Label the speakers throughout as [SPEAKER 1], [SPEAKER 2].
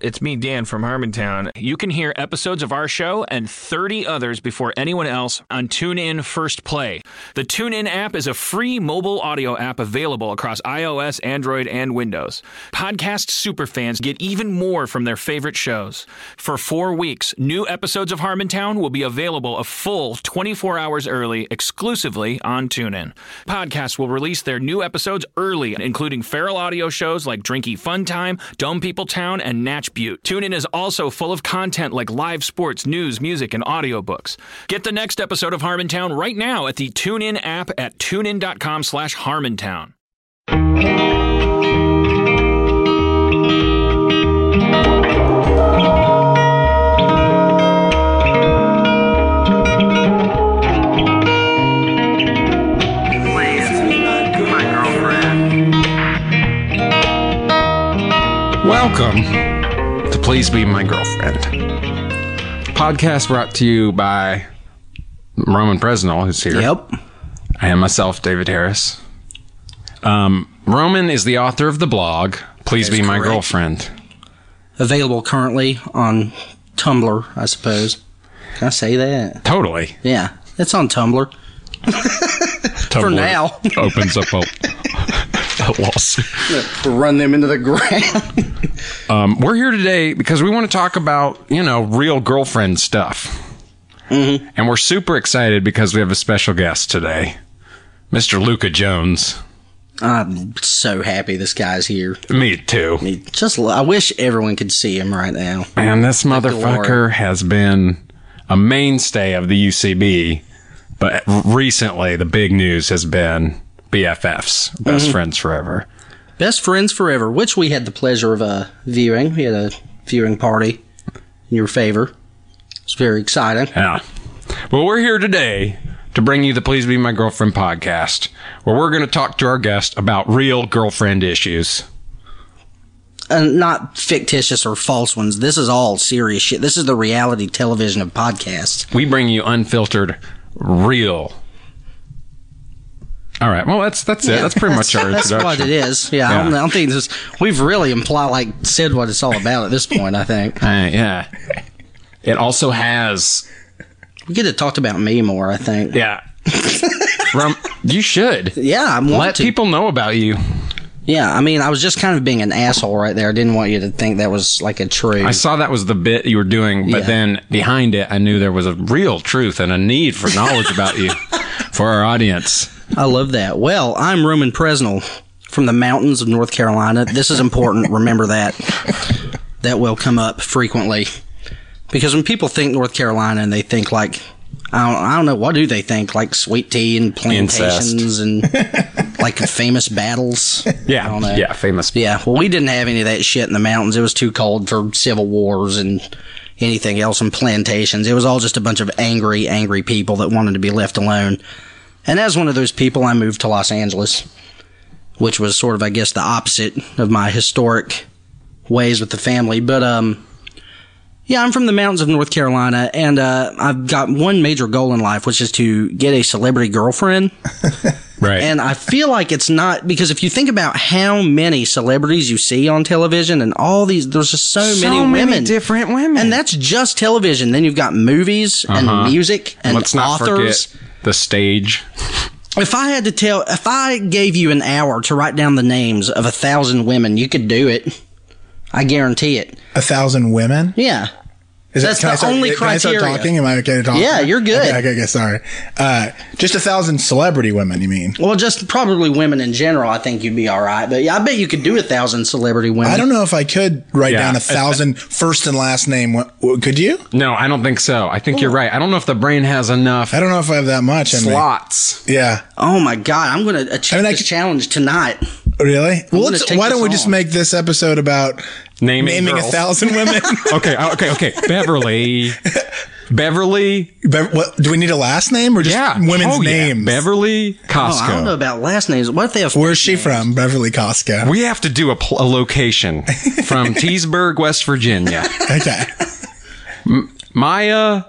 [SPEAKER 1] It's me, Dan from Harmontown. You can hear episodes of our show and 30 others before anyone else on TuneIn First Play. The TuneIn app is a free mobile audio app available across iOS, Android, and Windows. Podcast superfans get even more from their favorite shows. For four weeks, new episodes of Harmontown will be available a full 24 hours early exclusively on TuneIn. Podcasts will release their new episodes early, including feral audio shows like Drinky Fun Time, Dome People Town, and Natch Butte. TuneIn is also full of content like live sports, news, music, and audiobooks. Get the next episode of Harmontown right now at the TuneIn app at tunein.com slash harmontown.
[SPEAKER 2] Welcome to Please Be My Girlfriend. Podcast brought to you by Roman Presnell, who's here.
[SPEAKER 3] Yep.
[SPEAKER 2] And myself, David Harris. Um, Roman is the author of the blog, Please Be My
[SPEAKER 3] correct.
[SPEAKER 2] Girlfriend.
[SPEAKER 3] Available currently on Tumblr, I suppose. Can I say that?
[SPEAKER 2] Totally.
[SPEAKER 3] Yeah, it's on Tumblr.
[SPEAKER 2] Tumblr
[SPEAKER 3] now.
[SPEAKER 2] opens up a, a lawsuit.
[SPEAKER 3] Run them into the ground.
[SPEAKER 2] Um, we're here today because we want to talk about, you know, real girlfriend stuff.
[SPEAKER 3] Mm-hmm.
[SPEAKER 2] And we're super excited because we have a special guest today, Mr. Luca Jones.
[SPEAKER 3] I'm so happy this guy's here.
[SPEAKER 2] Me too.
[SPEAKER 3] He just, lo- I wish everyone could see him right now.
[SPEAKER 2] Man, this motherfucker
[SPEAKER 3] Lord.
[SPEAKER 2] has been a mainstay of the UCB, but recently the big news has been BFFs,
[SPEAKER 3] Mm-hmm.
[SPEAKER 2] best friends forever.
[SPEAKER 3] Best friends forever, which we had the pleasure of uh, viewing. We had a viewing party in your favor. It's very exciting.
[SPEAKER 2] Yeah. Well, we're here today to bring you the Please Be My Girlfriend podcast, where we're going to talk to our guest about real girlfriend issues.
[SPEAKER 3] and not fictitious or false ones. This is all serious shit. This is the reality television of podcasts.
[SPEAKER 2] We bring you unfiltered, real. All right. Well, that's that's it. That's pretty much our
[SPEAKER 3] That's
[SPEAKER 2] introduction.
[SPEAKER 3] what it is. Yeah, I, don't,
[SPEAKER 2] Yeah.
[SPEAKER 3] I don't think this. We've really implied, like, said what it's all about at this point. I think
[SPEAKER 2] Uh, yeah. It also has
[SPEAKER 3] we could have talked about me more. I think. Yeah,
[SPEAKER 2] Yeah. Rum, you should.
[SPEAKER 3] I want
[SPEAKER 2] Let
[SPEAKER 3] to.
[SPEAKER 2] people know about you.
[SPEAKER 3] yeah, I mean, I was just kind of being an asshole right there. I didn't want you to think that was like a true.
[SPEAKER 2] I saw that was the bit you were doing, but
[SPEAKER 3] Yeah.
[SPEAKER 2] then behind it, I knew there was a real truth and a need for knowledge about you for our audience.
[SPEAKER 3] I love that. Well, I'm Roman Presnell from the mountains of North Carolina. This is important. Remember that. That will come up frequently. Because when people think North Carolina and they think like, I don't, I don't know, what do they think? Like sweet tea and plantations and like famous battles? I don't know.
[SPEAKER 2] Yeah. Famous.
[SPEAKER 3] Yeah. Well, we didn't have any of that shit in the mountains. It was too cold for civil wars and anything else and plantations. It was all just a bunch of angry, angry people that wanted to be left alone. And as one of those people, I moved to Los Angeles, which was sort of, I guess, the opposite of my historic ways with the family. But, um, yeah, I'm from the mountains of North Carolina, and uh, I've got one major goal in life, which is to get a celebrity girlfriend.
[SPEAKER 2] Right.
[SPEAKER 3] And I feel like it's not because if you think about how many celebrities you see on television and all these, there's just so, many, women,
[SPEAKER 2] different women.
[SPEAKER 3] and that's just television. Then you've got movies and music and
[SPEAKER 2] Let's not
[SPEAKER 3] authors.
[SPEAKER 2] forget the stage.
[SPEAKER 3] If I had to tell, if I gave you an hour to write down the names of a thousand women, you could do it. I guarantee it.
[SPEAKER 4] a thousand women.
[SPEAKER 3] Yeah.
[SPEAKER 4] Is
[SPEAKER 3] That's
[SPEAKER 4] can I
[SPEAKER 3] the only
[SPEAKER 4] can I start
[SPEAKER 3] criteria.
[SPEAKER 4] talking? Am I okay to talk?
[SPEAKER 3] Yeah, you're good.
[SPEAKER 4] Okay, okay, okay, sorry. Uh, just a thousand celebrity women. You mean?
[SPEAKER 3] Well, just probably women in general. I think you'd be all right, but yeah, I bet you could do a thousand celebrity women.
[SPEAKER 4] I don't know if I could write
[SPEAKER 2] Yeah.
[SPEAKER 4] down a thousand first and last name. wo- wo- Could you?
[SPEAKER 2] No, I don't think so. I think you're right. I don't know if the brain has enough
[SPEAKER 4] I don't know if I have that much. in me.
[SPEAKER 2] slots.
[SPEAKER 4] Yeah.
[SPEAKER 3] Oh my god, I'm going to achieve
[SPEAKER 4] I mean, I
[SPEAKER 3] this
[SPEAKER 4] could-
[SPEAKER 3] challenge tonight.
[SPEAKER 4] Really? Well,
[SPEAKER 3] gonna
[SPEAKER 4] let's-
[SPEAKER 3] take
[SPEAKER 4] why
[SPEAKER 3] this
[SPEAKER 4] don't we just
[SPEAKER 3] on.
[SPEAKER 4] make this episode about
[SPEAKER 2] Naming,
[SPEAKER 4] naming
[SPEAKER 2] girls.
[SPEAKER 4] a thousand women?
[SPEAKER 2] Okay, oh, okay, okay. Beverly. Beverly.
[SPEAKER 4] Bev- what, do we need a last name or just
[SPEAKER 2] Yeah.
[SPEAKER 4] women's
[SPEAKER 2] Oh, yeah.
[SPEAKER 4] names?
[SPEAKER 2] Beverly
[SPEAKER 3] Oh, I don't know
[SPEAKER 2] Costco.
[SPEAKER 3] about last names. What if they have?
[SPEAKER 4] Where's she from? Beverly Costco.
[SPEAKER 2] we have to do a, pl- a location from Teesburg, West Virginia.
[SPEAKER 4] okay.
[SPEAKER 2] Maya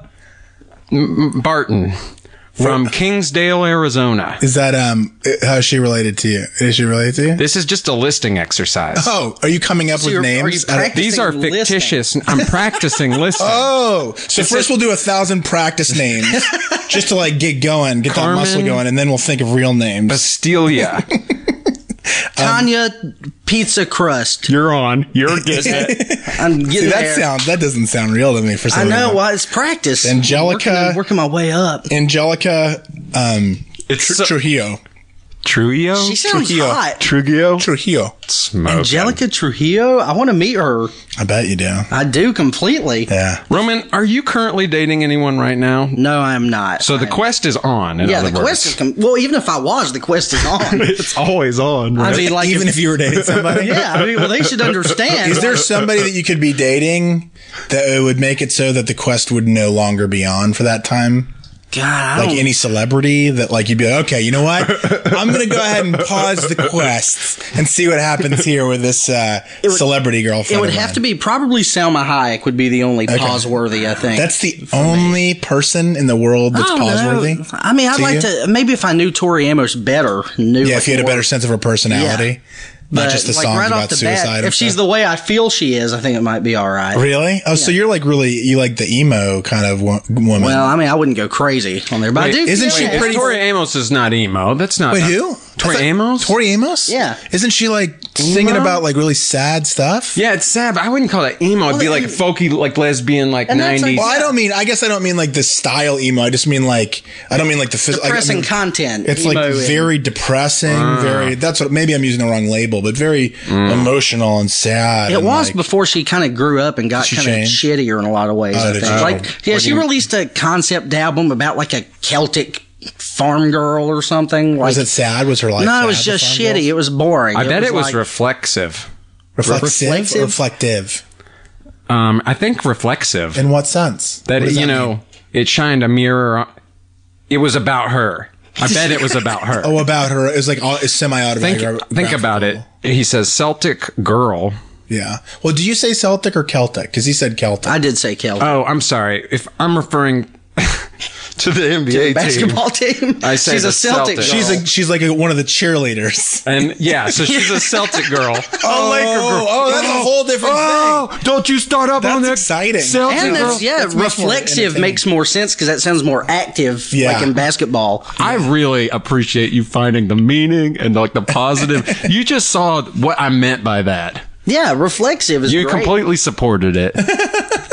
[SPEAKER 2] M- Barton from Kingsdale, Arizona.
[SPEAKER 4] Is that um? How is she related to you? Is she related to you?
[SPEAKER 2] This is just a listing exercise.
[SPEAKER 4] Oh, are you coming up with
[SPEAKER 3] you're- are
[SPEAKER 4] names?
[SPEAKER 3] you
[SPEAKER 4] I don't-
[SPEAKER 3] practicing
[SPEAKER 2] These are
[SPEAKER 3] listing.
[SPEAKER 2] fictitious. I'm practicing listing.
[SPEAKER 4] Oh, so first we'll do a thousand practice names just to like get going, get that muscle
[SPEAKER 2] Carmen.
[SPEAKER 4] going, and then we'll think of real names.
[SPEAKER 2] Astelia.
[SPEAKER 3] Tanya Pizza Crust.
[SPEAKER 2] You're on. You're getting it.
[SPEAKER 3] I'm getting
[SPEAKER 4] See, that
[SPEAKER 3] there.
[SPEAKER 4] sounds that doesn't sound real to me for some
[SPEAKER 3] I know.
[SPEAKER 4] reason.
[SPEAKER 3] Well, it's practice.
[SPEAKER 4] Angelica,
[SPEAKER 3] I'm working my way up.
[SPEAKER 4] Angelica, um,
[SPEAKER 2] It's
[SPEAKER 4] Tru-
[SPEAKER 2] so-
[SPEAKER 4] Trujillo,
[SPEAKER 2] Trujillo?
[SPEAKER 3] She sounds
[SPEAKER 4] Trujillo.
[SPEAKER 3] hot.
[SPEAKER 2] Trujillo?
[SPEAKER 4] Trujillo.
[SPEAKER 2] Smoking.
[SPEAKER 3] Angelica Trujillo. I want to meet her.
[SPEAKER 4] I bet you do.
[SPEAKER 3] I do completely.
[SPEAKER 4] Yeah.
[SPEAKER 2] Roman, are you currently dating anyone right now?
[SPEAKER 3] No, I'm not.
[SPEAKER 2] So the quest is on. In
[SPEAKER 3] yeah,
[SPEAKER 2] other
[SPEAKER 3] the
[SPEAKER 2] words.
[SPEAKER 3] quest is com- well. Even if I was, the quest is on.
[SPEAKER 2] It's always on.
[SPEAKER 3] I mean, like,
[SPEAKER 4] Even if you were dating somebody.
[SPEAKER 3] yeah, I mean, well, they should understand.
[SPEAKER 4] Is there somebody that you could be dating that it would make it so that the quest would no longer be on for that time?
[SPEAKER 3] God? I
[SPEAKER 4] Like
[SPEAKER 3] don't-
[SPEAKER 4] any celebrity that like you'd be like, okay, you know what? I'm gonna go ahead and pause the quest and see what happens here with this uh,
[SPEAKER 3] would-
[SPEAKER 4] celebrity girlfriend.
[SPEAKER 3] it would have to be probably Selma Hayek would be the only pause worthy. I think
[SPEAKER 4] That's the only person in the world that's
[SPEAKER 3] I don't
[SPEAKER 4] pause
[SPEAKER 3] know.
[SPEAKER 4] worthy.
[SPEAKER 3] I mean, I'd
[SPEAKER 4] to
[SPEAKER 3] like
[SPEAKER 4] you?
[SPEAKER 3] to maybe if I knew Tori Amos better, knew
[SPEAKER 4] Yeah,
[SPEAKER 3] it
[SPEAKER 4] if you had a
[SPEAKER 3] more,
[SPEAKER 4] better sense of her personality,
[SPEAKER 3] but,
[SPEAKER 4] not just the
[SPEAKER 3] like,
[SPEAKER 4] songs
[SPEAKER 3] right off
[SPEAKER 4] about
[SPEAKER 3] the
[SPEAKER 4] suicide.
[SPEAKER 3] Bat,
[SPEAKER 4] and
[SPEAKER 3] if she's
[SPEAKER 4] stuff.
[SPEAKER 3] the way I feel she is, I think it might be all right.
[SPEAKER 4] really, oh, so you're like really you like the emo kind of wo- woman.
[SPEAKER 3] Well, I mean, I wouldn't go crazy on there, but I do.
[SPEAKER 4] isn't
[SPEAKER 3] feel
[SPEAKER 4] she
[SPEAKER 3] that.
[SPEAKER 4] pretty-
[SPEAKER 2] Tori Amos is not emo. That's not.
[SPEAKER 4] Wait, who?
[SPEAKER 2] Tori
[SPEAKER 4] I thought-
[SPEAKER 2] Amos?
[SPEAKER 4] Tori Amos?
[SPEAKER 3] Yeah.
[SPEAKER 4] Isn't she like singing about like really sad stuff?
[SPEAKER 2] Yeah, it's sad, but I wouldn't call that emo. It'd be like a folky, like lesbian, like
[SPEAKER 3] And that's like-
[SPEAKER 2] '90s.
[SPEAKER 4] Well, I don't mean. I guess I don't mean like the style emo. I just mean like I don't mean like the phys- like, I
[SPEAKER 3] depressing
[SPEAKER 4] mean,
[SPEAKER 3] content?
[SPEAKER 4] It's
[SPEAKER 3] emo
[SPEAKER 4] like
[SPEAKER 3] and-
[SPEAKER 4] very depressing.
[SPEAKER 2] Ah.
[SPEAKER 4] Very. That's what. Maybe I'm using the wrong label, but very
[SPEAKER 2] Mm.
[SPEAKER 4] emotional and sad.
[SPEAKER 3] It
[SPEAKER 4] and,
[SPEAKER 3] was
[SPEAKER 4] like-
[SPEAKER 3] before she kind of grew up and got
[SPEAKER 4] She
[SPEAKER 3] kind of
[SPEAKER 4] changed?
[SPEAKER 3] shittier in a lot of ways. I
[SPEAKER 4] did
[SPEAKER 3] think.
[SPEAKER 4] she?
[SPEAKER 3] Like, yeah, she released a concept album about like a Celtic farm girl or something. Like,
[SPEAKER 4] was it sad? Was her life?
[SPEAKER 3] no,
[SPEAKER 4] sad,
[SPEAKER 3] it was
[SPEAKER 4] the
[SPEAKER 3] just
[SPEAKER 4] Farm
[SPEAKER 3] shitty.
[SPEAKER 4] Girls?
[SPEAKER 3] It was boring.
[SPEAKER 2] I bet it was
[SPEAKER 3] like-
[SPEAKER 2] reflexive.
[SPEAKER 4] Reflexive.
[SPEAKER 3] Reflexive?
[SPEAKER 4] Reflective. reflective.
[SPEAKER 2] Um, I think reflexive.
[SPEAKER 4] In what sense?
[SPEAKER 2] that
[SPEAKER 4] What does
[SPEAKER 2] you
[SPEAKER 4] mean?
[SPEAKER 2] know, it shined a mirror. On, it was about her. I bet it was about her.
[SPEAKER 4] Oh, about her. It was like all, it's
[SPEAKER 2] think
[SPEAKER 4] semi-autobiographical.
[SPEAKER 2] think about it. He says Celtic girl.
[SPEAKER 4] Yeah. Well, do you say Celtic or Celtic? Because he said Celtic.
[SPEAKER 3] I did say Celtic.
[SPEAKER 2] Oh, I'm sorry. If I'm referring to the NBA team.
[SPEAKER 3] Basketball team.
[SPEAKER 2] I say
[SPEAKER 3] she's
[SPEAKER 2] the
[SPEAKER 3] a
[SPEAKER 2] Celtics.
[SPEAKER 3] Celtic. girl.
[SPEAKER 4] she's like she's like a, one of the cheerleaders.
[SPEAKER 2] and yeah, so she's a Celtic girl. oh,
[SPEAKER 4] oh, that's a whole different
[SPEAKER 2] Oh, don't you start up on
[SPEAKER 4] That's
[SPEAKER 2] that
[SPEAKER 4] exciting.
[SPEAKER 2] Celtic
[SPEAKER 3] and
[SPEAKER 2] girl.
[SPEAKER 3] that's yeah,
[SPEAKER 4] That's much more
[SPEAKER 3] reflexive
[SPEAKER 4] entertaining.
[SPEAKER 3] makes more sense because that sounds more active,
[SPEAKER 4] Yeah.
[SPEAKER 3] like in basketball.
[SPEAKER 2] I really appreciate you finding the meaning and like the positive. you just saw what I meant by that.
[SPEAKER 3] Yeah, reflexive is
[SPEAKER 2] You
[SPEAKER 3] great.
[SPEAKER 2] completely supported it.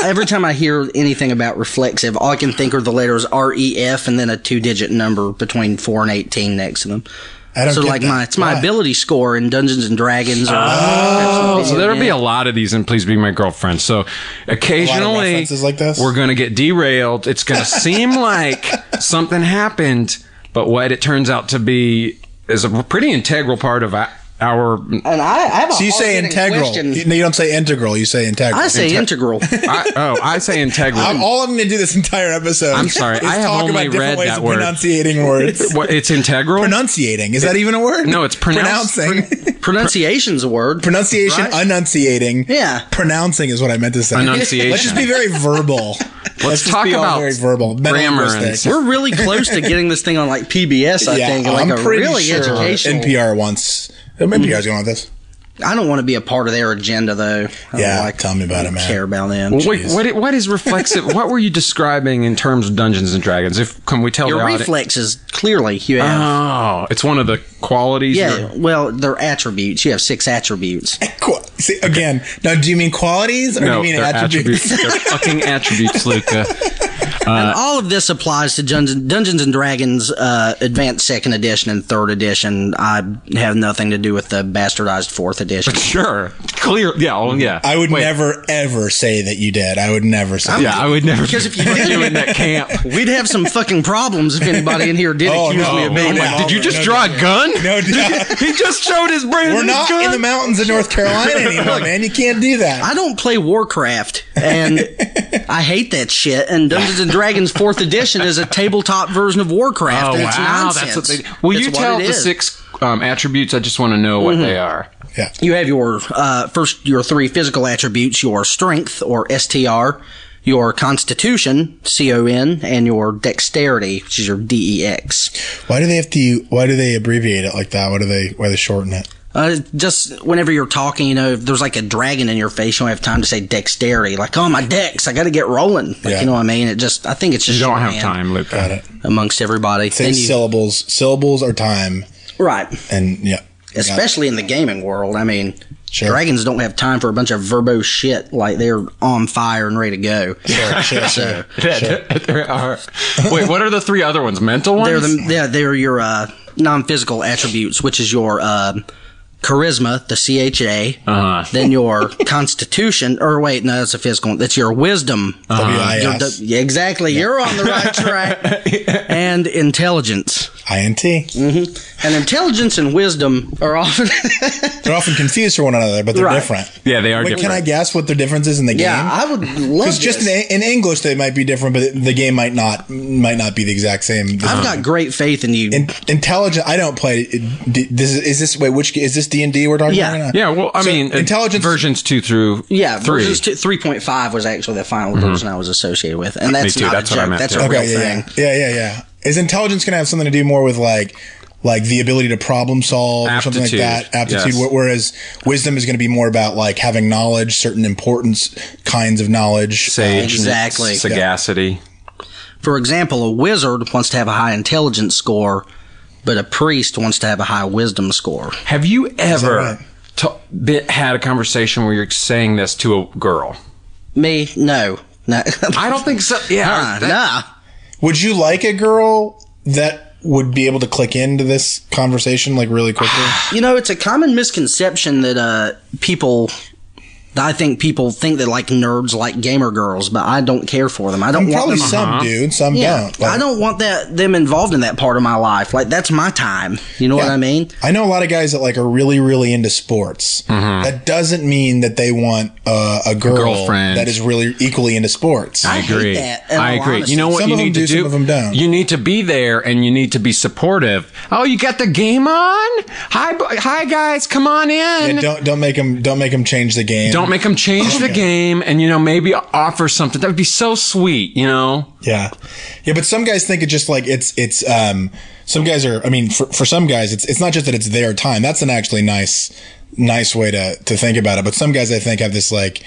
[SPEAKER 3] Every time I hear anything about reflexive, all I can think are the letters R E F and then a two digit number between four and eighteen next to them.
[SPEAKER 4] I don't
[SPEAKER 3] so
[SPEAKER 4] get
[SPEAKER 3] like
[SPEAKER 4] that.
[SPEAKER 3] my it's my
[SPEAKER 4] Why? Oh,
[SPEAKER 3] ability score in Dungeons and Dragons. Or
[SPEAKER 2] so there'll be a lot of these in Please Be My Girlfriend. So occasionally
[SPEAKER 4] references like this?
[SPEAKER 2] we're gonna get derailed. It's gonna seem like something happened, but what it turns out to be is a pretty integral part of our
[SPEAKER 3] and I, I have a
[SPEAKER 4] So you say
[SPEAKER 3] hard-hitting
[SPEAKER 4] integral.
[SPEAKER 3] question.
[SPEAKER 4] You, no, you don't say integral. You say integral.
[SPEAKER 3] I say integral.
[SPEAKER 2] I, oh, I say integral.
[SPEAKER 4] I'm, all I'm going to do this entire episode.
[SPEAKER 2] I'm sorry,
[SPEAKER 4] Is
[SPEAKER 2] I have
[SPEAKER 4] talk
[SPEAKER 2] only
[SPEAKER 4] about different
[SPEAKER 2] read
[SPEAKER 4] ways
[SPEAKER 2] that
[SPEAKER 4] of
[SPEAKER 2] word.
[SPEAKER 4] Pronunciating words.
[SPEAKER 2] What, it's integral.
[SPEAKER 4] Pronunciating is that even a word?
[SPEAKER 2] No, it's pronounced-
[SPEAKER 4] pronouncing.
[SPEAKER 3] Pronunciation's a word.
[SPEAKER 4] Pronunciation,
[SPEAKER 3] Right?
[SPEAKER 4] enunciating.
[SPEAKER 3] Yeah.
[SPEAKER 4] pronouncing is what I meant to say.
[SPEAKER 2] Enunciation.
[SPEAKER 4] Let's just be very verbal. Let's, just
[SPEAKER 2] talk
[SPEAKER 4] be all
[SPEAKER 2] about
[SPEAKER 4] very verbal
[SPEAKER 2] grammar and
[SPEAKER 4] Metalinguistic.
[SPEAKER 2] stuff.
[SPEAKER 3] We're really close to getting this thing on like PBS. I think like a really educational.
[SPEAKER 4] NPR once. oh, Maybe you guys going with this.
[SPEAKER 3] I don't want to be a part of their agenda though. I
[SPEAKER 4] Yeah,
[SPEAKER 3] don't like,
[SPEAKER 4] tell me about it, man.
[SPEAKER 3] Care about them.
[SPEAKER 2] Well, Wait, what, what is reflexive? what were you describing in terms of Dungeons and Dragons? If can we tell the
[SPEAKER 3] Your
[SPEAKER 2] audi-
[SPEAKER 3] reflexes clearly you have.
[SPEAKER 2] Oh, it's one of the qualities.
[SPEAKER 3] Yeah,
[SPEAKER 2] you're-
[SPEAKER 3] well, they're attributes. You have six attributes.
[SPEAKER 4] Qu- See, again, now do you mean qualities or
[SPEAKER 2] no,
[SPEAKER 4] do you mean
[SPEAKER 2] they're
[SPEAKER 4] attributes?
[SPEAKER 2] attributes. they're fucking attributes, Luca. Uh,
[SPEAKER 3] and all of this applies to Dungeons, Dungeons and Dragons uh, Advanced Second Edition and Third Edition. I have nothing to do with the bastardized Fourth Edition.
[SPEAKER 2] Sure, clear. Yeah, oh, yeah.
[SPEAKER 4] I would
[SPEAKER 2] Wait,
[SPEAKER 4] never ever say that you did. I would never say.
[SPEAKER 2] Yeah, I would never. Because
[SPEAKER 3] if you-
[SPEAKER 2] you in that camp,
[SPEAKER 3] We'd have some fucking problems if anybody in here did
[SPEAKER 4] Oh,
[SPEAKER 3] accuse
[SPEAKER 4] no,
[SPEAKER 3] me of
[SPEAKER 4] no,
[SPEAKER 3] being
[SPEAKER 4] no.
[SPEAKER 3] like,
[SPEAKER 2] did you just
[SPEAKER 4] no,
[SPEAKER 2] draw a gun?
[SPEAKER 4] No, no.
[SPEAKER 2] he just showed his brand.
[SPEAKER 4] We're
[SPEAKER 2] new
[SPEAKER 4] not
[SPEAKER 2] gun.
[SPEAKER 4] in the mountains of North Carolina anymore, man. You can't do that.
[SPEAKER 3] I don't play Warcraft, and I hate that shit. And Dungeons and Dragons Fourth Edition is a tabletop version of Warcraft.
[SPEAKER 2] Oh
[SPEAKER 3] and it's
[SPEAKER 2] wow,
[SPEAKER 3] nonsense.
[SPEAKER 2] that's what they. Will
[SPEAKER 3] It's
[SPEAKER 2] you
[SPEAKER 3] what
[SPEAKER 2] tell
[SPEAKER 3] it
[SPEAKER 2] the
[SPEAKER 3] is.
[SPEAKER 2] six um, attributes? I just want to know what they are.
[SPEAKER 4] Yeah.
[SPEAKER 3] You have your uh, first your three physical attributes: your strength or STR, your constitution, C O N, and your dexterity, which is your D E X.
[SPEAKER 4] Why do they have to? Why do they abbreviate it like that? Why do they? Why they shorten it?
[SPEAKER 3] Uh, just whenever you're talking, you know, if there's like a dragon in your face, you don't have time to say dexterity. Like, oh, my dex, I got to get rolling. Like,
[SPEAKER 4] Yeah.
[SPEAKER 3] you know what I mean? It just, I think it's just
[SPEAKER 2] You don't have
[SPEAKER 3] shorthand
[SPEAKER 2] time, Luke.
[SPEAKER 4] Got it.
[SPEAKER 3] amongst everybody.
[SPEAKER 4] Say
[SPEAKER 3] Then you-
[SPEAKER 4] syllables. Syllables are time,
[SPEAKER 3] right.
[SPEAKER 4] and yeah.
[SPEAKER 3] especially in the gaming world. I mean,
[SPEAKER 4] Sure.
[SPEAKER 3] dragons don't have time for a bunch of verbose shit. Like they're on fire and ready to go.
[SPEAKER 4] Sure, sure, sure.
[SPEAKER 2] there are. Wait, what are the three other ones? Mental ones?
[SPEAKER 3] They're the, yeah, they're your uh, non-physical attributes, which is your uh, charisma, the CHA,
[SPEAKER 2] Uh-huh.
[SPEAKER 3] then your constitution, or wait, no, that's a physical one. That's your wisdom.
[SPEAKER 4] Uh-huh.
[SPEAKER 3] Your
[SPEAKER 4] W-I-S.
[SPEAKER 3] d- yeah, exactly. You're on the right track. And intelligence.
[SPEAKER 4] INT.
[SPEAKER 3] And intelligence and wisdom are often.
[SPEAKER 4] They're often confused for one another, but they're
[SPEAKER 3] Right.
[SPEAKER 4] different.
[SPEAKER 2] Yeah, they are
[SPEAKER 4] Wait,
[SPEAKER 2] different.
[SPEAKER 4] Can I guess what their difference is in the
[SPEAKER 3] yeah,
[SPEAKER 4] game?
[SPEAKER 3] I would love
[SPEAKER 4] Because just
[SPEAKER 3] this.
[SPEAKER 4] in, in English, they might be different, but the game might not might not be the exact same. Uh,
[SPEAKER 3] I've got great faith in you.
[SPEAKER 4] In, intelligent. I don't play. it- d- This is, is this wait which is this D and D we're talking
[SPEAKER 3] Yeah.
[SPEAKER 4] about? right now?
[SPEAKER 2] yeah, well, I
[SPEAKER 4] So,
[SPEAKER 2] mean, uh,
[SPEAKER 4] intelligence-
[SPEAKER 2] versions two through
[SPEAKER 3] Yeah,
[SPEAKER 2] three. Mm-hmm.
[SPEAKER 3] versions two, three point five was actually the final version I was associated with, and that's
[SPEAKER 2] too,
[SPEAKER 3] not
[SPEAKER 2] that's
[SPEAKER 3] a
[SPEAKER 2] what I
[SPEAKER 3] joke.
[SPEAKER 2] meant
[SPEAKER 3] That's
[SPEAKER 2] too.
[SPEAKER 3] a
[SPEAKER 4] Okay.
[SPEAKER 3] real
[SPEAKER 4] Yeah,
[SPEAKER 3] thing.
[SPEAKER 4] yeah. Yeah. Yeah. Yeah. Is intelligence going to have something to do more with like like the ability to problem solve or something
[SPEAKER 2] Aptitude,
[SPEAKER 4] like that? Aptitude.
[SPEAKER 2] yes.
[SPEAKER 4] wh- Whereas wisdom is going to be more about like having knowledge, certain importance kinds of knowledge.
[SPEAKER 2] Sage,
[SPEAKER 3] Exactly.
[SPEAKER 2] sagacity.
[SPEAKER 3] For example, a wizard wants to have a high intelligence score, but a priest wants to have a high wisdom score.
[SPEAKER 2] Have you
[SPEAKER 4] right?
[SPEAKER 2] ever ta- been, had a conversation where you're saying this to a girl?
[SPEAKER 3] Me, no, no,
[SPEAKER 2] I don't think so. Yeah,
[SPEAKER 3] uh,
[SPEAKER 4] Ah,
[SPEAKER 3] nah.
[SPEAKER 4] Would you like a girl that would be able to click into this conversation like really quickly?
[SPEAKER 3] You know, it's a common misconception that uh, people. that I think people think that like nerds like gamer girls, but I don't care for them. I don't want
[SPEAKER 4] Probably
[SPEAKER 3] them.
[SPEAKER 4] some do, and some
[SPEAKER 3] uh-huh. yeah,
[SPEAKER 4] don't. Like-
[SPEAKER 3] I don't want that them involved in that part of my life. Like that's my time. You know what
[SPEAKER 4] Yeah.
[SPEAKER 3] I mean?
[SPEAKER 4] I know a lot of guys that like are really, really into sports. That doesn't mean that they want uh, a, girl
[SPEAKER 2] girlfriend.
[SPEAKER 4] that is really equally into sports.
[SPEAKER 2] I
[SPEAKER 3] hate
[SPEAKER 2] agree.
[SPEAKER 3] that, in
[SPEAKER 2] I
[SPEAKER 3] all
[SPEAKER 2] agree.
[SPEAKER 3] honesty.
[SPEAKER 2] You know what
[SPEAKER 4] Some
[SPEAKER 2] you
[SPEAKER 4] of them
[SPEAKER 2] need
[SPEAKER 4] do,
[SPEAKER 2] to do?
[SPEAKER 4] some of them don't.
[SPEAKER 2] You need to be there and you need to be supportive. Oh, you got the game on? Hi, bu- hi guys, come on in.
[SPEAKER 4] And don't don't make them don't make 'em change the game.
[SPEAKER 2] Don't make them change the game and, you know, maybe offer something. That would be so sweet, you know?
[SPEAKER 4] Yeah, yeah. But some guys think it just like it's it's um some guys are. I mean, for for some guys, it's it's not just that it's their time. That's an actually nice nice way to to think about it. But some guys I think have this like.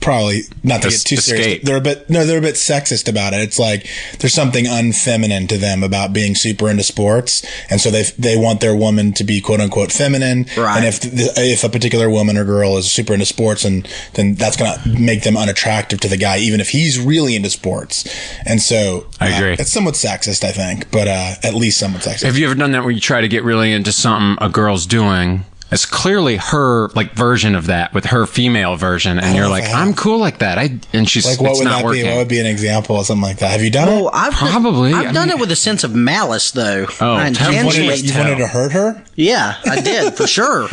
[SPEAKER 4] Probably not to
[SPEAKER 2] Es-
[SPEAKER 4] get too serious.
[SPEAKER 2] escape.
[SPEAKER 4] They're a bit no, they're a bit sexist about it. It's like there's something unfeminine to them about being super into sports, and so they they want their woman to be quote unquote feminine.
[SPEAKER 3] Right.
[SPEAKER 4] And if th- if a particular woman or girl is super into sports, and then that's gonna make them unattractive to the guy, even if he's really into sports. And so
[SPEAKER 2] I agree.
[SPEAKER 4] uh, it's somewhat sexist, I think, but uh, at least somewhat sexist.
[SPEAKER 2] Have you ever done that where you try to get really into something a girl's doing? It's clearly her like version of that with her female version, and you're
[SPEAKER 4] know
[SPEAKER 2] like,
[SPEAKER 4] if I have.
[SPEAKER 2] I'm cool like that. I and she's
[SPEAKER 4] like what
[SPEAKER 2] it's
[SPEAKER 4] would
[SPEAKER 2] not
[SPEAKER 4] that
[SPEAKER 2] working.
[SPEAKER 4] be? What would be an example of something like that? Have you done
[SPEAKER 3] Oh,
[SPEAKER 4] it?
[SPEAKER 3] I've done-
[SPEAKER 2] Probably.
[SPEAKER 3] I've
[SPEAKER 2] I
[SPEAKER 3] done
[SPEAKER 2] mean-
[SPEAKER 3] it with a sense of malice, though.
[SPEAKER 2] Oh,
[SPEAKER 3] I
[SPEAKER 2] tell me
[SPEAKER 4] You
[SPEAKER 2] what
[SPEAKER 4] wanted,
[SPEAKER 2] Please
[SPEAKER 4] you
[SPEAKER 3] intentionally.
[SPEAKER 2] tell.
[SPEAKER 4] wanted to hurt her?
[SPEAKER 3] Yeah, I did for sure.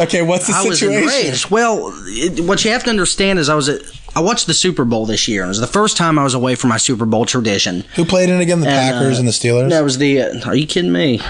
[SPEAKER 4] Okay, what's the
[SPEAKER 3] I was
[SPEAKER 4] situation?
[SPEAKER 3] enraged. Well, it, what you have to understand is I was at, I watched the Super Bowl this year. It was the first time I was away from my Super Bowl tradition.
[SPEAKER 4] Who played in again? The
[SPEAKER 3] uh,
[SPEAKER 4] Packers and the Steelers.
[SPEAKER 3] That was the. Uh, are you kidding me?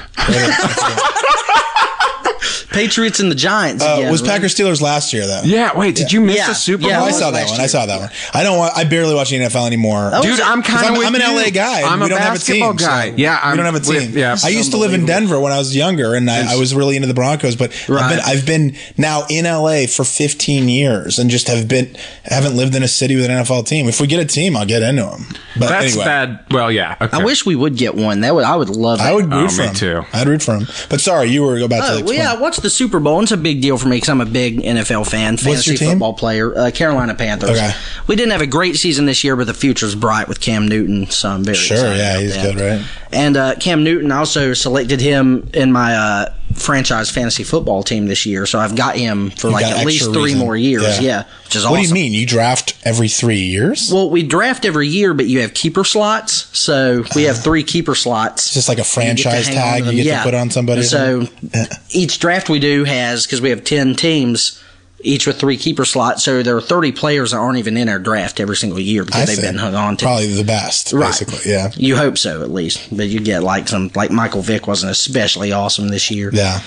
[SPEAKER 3] Patriots and the Giants.
[SPEAKER 4] Uh,
[SPEAKER 3] again,
[SPEAKER 4] was
[SPEAKER 3] right?
[SPEAKER 4] Packers Steelers last year though?
[SPEAKER 2] yeah, wait, did you miss
[SPEAKER 3] Yeah,
[SPEAKER 2] the Super
[SPEAKER 3] yeah,
[SPEAKER 4] Oh,
[SPEAKER 2] Bowl?
[SPEAKER 4] I
[SPEAKER 3] was
[SPEAKER 4] saw that
[SPEAKER 3] last
[SPEAKER 4] one. I
[SPEAKER 3] year.
[SPEAKER 4] saw that one. I don't. Want, I barely watch the NFL anymore.
[SPEAKER 2] Dude, I'm kind of
[SPEAKER 4] I'm,
[SPEAKER 2] with
[SPEAKER 4] I'm an
[SPEAKER 2] you.
[SPEAKER 4] LA guy.
[SPEAKER 2] I'm
[SPEAKER 4] we
[SPEAKER 2] a
[SPEAKER 4] don't have a
[SPEAKER 2] basketball
[SPEAKER 4] team,
[SPEAKER 2] guy.
[SPEAKER 4] so
[SPEAKER 2] yeah, I'm
[SPEAKER 4] we don't have a team.
[SPEAKER 2] with- yeah,
[SPEAKER 4] I used to live in Denver when I was younger, and I, I was really into the Broncos. But
[SPEAKER 3] Right.
[SPEAKER 4] I've, been, I've been now in LA for 15 years, and just have been haven't lived in a city with an NFL team. If we get a team, I'll get into them. But
[SPEAKER 2] That's
[SPEAKER 4] anyway,
[SPEAKER 2] bad. Well, yeah. Okay.
[SPEAKER 3] I wish we would get one. That would. I would love.
[SPEAKER 4] I
[SPEAKER 3] it.
[SPEAKER 4] would root
[SPEAKER 2] Oh,
[SPEAKER 4] for
[SPEAKER 2] me
[SPEAKER 4] him.
[SPEAKER 2] too.
[SPEAKER 4] I'd root for him. But sorry, you were about
[SPEAKER 3] Oh,
[SPEAKER 4] to.
[SPEAKER 3] well,
[SPEAKER 4] Explain.
[SPEAKER 3] yeah, I watched the Super Bowl. And it's a big deal for me because I'm a big NFL fan, fantasy
[SPEAKER 4] your team?
[SPEAKER 3] football player, uh, Carolina Panthers.
[SPEAKER 4] Okay.
[SPEAKER 3] We didn't have a great season this year, but the future's bright with Cam Newton. So I'm very
[SPEAKER 4] Sure,
[SPEAKER 3] excited
[SPEAKER 4] yeah,
[SPEAKER 3] about
[SPEAKER 4] he's
[SPEAKER 3] that.
[SPEAKER 4] good, right?
[SPEAKER 3] And uh, Cam Newton I also selected him in my uh, franchise fantasy football team this year, so I've got him for like
[SPEAKER 4] got
[SPEAKER 3] at
[SPEAKER 4] extra
[SPEAKER 3] least three
[SPEAKER 4] reason.
[SPEAKER 3] more years.
[SPEAKER 4] Yeah.
[SPEAKER 3] Yeah, which is awesome.
[SPEAKER 4] What do you mean? You draft every three years?
[SPEAKER 3] Well, we draft every year, but you have keeper slots, so we have three keeper slots.
[SPEAKER 4] just like a
[SPEAKER 3] You get to
[SPEAKER 4] franchise
[SPEAKER 3] hang on to
[SPEAKER 4] tag
[SPEAKER 3] them.
[SPEAKER 4] you get
[SPEAKER 3] Yeah.
[SPEAKER 4] to put on somebody.
[SPEAKER 3] So each draft we do has because we have ten teams, each with three keeper slots. So there are thirty players that aren't even in our draft every single year because
[SPEAKER 4] I
[SPEAKER 3] they've
[SPEAKER 4] see.
[SPEAKER 3] been hung on to.
[SPEAKER 4] Probably the best,
[SPEAKER 3] Right.
[SPEAKER 4] basically. Yeah.
[SPEAKER 3] You hope so, at least. But you get like some like Michael Vick wasn't especially awesome this year.
[SPEAKER 4] Yeah.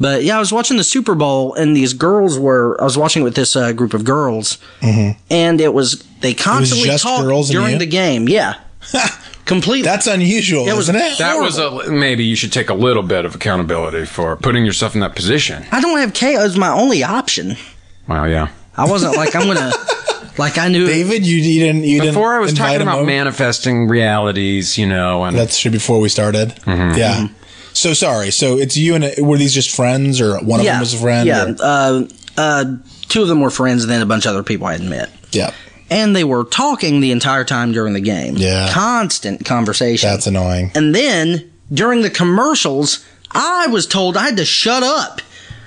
[SPEAKER 3] But yeah, I was watching the Super Bowl and these girls were, I was watching it with this uh, group of girls and it was, they constantly
[SPEAKER 4] Mm-hmm. just
[SPEAKER 3] talked
[SPEAKER 4] girls and
[SPEAKER 3] during
[SPEAKER 4] you?
[SPEAKER 3] the game. Yeah. Completely.
[SPEAKER 4] That's unusual,
[SPEAKER 3] It was-
[SPEAKER 4] isn't it?
[SPEAKER 2] That was a maybe you should take a little bit of accountability for putting yourself in that position.
[SPEAKER 3] I don't have Kay as my only option.
[SPEAKER 2] Well, yeah.
[SPEAKER 3] I wasn't like, I'm going to, like I knew.
[SPEAKER 4] David, you, you didn't. You
[SPEAKER 2] Before
[SPEAKER 4] didn't
[SPEAKER 2] I was
[SPEAKER 4] invite
[SPEAKER 2] talking
[SPEAKER 4] him
[SPEAKER 2] about
[SPEAKER 4] over?
[SPEAKER 2] manifesting realities, you know, and
[SPEAKER 4] That's before we started.
[SPEAKER 2] Mm-hmm.
[SPEAKER 4] Yeah. So sorry. So it's you and were these just friends, or one of them was a friend?
[SPEAKER 3] Yeah.
[SPEAKER 4] or-
[SPEAKER 3] Uh, uh, two of them were friends, and then a bunch of other people I had met.
[SPEAKER 4] yeah.
[SPEAKER 3] And they were talking the entire time during the game.
[SPEAKER 4] Yeah.
[SPEAKER 3] Constant conversation.
[SPEAKER 4] That's annoying.
[SPEAKER 3] and then during the commercials, I was told I had to shut up.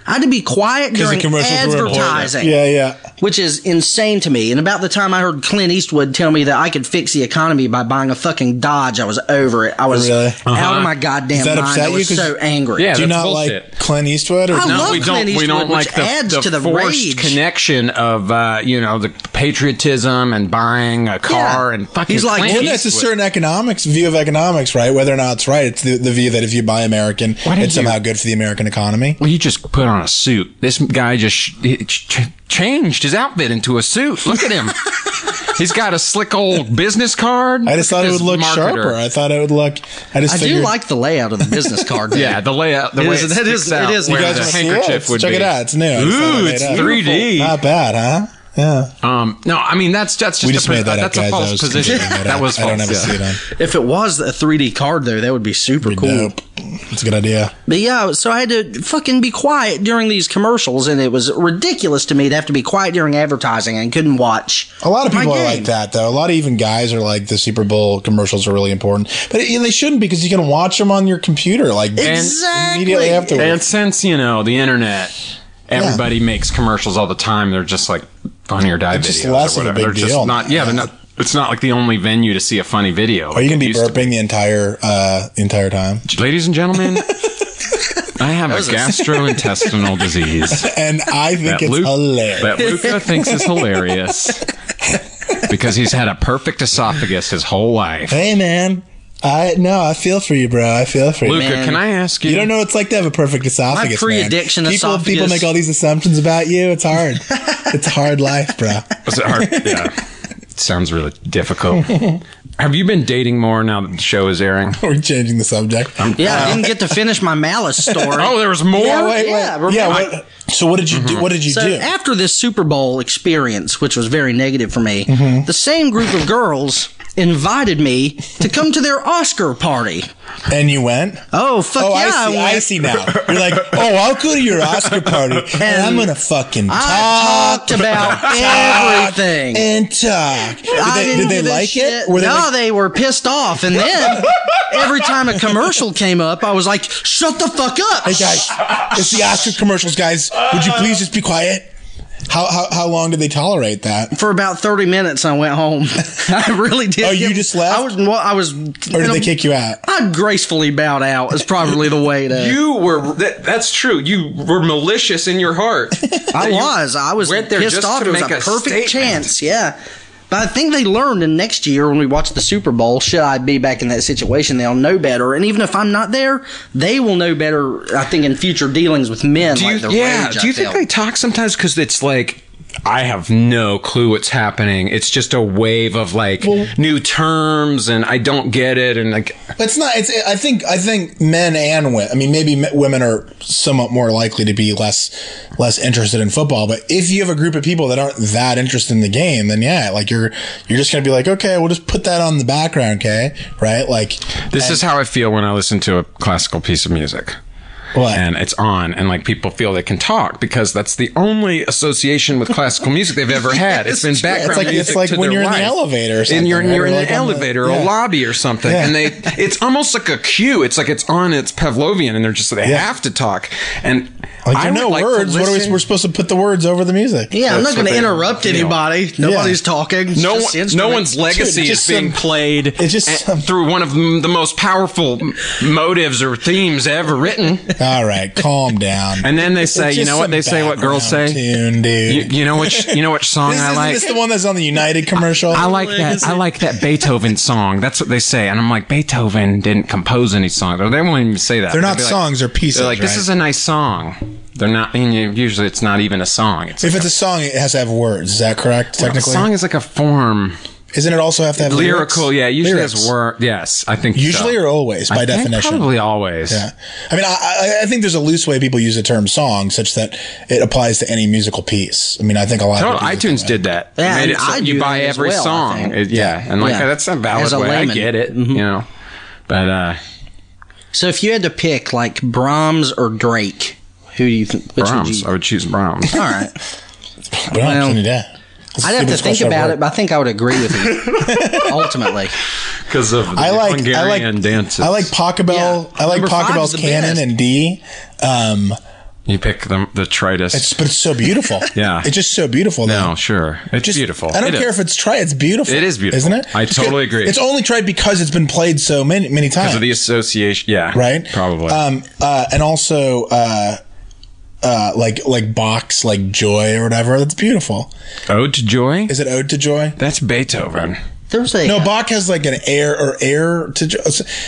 [SPEAKER 3] I had to be quiet during advertising,
[SPEAKER 4] Yeah, yeah.
[SPEAKER 3] which is insane to me. And about the time I heard Clint Eastwood tell me that I could fix the economy by buying a fucking Dodge, I was over it. I was
[SPEAKER 4] Really?
[SPEAKER 3] out of my goddamn
[SPEAKER 4] Does that
[SPEAKER 3] mind.
[SPEAKER 4] upset
[SPEAKER 3] I
[SPEAKER 4] you?
[SPEAKER 3] was
[SPEAKER 4] 'Cause-
[SPEAKER 3] so angry.
[SPEAKER 2] Yeah,
[SPEAKER 4] Do you
[SPEAKER 2] that's
[SPEAKER 4] not
[SPEAKER 2] bullshit.
[SPEAKER 4] like Clint Eastwood? Or
[SPEAKER 3] I
[SPEAKER 2] No,
[SPEAKER 3] love
[SPEAKER 2] we don't.
[SPEAKER 3] Clint
[SPEAKER 2] we don't
[SPEAKER 3] Eastwood,
[SPEAKER 2] like
[SPEAKER 3] which
[SPEAKER 2] the,
[SPEAKER 3] adds
[SPEAKER 2] the
[SPEAKER 3] to the
[SPEAKER 2] forced
[SPEAKER 3] rage.
[SPEAKER 2] connection of uh, you know the patriotism and buying a car and fucking.
[SPEAKER 3] He's like,
[SPEAKER 2] Clint
[SPEAKER 3] well,
[SPEAKER 4] Well, that's a
[SPEAKER 2] Eastwood.
[SPEAKER 4] certain economics view of economics, right? Whether or not it's right, it's the, the view that if you buy American,
[SPEAKER 2] Why did
[SPEAKER 4] it's
[SPEAKER 2] you-
[SPEAKER 4] somehow good for the American economy.
[SPEAKER 2] Well, he just put on a suit. This guy just sh- he ch- changed his outfit into a suit. Look at him. He's got a slick old business card.
[SPEAKER 4] I just thought it
[SPEAKER 2] His
[SPEAKER 4] would look
[SPEAKER 2] marketer.
[SPEAKER 4] sharper. I thought it would look. I just
[SPEAKER 3] I do
[SPEAKER 4] figured,
[SPEAKER 3] like the layout of the business card. though.
[SPEAKER 2] Yeah, the layout. The
[SPEAKER 3] It
[SPEAKER 2] way
[SPEAKER 3] is-
[SPEAKER 2] it,
[SPEAKER 3] that
[SPEAKER 2] sticks
[SPEAKER 3] is- it
[SPEAKER 2] out
[SPEAKER 3] is
[SPEAKER 2] where
[SPEAKER 3] nice.
[SPEAKER 2] the
[SPEAKER 4] You guys wanna see
[SPEAKER 2] handkerchief
[SPEAKER 4] it?
[SPEAKER 2] would
[SPEAKER 4] Check
[SPEAKER 2] be.
[SPEAKER 4] it out. It's new. I just thought I
[SPEAKER 2] Ooh,
[SPEAKER 4] made
[SPEAKER 2] it's
[SPEAKER 4] it up.
[SPEAKER 2] 3D.
[SPEAKER 4] Not bad, huh? Yeah.
[SPEAKER 2] Um, no, I mean that's that's just
[SPEAKER 4] we just
[SPEAKER 2] a, pre-
[SPEAKER 4] made that
[SPEAKER 2] uh, that's
[SPEAKER 4] up, guys.
[SPEAKER 2] a
[SPEAKER 4] I
[SPEAKER 2] false
[SPEAKER 4] was
[SPEAKER 2] position.
[SPEAKER 4] completely made
[SPEAKER 2] that
[SPEAKER 4] up.
[SPEAKER 2] was false.
[SPEAKER 4] I don't have
[SPEAKER 2] yeah.
[SPEAKER 4] a suit on.
[SPEAKER 3] If it was a 3D card, though, that would be super cool.
[SPEAKER 4] Nope. It's a good idea.
[SPEAKER 3] But yeah, so I had to fucking be quiet during these commercials, and it was ridiculous to me to have to be quiet during advertising and couldn't watch.
[SPEAKER 4] A lot of
[SPEAKER 3] my
[SPEAKER 4] people are
[SPEAKER 3] game.
[SPEAKER 4] like that, though. A lot of even guys are like the Super Bowl commercials are really important, but you know, they shouldn't because you can watch them on your computer, like
[SPEAKER 3] Exactly.
[SPEAKER 4] immediately afterwards.
[SPEAKER 2] And since you know the internet, everybody makes commercials all the time. They're just like funny or die
[SPEAKER 4] It's just
[SPEAKER 2] videos.
[SPEAKER 4] less
[SPEAKER 2] or
[SPEAKER 4] of a
[SPEAKER 2] whatever.
[SPEAKER 4] big
[SPEAKER 2] they're
[SPEAKER 4] deal.
[SPEAKER 2] Just not, yeah, they're not. It's not like the only venue to see a funny video.
[SPEAKER 4] Are you gonna be
[SPEAKER 2] Used to
[SPEAKER 4] burping the entire uh, entire time?
[SPEAKER 2] ladies and gentlemen. I have a gastrointestinal disease
[SPEAKER 4] And I think
[SPEAKER 2] that,
[SPEAKER 4] it's
[SPEAKER 2] Luke,
[SPEAKER 4] hilarious.
[SPEAKER 2] that Luca thinks is hilarious because he's had a perfect esophagus his whole life.
[SPEAKER 4] hey, man, I no, I feel for you, bro. I feel for you.
[SPEAKER 2] Luca,
[SPEAKER 3] man.
[SPEAKER 2] can I ask you?
[SPEAKER 4] You don't know what it's like to have a perfect esophagus. man.
[SPEAKER 3] pre-addiction
[SPEAKER 4] people, People
[SPEAKER 3] esophagus-
[SPEAKER 4] make all these assumptions about you. It's hard. it's a hard life, bro.
[SPEAKER 2] Was it hard? Yeah. Sounds really difficult. Have you been dating more now that the show is airing?
[SPEAKER 4] We're changing the subject.
[SPEAKER 3] Yeah, I didn't get to finish my malice story.
[SPEAKER 2] Oh, there was more.
[SPEAKER 4] yeah,
[SPEAKER 3] Um,
[SPEAKER 4] wait,
[SPEAKER 3] Yeah,
[SPEAKER 4] wait.
[SPEAKER 3] remember-
[SPEAKER 4] yeah what, so what did you
[SPEAKER 3] Mm-hmm.
[SPEAKER 4] do? What did you
[SPEAKER 3] so
[SPEAKER 4] do?
[SPEAKER 3] after this Super Bowl experience, which was very negative for me,
[SPEAKER 4] Mm-hmm.
[SPEAKER 3] the same group of girls invited me to come to their Oscar party.
[SPEAKER 4] and you went.
[SPEAKER 3] Oh fuck
[SPEAKER 4] Oh,
[SPEAKER 3] yeah!
[SPEAKER 4] I see.
[SPEAKER 3] went.
[SPEAKER 4] I see now. You're like, oh, I'll go to your Oscar party, and, I'm gonna fucking talk,
[SPEAKER 3] I talked about
[SPEAKER 4] talk,
[SPEAKER 3] everything.
[SPEAKER 4] and talk. Did
[SPEAKER 3] I
[SPEAKER 4] they,
[SPEAKER 3] didn't
[SPEAKER 4] did they
[SPEAKER 3] give a
[SPEAKER 4] like
[SPEAKER 3] shit.
[SPEAKER 4] it? Were they
[SPEAKER 3] no,
[SPEAKER 4] like,
[SPEAKER 3] they were pissed off. And then every time a commercial came up, I was like, "Shut the fuck up!"
[SPEAKER 4] hey guys, it's the Oscar commercials, guys. Would you please just be quiet? How how, how long did they tolerate that?
[SPEAKER 3] For about thirty minutes, I went home. I really did.
[SPEAKER 4] Oh, you
[SPEAKER 3] give-
[SPEAKER 4] just left?
[SPEAKER 3] I was. Well, I was.
[SPEAKER 4] Or
[SPEAKER 3] Um,
[SPEAKER 4] did they kick you out?
[SPEAKER 3] I gracefully bowed out. Is probably the way to.
[SPEAKER 2] You were. That, that's true. You were malicious in your heart.
[SPEAKER 3] I was. I was
[SPEAKER 2] went there
[SPEAKER 3] pissed
[SPEAKER 2] just
[SPEAKER 3] off.
[SPEAKER 2] to
[SPEAKER 3] it was
[SPEAKER 2] make
[SPEAKER 3] a
[SPEAKER 2] a statement.
[SPEAKER 3] perfect chance. Yeah. But I think they learned, and next year when we watch the Super Bowl, should I be back in that situation, they'll know better. And even if I'm not there, they will know better. I think in future dealings with men,
[SPEAKER 2] do you,
[SPEAKER 3] like the
[SPEAKER 2] yeah.
[SPEAKER 3] rage I
[SPEAKER 2] Do you think
[SPEAKER 3] felt.
[SPEAKER 2] they talk sometimes? Because it's like. I have no clue what's happening. It's just a wave of like new terms, and I don't get it. And like,
[SPEAKER 4] It's not. It's. I think. I think men and women. I mean, maybe me- women are somewhat more likely to be less less interested in football. But if you have a group of people that aren't that interested in the game, then yeah, like you're you're just gonna be like, okay, we'll just put that on the background, okay, right? Like
[SPEAKER 2] this is how I feel when I listen to a classical piece of music.
[SPEAKER 4] what?
[SPEAKER 2] and it's on and like people feel they can talk because that's the only association with classical music they've ever had. It's been background
[SPEAKER 4] It's like- it's
[SPEAKER 2] music.
[SPEAKER 4] like
[SPEAKER 2] to
[SPEAKER 4] when
[SPEAKER 2] their
[SPEAKER 4] you're in the
[SPEAKER 2] life.
[SPEAKER 4] elevator
[SPEAKER 2] And
[SPEAKER 4] or
[SPEAKER 2] you're,
[SPEAKER 4] something,
[SPEAKER 2] you're
[SPEAKER 4] right?
[SPEAKER 2] in
[SPEAKER 4] Or
[SPEAKER 2] an
[SPEAKER 4] like on the-
[SPEAKER 2] elevator or a
[SPEAKER 4] yeah.
[SPEAKER 2] lobby or something.
[SPEAKER 4] Yeah.
[SPEAKER 2] And they it's almost like a cue. It's like it's on, it's Pavlovian, and they're just they
[SPEAKER 4] Yeah.
[SPEAKER 2] have to talk. And
[SPEAKER 4] like
[SPEAKER 2] I
[SPEAKER 4] there are
[SPEAKER 2] would
[SPEAKER 4] no
[SPEAKER 2] like to
[SPEAKER 4] words. What are we?
[SPEAKER 2] listen-
[SPEAKER 4] We're supposed to put the words over the music.
[SPEAKER 3] Yeah, I'm
[SPEAKER 2] That's
[SPEAKER 3] not going
[SPEAKER 2] what
[SPEAKER 3] to
[SPEAKER 2] they
[SPEAKER 3] interrupt
[SPEAKER 2] feel.
[SPEAKER 3] anybody. Nobody's talking. It's
[SPEAKER 2] no,
[SPEAKER 3] just
[SPEAKER 2] one, no one's
[SPEAKER 3] instruments.
[SPEAKER 2] legacy
[SPEAKER 4] Dude,
[SPEAKER 2] is
[SPEAKER 4] just
[SPEAKER 2] being
[SPEAKER 4] some-
[SPEAKER 2] played eh,
[SPEAKER 4] it's just
[SPEAKER 2] a-
[SPEAKER 4] some-
[SPEAKER 2] through one of the most powerful motives or themes ever written.
[SPEAKER 4] All right, calm down.
[SPEAKER 2] And then they say, you
[SPEAKER 4] Just
[SPEAKER 2] know what
[SPEAKER 4] some
[SPEAKER 2] they say? What girls
[SPEAKER 4] background
[SPEAKER 2] say?
[SPEAKER 4] tune, dude.
[SPEAKER 2] You, you know which you know which song
[SPEAKER 4] this,
[SPEAKER 2] I
[SPEAKER 4] isn't
[SPEAKER 2] like?
[SPEAKER 4] this the one that's on the United commercial?
[SPEAKER 2] I like that. I like that Beethoven song. That's what they say, and I'm like, Beethoven didn't compose any songs. Or They won't even say that.
[SPEAKER 4] They're
[SPEAKER 2] They'll
[SPEAKER 4] not
[SPEAKER 2] be like-
[SPEAKER 4] songs, they're pieces.
[SPEAKER 2] They're like, this
[SPEAKER 4] right?
[SPEAKER 2] is a nice song. They're not. I mean, usually, it's not even a song. It's
[SPEAKER 4] if
[SPEAKER 2] like
[SPEAKER 4] it's a song, it has to have words. Is that correct?
[SPEAKER 2] a, a
[SPEAKER 4] Technically,
[SPEAKER 2] song is like a form
[SPEAKER 4] isn't it also have to have
[SPEAKER 2] lyrical.
[SPEAKER 4] Lyrics?
[SPEAKER 2] Yeah, it usually has
[SPEAKER 4] Lyrics.
[SPEAKER 2] word. Yes, I think
[SPEAKER 4] Usually
[SPEAKER 2] so.
[SPEAKER 4] or always, by
[SPEAKER 2] I think
[SPEAKER 4] definition.
[SPEAKER 2] probably always.
[SPEAKER 4] Yeah. I mean, I, I, I think there's a loose way people use the term song, such that it applies to any musical piece. I mean, I think a lot.
[SPEAKER 2] Total,
[SPEAKER 4] of people use it
[SPEAKER 2] iTunes did that.
[SPEAKER 3] Yeah,
[SPEAKER 2] Made
[SPEAKER 3] and
[SPEAKER 2] it so
[SPEAKER 3] I
[SPEAKER 2] you
[SPEAKER 3] do
[SPEAKER 2] buy
[SPEAKER 3] that as
[SPEAKER 2] every
[SPEAKER 3] well, I
[SPEAKER 2] song.
[SPEAKER 3] think.
[SPEAKER 2] It- yeah, and like
[SPEAKER 3] Yeah.
[SPEAKER 2] that's a valid
[SPEAKER 3] As a
[SPEAKER 2] way. I
[SPEAKER 3] layman. Mm-hmm.
[SPEAKER 2] get it. You know, but uh,
[SPEAKER 3] So if you had to pick like Brahms or Drake, who do you think? Which
[SPEAKER 2] Brahms.
[SPEAKER 3] Would
[SPEAKER 2] I
[SPEAKER 3] you,
[SPEAKER 2] would choose Brahms.
[SPEAKER 3] all right.
[SPEAKER 4] that. But I don't
[SPEAKER 3] well,
[SPEAKER 4] think that. That's
[SPEAKER 3] I'd
[SPEAKER 4] the
[SPEAKER 3] have to
[SPEAKER 4] stupidest
[SPEAKER 3] think
[SPEAKER 4] question I've
[SPEAKER 3] about
[SPEAKER 4] heard.
[SPEAKER 3] it, but I think I would agree with you ultimately.
[SPEAKER 2] because of the
[SPEAKER 4] I like I
[SPEAKER 2] Hungarian
[SPEAKER 4] like
[SPEAKER 2] dances.
[SPEAKER 4] I like Pachelbel.
[SPEAKER 3] Yeah.
[SPEAKER 4] I like
[SPEAKER 3] Number five
[SPEAKER 4] Pachelbel's
[SPEAKER 3] is the
[SPEAKER 4] canon
[SPEAKER 3] best.
[SPEAKER 4] and D. Um,
[SPEAKER 2] you pick the the tritus.
[SPEAKER 4] it's but it's so beautiful.
[SPEAKER 2] Yeah.
[SPEAKER 4] it's just so beautiful. though.
[SPEAKER 2] no, sure, it's
[SPEAKER 4] Just-
[SPEAKER 2] beautiful.
[SPEAKER 4] I don't
[SPEAKER 2] It
[SPEAKER 4] care
[SPEAKER 2] is.
[SPEAKER 4] if it's tried. It's beautiful.
[SPEAKER 2] It is beautiful.
[SPEAKER 4] isn't it?
[SPEAKER 2] I
[SPEAKER 4] It's good.
[SPEAKER 2] totally agree.
[SPEAKER 4] It's only tried because it's been played so many many times.
[SPEAKER 2] because of the association. Yeah,
[SPEAKER 4] right?
[SPEAKER 2] Probably.
[SPEAKER 4] Um, uh, and also, uh, uh, like like box, like joy or whatever. That's beautiful.
[SPEAKER 2] Ode to Joy.
[SPEAKER 4] Is it ode to joy?
[SPEAKER 2] That's Beethoven.
[SPEAKER 3] There was a
[SPEAKER 4] No, Bach has like an air or air to joy.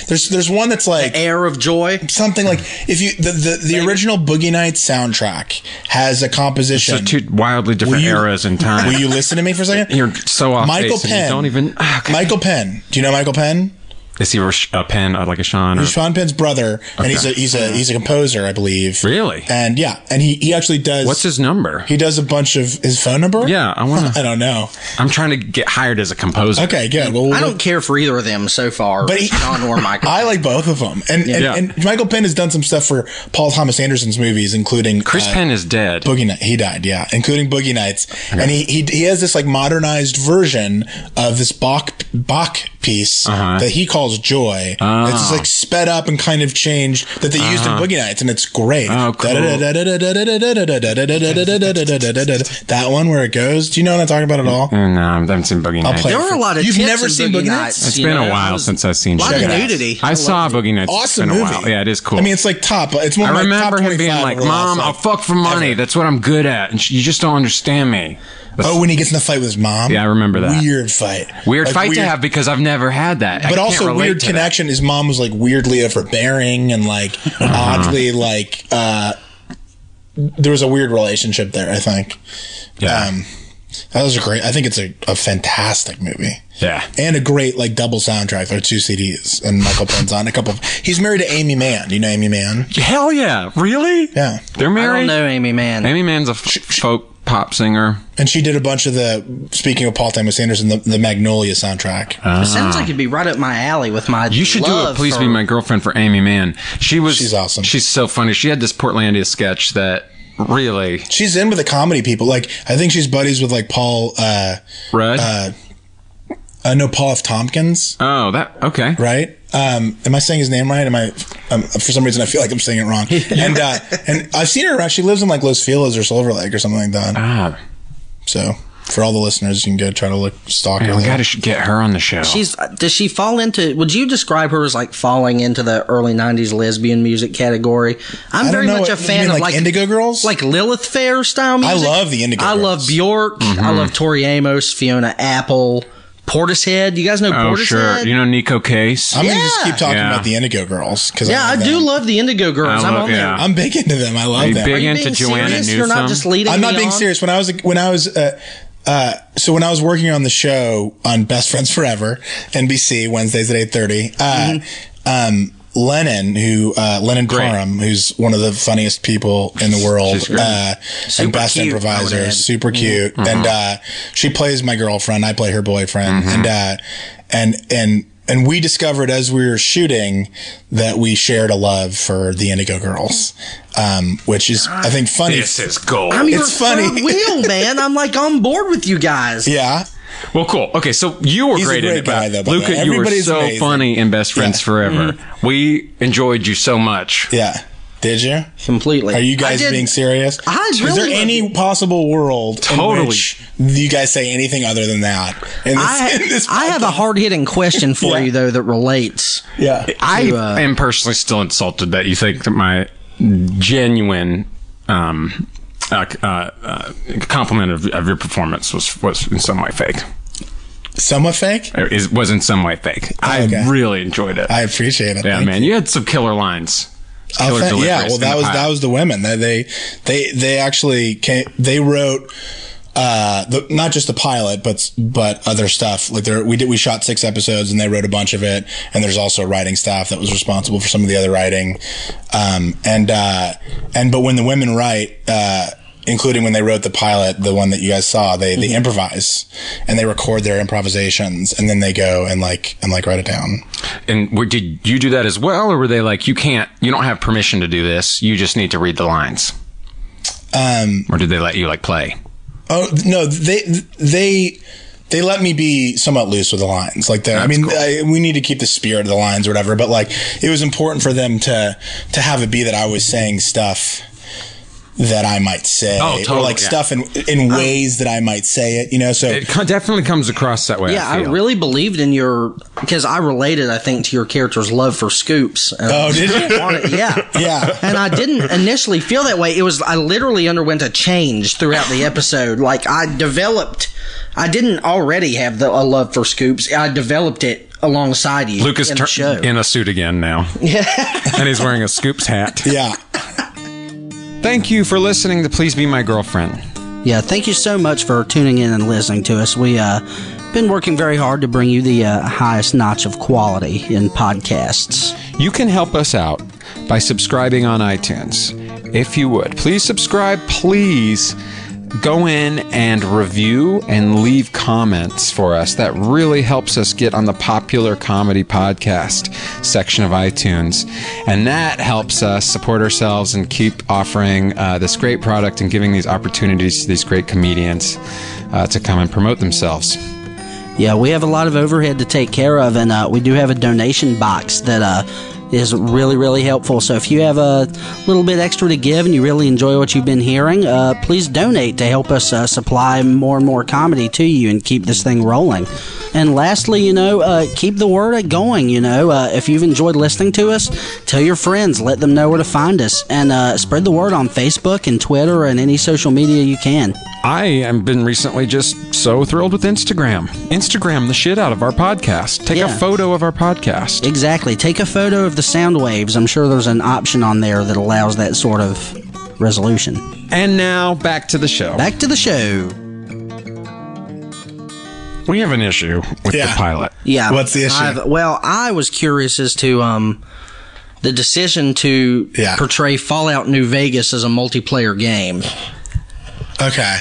[SPEAKER 4] There's there's one that's like
[SPEAKER 3] air of joy.
[SPEAKER 4] something like if you the the, the original Boogie Nights soundtrack has a composition.
[SPEAKER 2] So two wildly different
[SPEAKER 4] you-
[SPEAKER 2] eras in time.
[SPEAKER 4] Will you listen to me for a second?
[SPEAKER 2] You're so off
[SPEAKER 4] Michael
[SPEAKER 2] base and you
[SPEAKER 4] Penn.
[SPEAKER 2] don't even- Ah, okay.
[SPEAKER 4] Michael Penn. Do you know Michael Penn?
[SPEAKER 2] Is he a sh- a pen uh, like a Sean? Or,
[SPEAKER 4] He's Sean Penn's brother, and he's a he's a he's a composer, I believe.
[SPEAKER 2] Really?
[SPEAKER 4] And yeah, and he he actually does.
[SPEAKER 2] what's his number?
[SPEAKER 4] He does a bunch of his phone number.
[SPEAKER 2] Yeah, I want
[SPEAKER 4] I
[SPEAKER 2] to.
[SPEAKER 4] don't know.
[SPEAKER 2] I'm trying to get hired as a composer.
[SPEAKER 4] Okay, good. Well,
[SPEAKER 3] I don't care for either of them so far,
[SPEAKER 4] But he-
[SPEAKER 3] John or Michael.
[SPEAKER 4] I like both of them, and and,
[SPEAKER 2] Yeah.
[SPEAKER 4] and Michael Penn has done some stuff for Paul Thomas Anderson's movies, including
[SPEAKER 2] Chris
[SPEAKER 4] uh,
[SPEAKER 2] Penn is dead.
[SPEAKER 4] Boogie Night. He died, yeah, including Boogie Nights, and he, he he has this like modernized version of this Bach Bach piece that he calls Joy. It's just, like sped up and kind of changed that they used in Boogie Nights, and it's great.
[SPEAKER 2] Oh, cool.
[SPEAKER 4] That one where it goes. Do you know what I'm talking about at all?
[SPEAKER 2] Mm, no, I haven't seen Boogie Nights.
[SPEAKER 4] play
[SPEAKER 3] there were a lot of
[SPEAKER 4] You've
[SPEAKER 3] tits
[SPEAKER 4] never
[SPEAKER 3] in
[SPEAKER 4] seen Boogie Nights?
[SPEAKER 2] It's
[SPEAKER 3] you
[SPEAKER 2] been
[SPEAKER 3] know?
[SPEAKER 2] a while since I've seen.
[SPEAKER 3] a lot of
[SPEAKER 2] Boogie Nights.
[SPEAKER 3] nudity.
[SPEAKER 2] I saw Boogie Nights.
[SPEAKER 4] Awesome
[SPEAKER 2] it's been
[SPEAKER 4] movie.
[SPEAKER 2] A while. Yeah, it is cool.
[SPEAKER 4] I mean, it's like top. It's one of
[SPEAKER 2] I
[SPEAKER 4] my
[SPEAKER 2] remember
[SPEAKER 4] top
[SPEAKER 2] him being
[SPEAKER 4] 25
[SPEAKER 2] like,
[SPEAKER 4] over the last,
[SPEAKER 2] "Mom, I'll
[SPEAKER 4] like,
[SPEAKER 2] fuck for money. That's what I'm good at." And she, you just don't understand me. That's
[SPEAKER 4] Oh, when he gets in the fight with his mom.
[SPEAKER 2] Yeah, I remember that.
[SPEAKER 4] Weird fight.
[SPEAKER 2] weird
[SPEAKER 4] Like,
[SPEAKER 2] fight to
[SPEAKER 4] weird-
[SPEAKER 2] have because I've never had that. I
[SPEAKER 4] But
[SPEAKER 2] can't
[SPEAKER 4] also
[SPEAKER 2] relate
[SPEAKER 4] weird
[SPEAKER 2] to that.
[SPEAKER 4] connection. His mom was like weirdly overbearing and like
[SPEAKER 2] Uh-huh.
[SPEAKER 4] oddly like uh there was a weird relationship there, I think.
[SPEAKER 2] Yeah,
[SPEAKER 4] Um that was a great I think it's a, a fantastic movie.
[SPEAKER 2] yeah.
[SPEAKER 4] And a great like double soundtrack. There are two CDs and Michael Penn's on a couple of, he's married to Amy Mann. Do you know Amy Mann?
[SPEAKER 2] Hell yeah! Really?
[SPEAKER 4] Yeah.
[SPEAKER 2] They're
[SPEAKER 3] I
[SPEAKER 2] married.
[SPEAKER 3] don't know, Amy Man.
[SPEAKER 2] Amy Mann's a f- folk pop singer.
[SPEAKER 4] And she did a bunch of the speaking of Paul Thomas Anderson, the, the Magnolia soundtrack.
[SPEAKER 2] Uh.
[SPEAKER 3] It sounds like it'd be right up my alley with my.
[SPEAKER 2] You should do
[SPEAKER 3] love
[SPEAKER 2] it. Please
[SPEAKER 3] for-
[SPEAKER 2] be my girlfriend for Amy Mann. She was.
[SPEAKER 4] She's awesome.
[SPEAKER 2] She's so funny. She had this Portlandia sketch that really
[SPEAKER 4] she's in with the comedy people. Like I think she's buddies with like Paul uh
[SPEAKER 2] Rudd.
[SPEAKER 4] uh, no, Paul F. Tompkins,
[SPEAKER 2] oh, that okay.
[SPEAKER 4] right? Um, am I saying his name right? Am I? Um, for some reason, I feel like I'm saying it wrong. And uh, and I've seen her. around. She lives in like Los Feliz or Silver Lake or something like that.
[SPEAKER 2] Ah,
[SPEAKER 4] So for all the listeners, you can go try to look stalk her.
[SPEAKER 2] man, we
[SPEAKER 4] there.
[SPEAKER 2] got to get her on the show.
[SPEAKER 3] She's. uh, Does she fall into? Would you describe her as like falling into the early '90s lesbian music category? I'm
[SPEAKER 4] I
[SPEAKER 3] very
[SPEAKER 4] don't know
[SPEAKER 3] much a
[SPEAKER 4] what- you
[SPEAKER 3] fan
[SPEAKER 4] mean,
[SPEAKER 3] of
[SPEAKER 4] like
[SPEAKER 3] like
[SPEAKER 4] Indigo Girls?
[SPEAKER 3] like Lilith Fair style music.
[SPEAKER 4] love the Indigo
[SPEAKER 3] I love
[SPEAKER 4] Girls.
[SPEAKER 3] Bjork. I
[SPEAKER 2] Mm-hmm.
[SPEAKER 3] love Tori Amos, Fiona Apple, Portishead. You guys know
[SPEAKER 2] oh
[SPEAKER 3] Portishead?
[SPEAKER 2] sure. You know Nico Case.
[SPEAKER 4] I'm gonna just
[SPEAKER 3] Yeah.
[SPEAKER 4] keep talking
[SPEAKER 2] Yeah.
[SPEAKER 4] about the Indigo Girls because
[SPEAKER 3] yeah, I do love the Indigo Girls.
[SPEAKER 2] I
[SPEAKER 3] I'm
[SPEAKER 2] love-
[SPEAKER 3] on there.
[SPEAKER 2] yeah.
[SPEAKER 4] I'm big into them. I love
[SPEAKER 2] you
[SPEAKER 4] them.
[SPEAKER 2] big
[SPEAKER 3] Are you
[SPEAKER 2] into
[SPEAKER 3] being
[SPEAKER 2] Joanna
[SPEAKER 3] serious? You're
[SPEAKER 2] Newsom?
[SPEAKER 3] not just leading.
[SPEAKER 4] I'm not
[SPEAKER 3] me
[SPEAKER 4] being
[SPEAKER 3] on?
[SPEAKER 4] serious. When I was when I was uh, uh, so when I was working on the show on Best Friends Forever, NBC Wednesdays at eight thirty. Uh,
[SPEAKER 3] Mm-hmm.
[SPEAKER 4] Um, Lennon, who uh, Lennon Parham, who's one of the funniest people in the world,
[SPEAKER 2] She's great. Mm-hmm.
[SPEAKER 4] uh, and best
[SPEAKER 3] cute, I would
[SPEAKER 4] improviser,
[SPEAKER 3] add. Mm-hmm.
[SPEAKER 4] super cute, and uh, she plays my girlfriend. I play her boyfriend,
[SPEAKER 2] Mm-hmm.
[SPEAKER 4] and uh, and and and we discovered as we were shooting that we shared a love for the Indigo Girls, um, which is I think funny.
[SPEAKER 2] This is gold.
[SPEAKER 3] I'm your
[SPEAKER 4] It's funny.
[SPEAKER 3] third wheel, man. I'm like on board with you guys.
[SPEAKER 4] yeah,
[SPEAKER 2] well, cool. Okay, so you were
[SPEAKER 4] He's a
[SPEAKER 2] great, in
[SPEAKER 4] great
[SPEAKER 2] it,
[SPEAKER 4] guy,
[SPEAKER 2] but
[SPEAKER 4] though, by the
[SPEAKER 2] Luca,
[SPEAKER 4] way.
[SPEAKER 2] you were
[SPEAKER 4] Everybody's
[SPEAKER 2] so
[SPEAKER 4] amazing. Mm-hmm.
[SPEAKER 2] funny in Best Friends Forever. We enjoyed you so much.
[SPEAKER 4] Yeah. Did you?
[SPEAKER 3] Completely.
[SPEAKER 4] Are you
[SPEAKER 3] I
[SPEAKER 4] guys
[SPEAKER 3] did-
[SPEAKER 4] being serious?
[SPEAKER 3] I
[SPEAKER 4] Is there
[SPEAKER 3] really love
[SPEAKER 4] any
[SPEAKER 3] you.
[SPEAKER 4] possible world
[SPEAKER 2] Totally.
[SPEAKER 4] in which you guys say anything other than that? In this,
[SPEAKER 3] I,
[SPEAKER 4] in this
[SPEAKER 3] I have a
[SPEAKER 4] podcast?
[SPEAKER 3] hard hitting question for
[SPEAKER 4] Yeah.
[SPEAKER 3] you though that relates.
[SPEAKER 4] Yeah.
[SPEAKER 2] I
[SPEAKER 3] to, uh,
[SPEAKER 2] am personally still insulted that you think that my genuine um, uh, uh, uh, compliment of, of your performance was was in some way fake.
[SPEAKER 4] Somewhat fake.
[SPEAKER 2] It is- was in some way fake.
[SPEAKER 4] Okay.
[SPEAKER 2] I really enjoyed it.
[SPEAKER 4] I appreciate it.
[SPEAKER 2] yeah,
[SPEAKER 4] Thank
[SPEAKER 2] man, you had some killer lines.
[SPEAKER 4] Oh,
[SPEAKER 2] Killer
[SPEAKER 4] thank-
[SPEAKER 2] deliveries
[SPEAKER 4] yeah, well,
[SPEAKER 2] in
[SPEAKER 4] that
[SPEAKER 2] the
[SPEAKER 4] was
[SPEAKER 2] pile.
[SPEAKER 4] that was the women. They they they, they actually came, they wrote uh, the, not just the pilot, but but other stuff. Like there, we did we shot six episodes, and they wrote a bunch of it. And there's also writing staff that was responsible for some of the other writing. Um, and uh, and but when the women write. Uh, Including when they wrote the pilot, the one that you guys saw, they, they
[SPEAKER 2] Mm-hmm.
[SPEAKER 4] improvise and they record their improvisations and then they go and like and like write it down.
[SPEAKER 2] And were, did you do that as well, or were they like, you can't, you don't have permission to do this. You just need to read the lines,
[SPEAKER 4] Um,
[SPEAKER 2] or did they let you like play?
[SPEAKER 4] Oh no, they they they let me be somewhat loose with the lines. Like, the, I mean, I, we need to keep the spirit of the lines or whatever. But like, it was important for them to to have it be that I was saying stuff that I might say,
[SPEAKER 2] Oh, totally,
[SPEAKER 4] or like
[SPEAKER 2] yeah.
[SPEAKER 4] stuff in in ways that I might say it. You know, so
[SPEAKER 2] It co- definitely comes across that way.
[SPEAKER 3] Yeah, I
[SPEAKER 2] feel.
[SPEAKER 3] really believed in your because I related, I think, to your character's love for scoops. And
[SPEAKER 4] Oh, did you?
[SPEAKER 3] on it, yeah,
[SPEAKER 4] Yeah.
[SPEAKER 3] And I didn't initially feel that way. It was I literally underwent a change throughout the episode. Like I developed, I didn't already have the, a love for scoops. I developed it alongside you,
[SPEAKER 2] Lucas
[SPEAKER 3] in the
[SPEAKER 2] tur-
[SPEAKER 3] show.
[SPEAKER 2] in a suit again now. Yeah. and he's wearing a Scoops hat.
[SPEAKER 4] yeah.
[SPEAKER 2] Thank you for listening to Please Be My Girlfriend.
[SPEAKER 3] Yeah, thank you so much for tuning in and listening to us. We uh been working very hard to bring you the uh, highest notch of quality in podcasts.
[SPEAKER 2] You can help us out by subscribing on iTunes. If you would, please subscribe, please go in and review and leave comments for us. That really helps us get on the popular comedy podcast section of iTunes. And that helps us support ourselves and keep offering uh, this great product and giving these opportunities to these great comedians uh, to come and promote themselves.
[SPEAKER 3] Yeah, we have a lot of overhead to take care of, and uh, we do have a donation box that uh, is really, really helpful. So if you have a little bit extra to give and you really enjoy what you've been hearing, uh, please donate to help us uh, supply more and more comedy to you and keep this thing rolling. And lastly, you know, uh, keep the word going. You know, uh, if you've enjoyed listening to us, tell your friends, let them know where to find us, and uh, spread the word on Facebook and Twitter and any social media you can.
[SPEAKER 2] I have been recently just so thrilled with Instagram. Instagram the shit out of our podcast. Take
[SPEAKER 3] Yeah.
[SPEAKER 2] a photo of our podcast.
[SPEAKER 3] Exactly. Take a photo of the sound waves. I'm sure there's an option on there that allows that sort of resolution.
[SPEAKER 2] And now back to the show.
[SPEAKER 3] Back to the show.
[SPEAKER 2] we have an issue with
[SPEAKER 4] Yeah.
[SPEAKER 2] the pilot.
[SPEAKER 3] Yeah.
[SPEAKER 4] What's the issue?
[SPEAKER 3] I've- well, I was curious as to um the decision to
[SPEAKER 4] Yeah.
[SPEAKER 3] portray Fallout New Vegas as a multiplayer game.
[SPEAKER 4] Okay.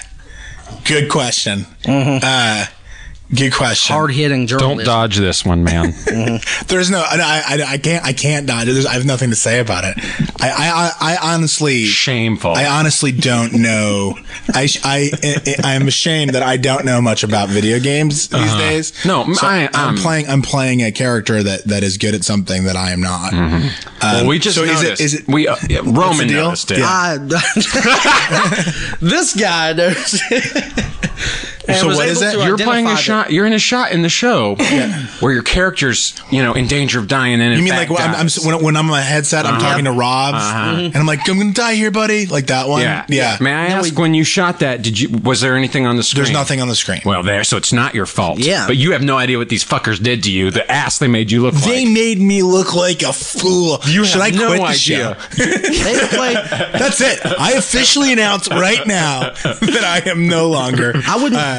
[SPEAKER 4] Good question. Uh, good question.
[SPEAKER 3] Hard hitting
[SPEAKER 2] Don't
[SPEAKER 3] journalism.
[SPEAKER 2] dodge this one, man.
[SPEAKER 4] There's no, I, I, I can't, I can't dodge it. There's, I have nothing to say about it. I, I, I honestly,
[SPEAKER 2] Shameful.
[SPEAKER 4] I honestly don't know. I, sh- I, I, I am ashamed that I don't know much about video games these days.
[SPEAKER 2] Uh-huh. No, m- I-
[SPEAKER 4] am
[SPEAKER 2] I'm-
[SPEAKER 4] playing, I'm playing a character that, that is good at something that I am not.
[SPEAKER 2] Mm-hmm. well, we just
[SPEAKER 4] um, so is it-
[SPEAKER 2] noticed.
[SPEAKER 4] is it-
[SPEAKER 2] we uh, yeah, Roman
[SPEAKER 4] the deal?
[SPEAKER 2] noticed it.
[SPEAKER 4] Yeah.
[SPEAKER 3] I, this guy knows. And
[SPEAKER 4] So
[SPEAKER 3] was
[SPEAKER 4] what
[SPEAKER 3] able
[SPEAKER 4] is it?
[SPEAKER 3] to
[SPEAKER 2] You're playing
[SPEAKER 3] identify
[SPEAKER 2] a
[SPEAKER 3] that-
[SPEAKER 2] shot. You're in a shot in the show where your character's, you know, in danger of dying. And in
[SPEAKER 4] You mean
[SPEAKER 2] fact
[SPEAKER 4] like when I'm, I'm
[SPEAKER 2] dies.
[SPEAKER 4] when, when I'm on my headset, I'm
[SPEAKER 2] Uh-huh.
[SPEAKER 4] talking to Rob, and I'm like, I'm gonna die here, buddy, like that one.
[SPEAKER 2] yeah,
[SPEAKER 4] yeah.
[SPEAKER 2] May I ask, when you shot that, did you was there anything on the screen?
[SPEAKER 4] There's nothing on the screen.
[SPEAKER 2] Well, there, so it's not your fault.
[SPEAKER 3] Yeah.
[SPEAKER 2] But you have no idea what these fuckers did to you, the ass they made you look
[SPEAKER 4] They
[SPEAKER 2] like.
[SPEAKER 4] made me look like a fool.
[SPEAKER 2] You
[SPEAKER 4] Should I
[SPEAKER 2] have
[SPEAKER 4] quit
[SPEAKER 2] no
[SPEAKER 4] the
[SPEAKER 2] idea.
[SPEAKER 4] show?
[SPEAKER 3] They played
[SPEAKER 4] That's it. I officially announce right now that I am no longer. uh,
[SPEAKER 3] I wouldn't-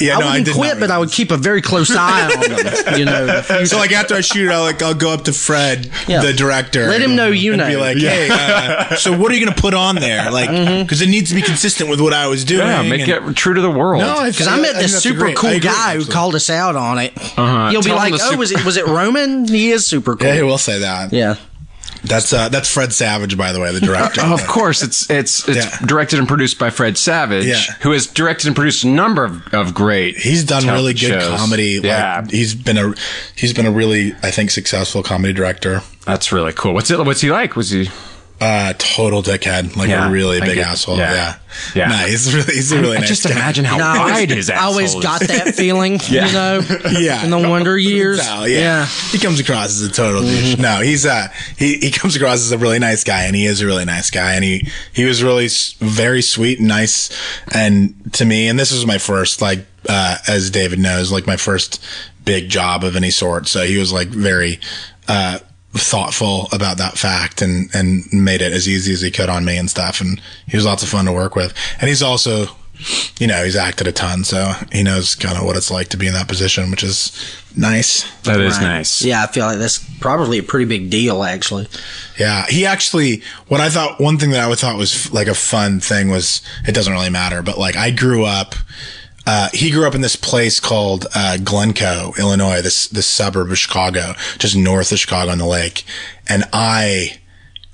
[SPEAKER 4] yeah,
[SPEAKER 3] I
[SPEAKER 4] no,
[SPEAKER 3] wouldn't
[SPEAKER 4] did not
[SPEAKER 3] quit,
[SPEAKER 4] mean
[SPEAKER 3] but I would keep a very close eye on them. You know,
[SPEAKER 4] that. So like after I shoot it, I'll like I'll go up to Fred,
[SPEAKER 3] Yeah.
[SPEAKER 4] the director.
[SPEAKER 3] Let him know you
[SPEAKER 4] and
[SPEAKER 3] know.
[SPEAKER 4] Be like, hey, uh, so what are you gonna put on there? Like,
[SPEAKER 3] Mm-hmm.
[SPEAKER 4] because it needs to be consistent with what I was doing.
[SPEAKER 2] Yeah, make
[SPEAKER 4] and-
[SPEAKER 2] it true to the world.
[SPEAKER 4] No, I-
[SPEAKER 3] Because I met
[SPEAKER 4] I think
[SPEAKER 3] this
[SPEAKER 4] that's
[SPEAKER 3] super
[SPEAKER 4] great. I
[SPEAKER 3] cool
[SPEAKER 4] agree,
[SPEAKER 3] guy who
[SPEAKER 4] actually.
[SPEAKER 3] called us out on it. You'll be
[SPEAKER 2] Uh-huh. Tell him
[SPEAKER 3] like,
[SPEAKER 2] the
[SPEAKER 3] "Oh,
[SPEAKER 2] super-
[SPEAKER 3] was it was it Roman? He is super cool."
[SPEAKER 4] Yeah, he will say that.
[SPEAKER 3] Yeah.
[SPEAKER 4] That's uh, that's Fred Savage, by the way, the director.
[SPEAKER 2] Oh, Of course, it's it's it's
[SPEAKER 4] Yeah.
[SPEAKER 2] directed and produced by Fred Savage,
[SPEAKER 4] Yeah.
[SPEAKER 2] who has directed and produced a number of, of great.
[SPEAKER 4] He's done
[SPEAKER 2] tel-
[SPEAKER 4] really good
[SPEAKER 2] shows.
[SPEAKER 4] comedy.
[SPEAKER 2] Yeah,
[SPEAKER 4] Like, he's been a he's been a really I think successful comedy director.
[SPEAKER 2] that's really cool. What's it? What's he like? Was he?
[SPEAKER 4] Uh, total dickhead, like
[SPEAKER 2] Yeah,
[SPEAKER 4] a really
[SPEAKER 2] I
[SPEAKER 4] big
[SPEAKER 2] get-
[SPEAKER 4] asshole.
[SPEAKER 2] yeah.
[SPEAKER 4] Yeah,
[SPEAKER 2] Yeah.
[SPEAKER 4] Nah, he's really, he's a really
[SPEAKER 2] I
[SPEAKER 4] nice.
[SPEAKER 2] just
[SPEAKER 4] guy.
[SPEAKER 2] imagine how
[SPEAKER 3] No,
[SPEAKER 2] wide
[SPEAKER 3] I always-
[SPEAKER 2] Oh, his
[SPEAKER 3] I
[SPEAKER 2] asshole
[SPEAKER 3] always
[SPEAKER 2] is.
[SPEAKER 3] got that feeling, you know,
[SPEAKER 4] yeah,
[SPEAKER 3] in the Wonder Years.
[SPEAKER 4] No, yeah. he comes across as a total douche. No, he's uh he he comes across as a really nice guy, and he is a really nice guy, and he he was really s- very sweet and nice, and to me, and this was my first like uh as David knows, like my first big job of any sort, so he was like very uh thoughtful about that fact and and made it as easy as he could on me and stuff, and he was lots of fun to work with, and he's also you know, he's acted a ton, so he knows kind of what it's like to be in that position, which is nice.
[SPEAKER 2] That is nice.
[SPEAKER 3] Yeah, I feel like that's probably a pretty big deal, actually.
[SPEAKER 4] Yeah. He actually, what I thought, one thing that I would thought was f- like a fun thing was, it doesn't really matter, but like I grew up, uh, he grew up in this place called, uh, Glencoe, Illinois, this, this suburb of Chicago, just north of Chicago on the lake. And I,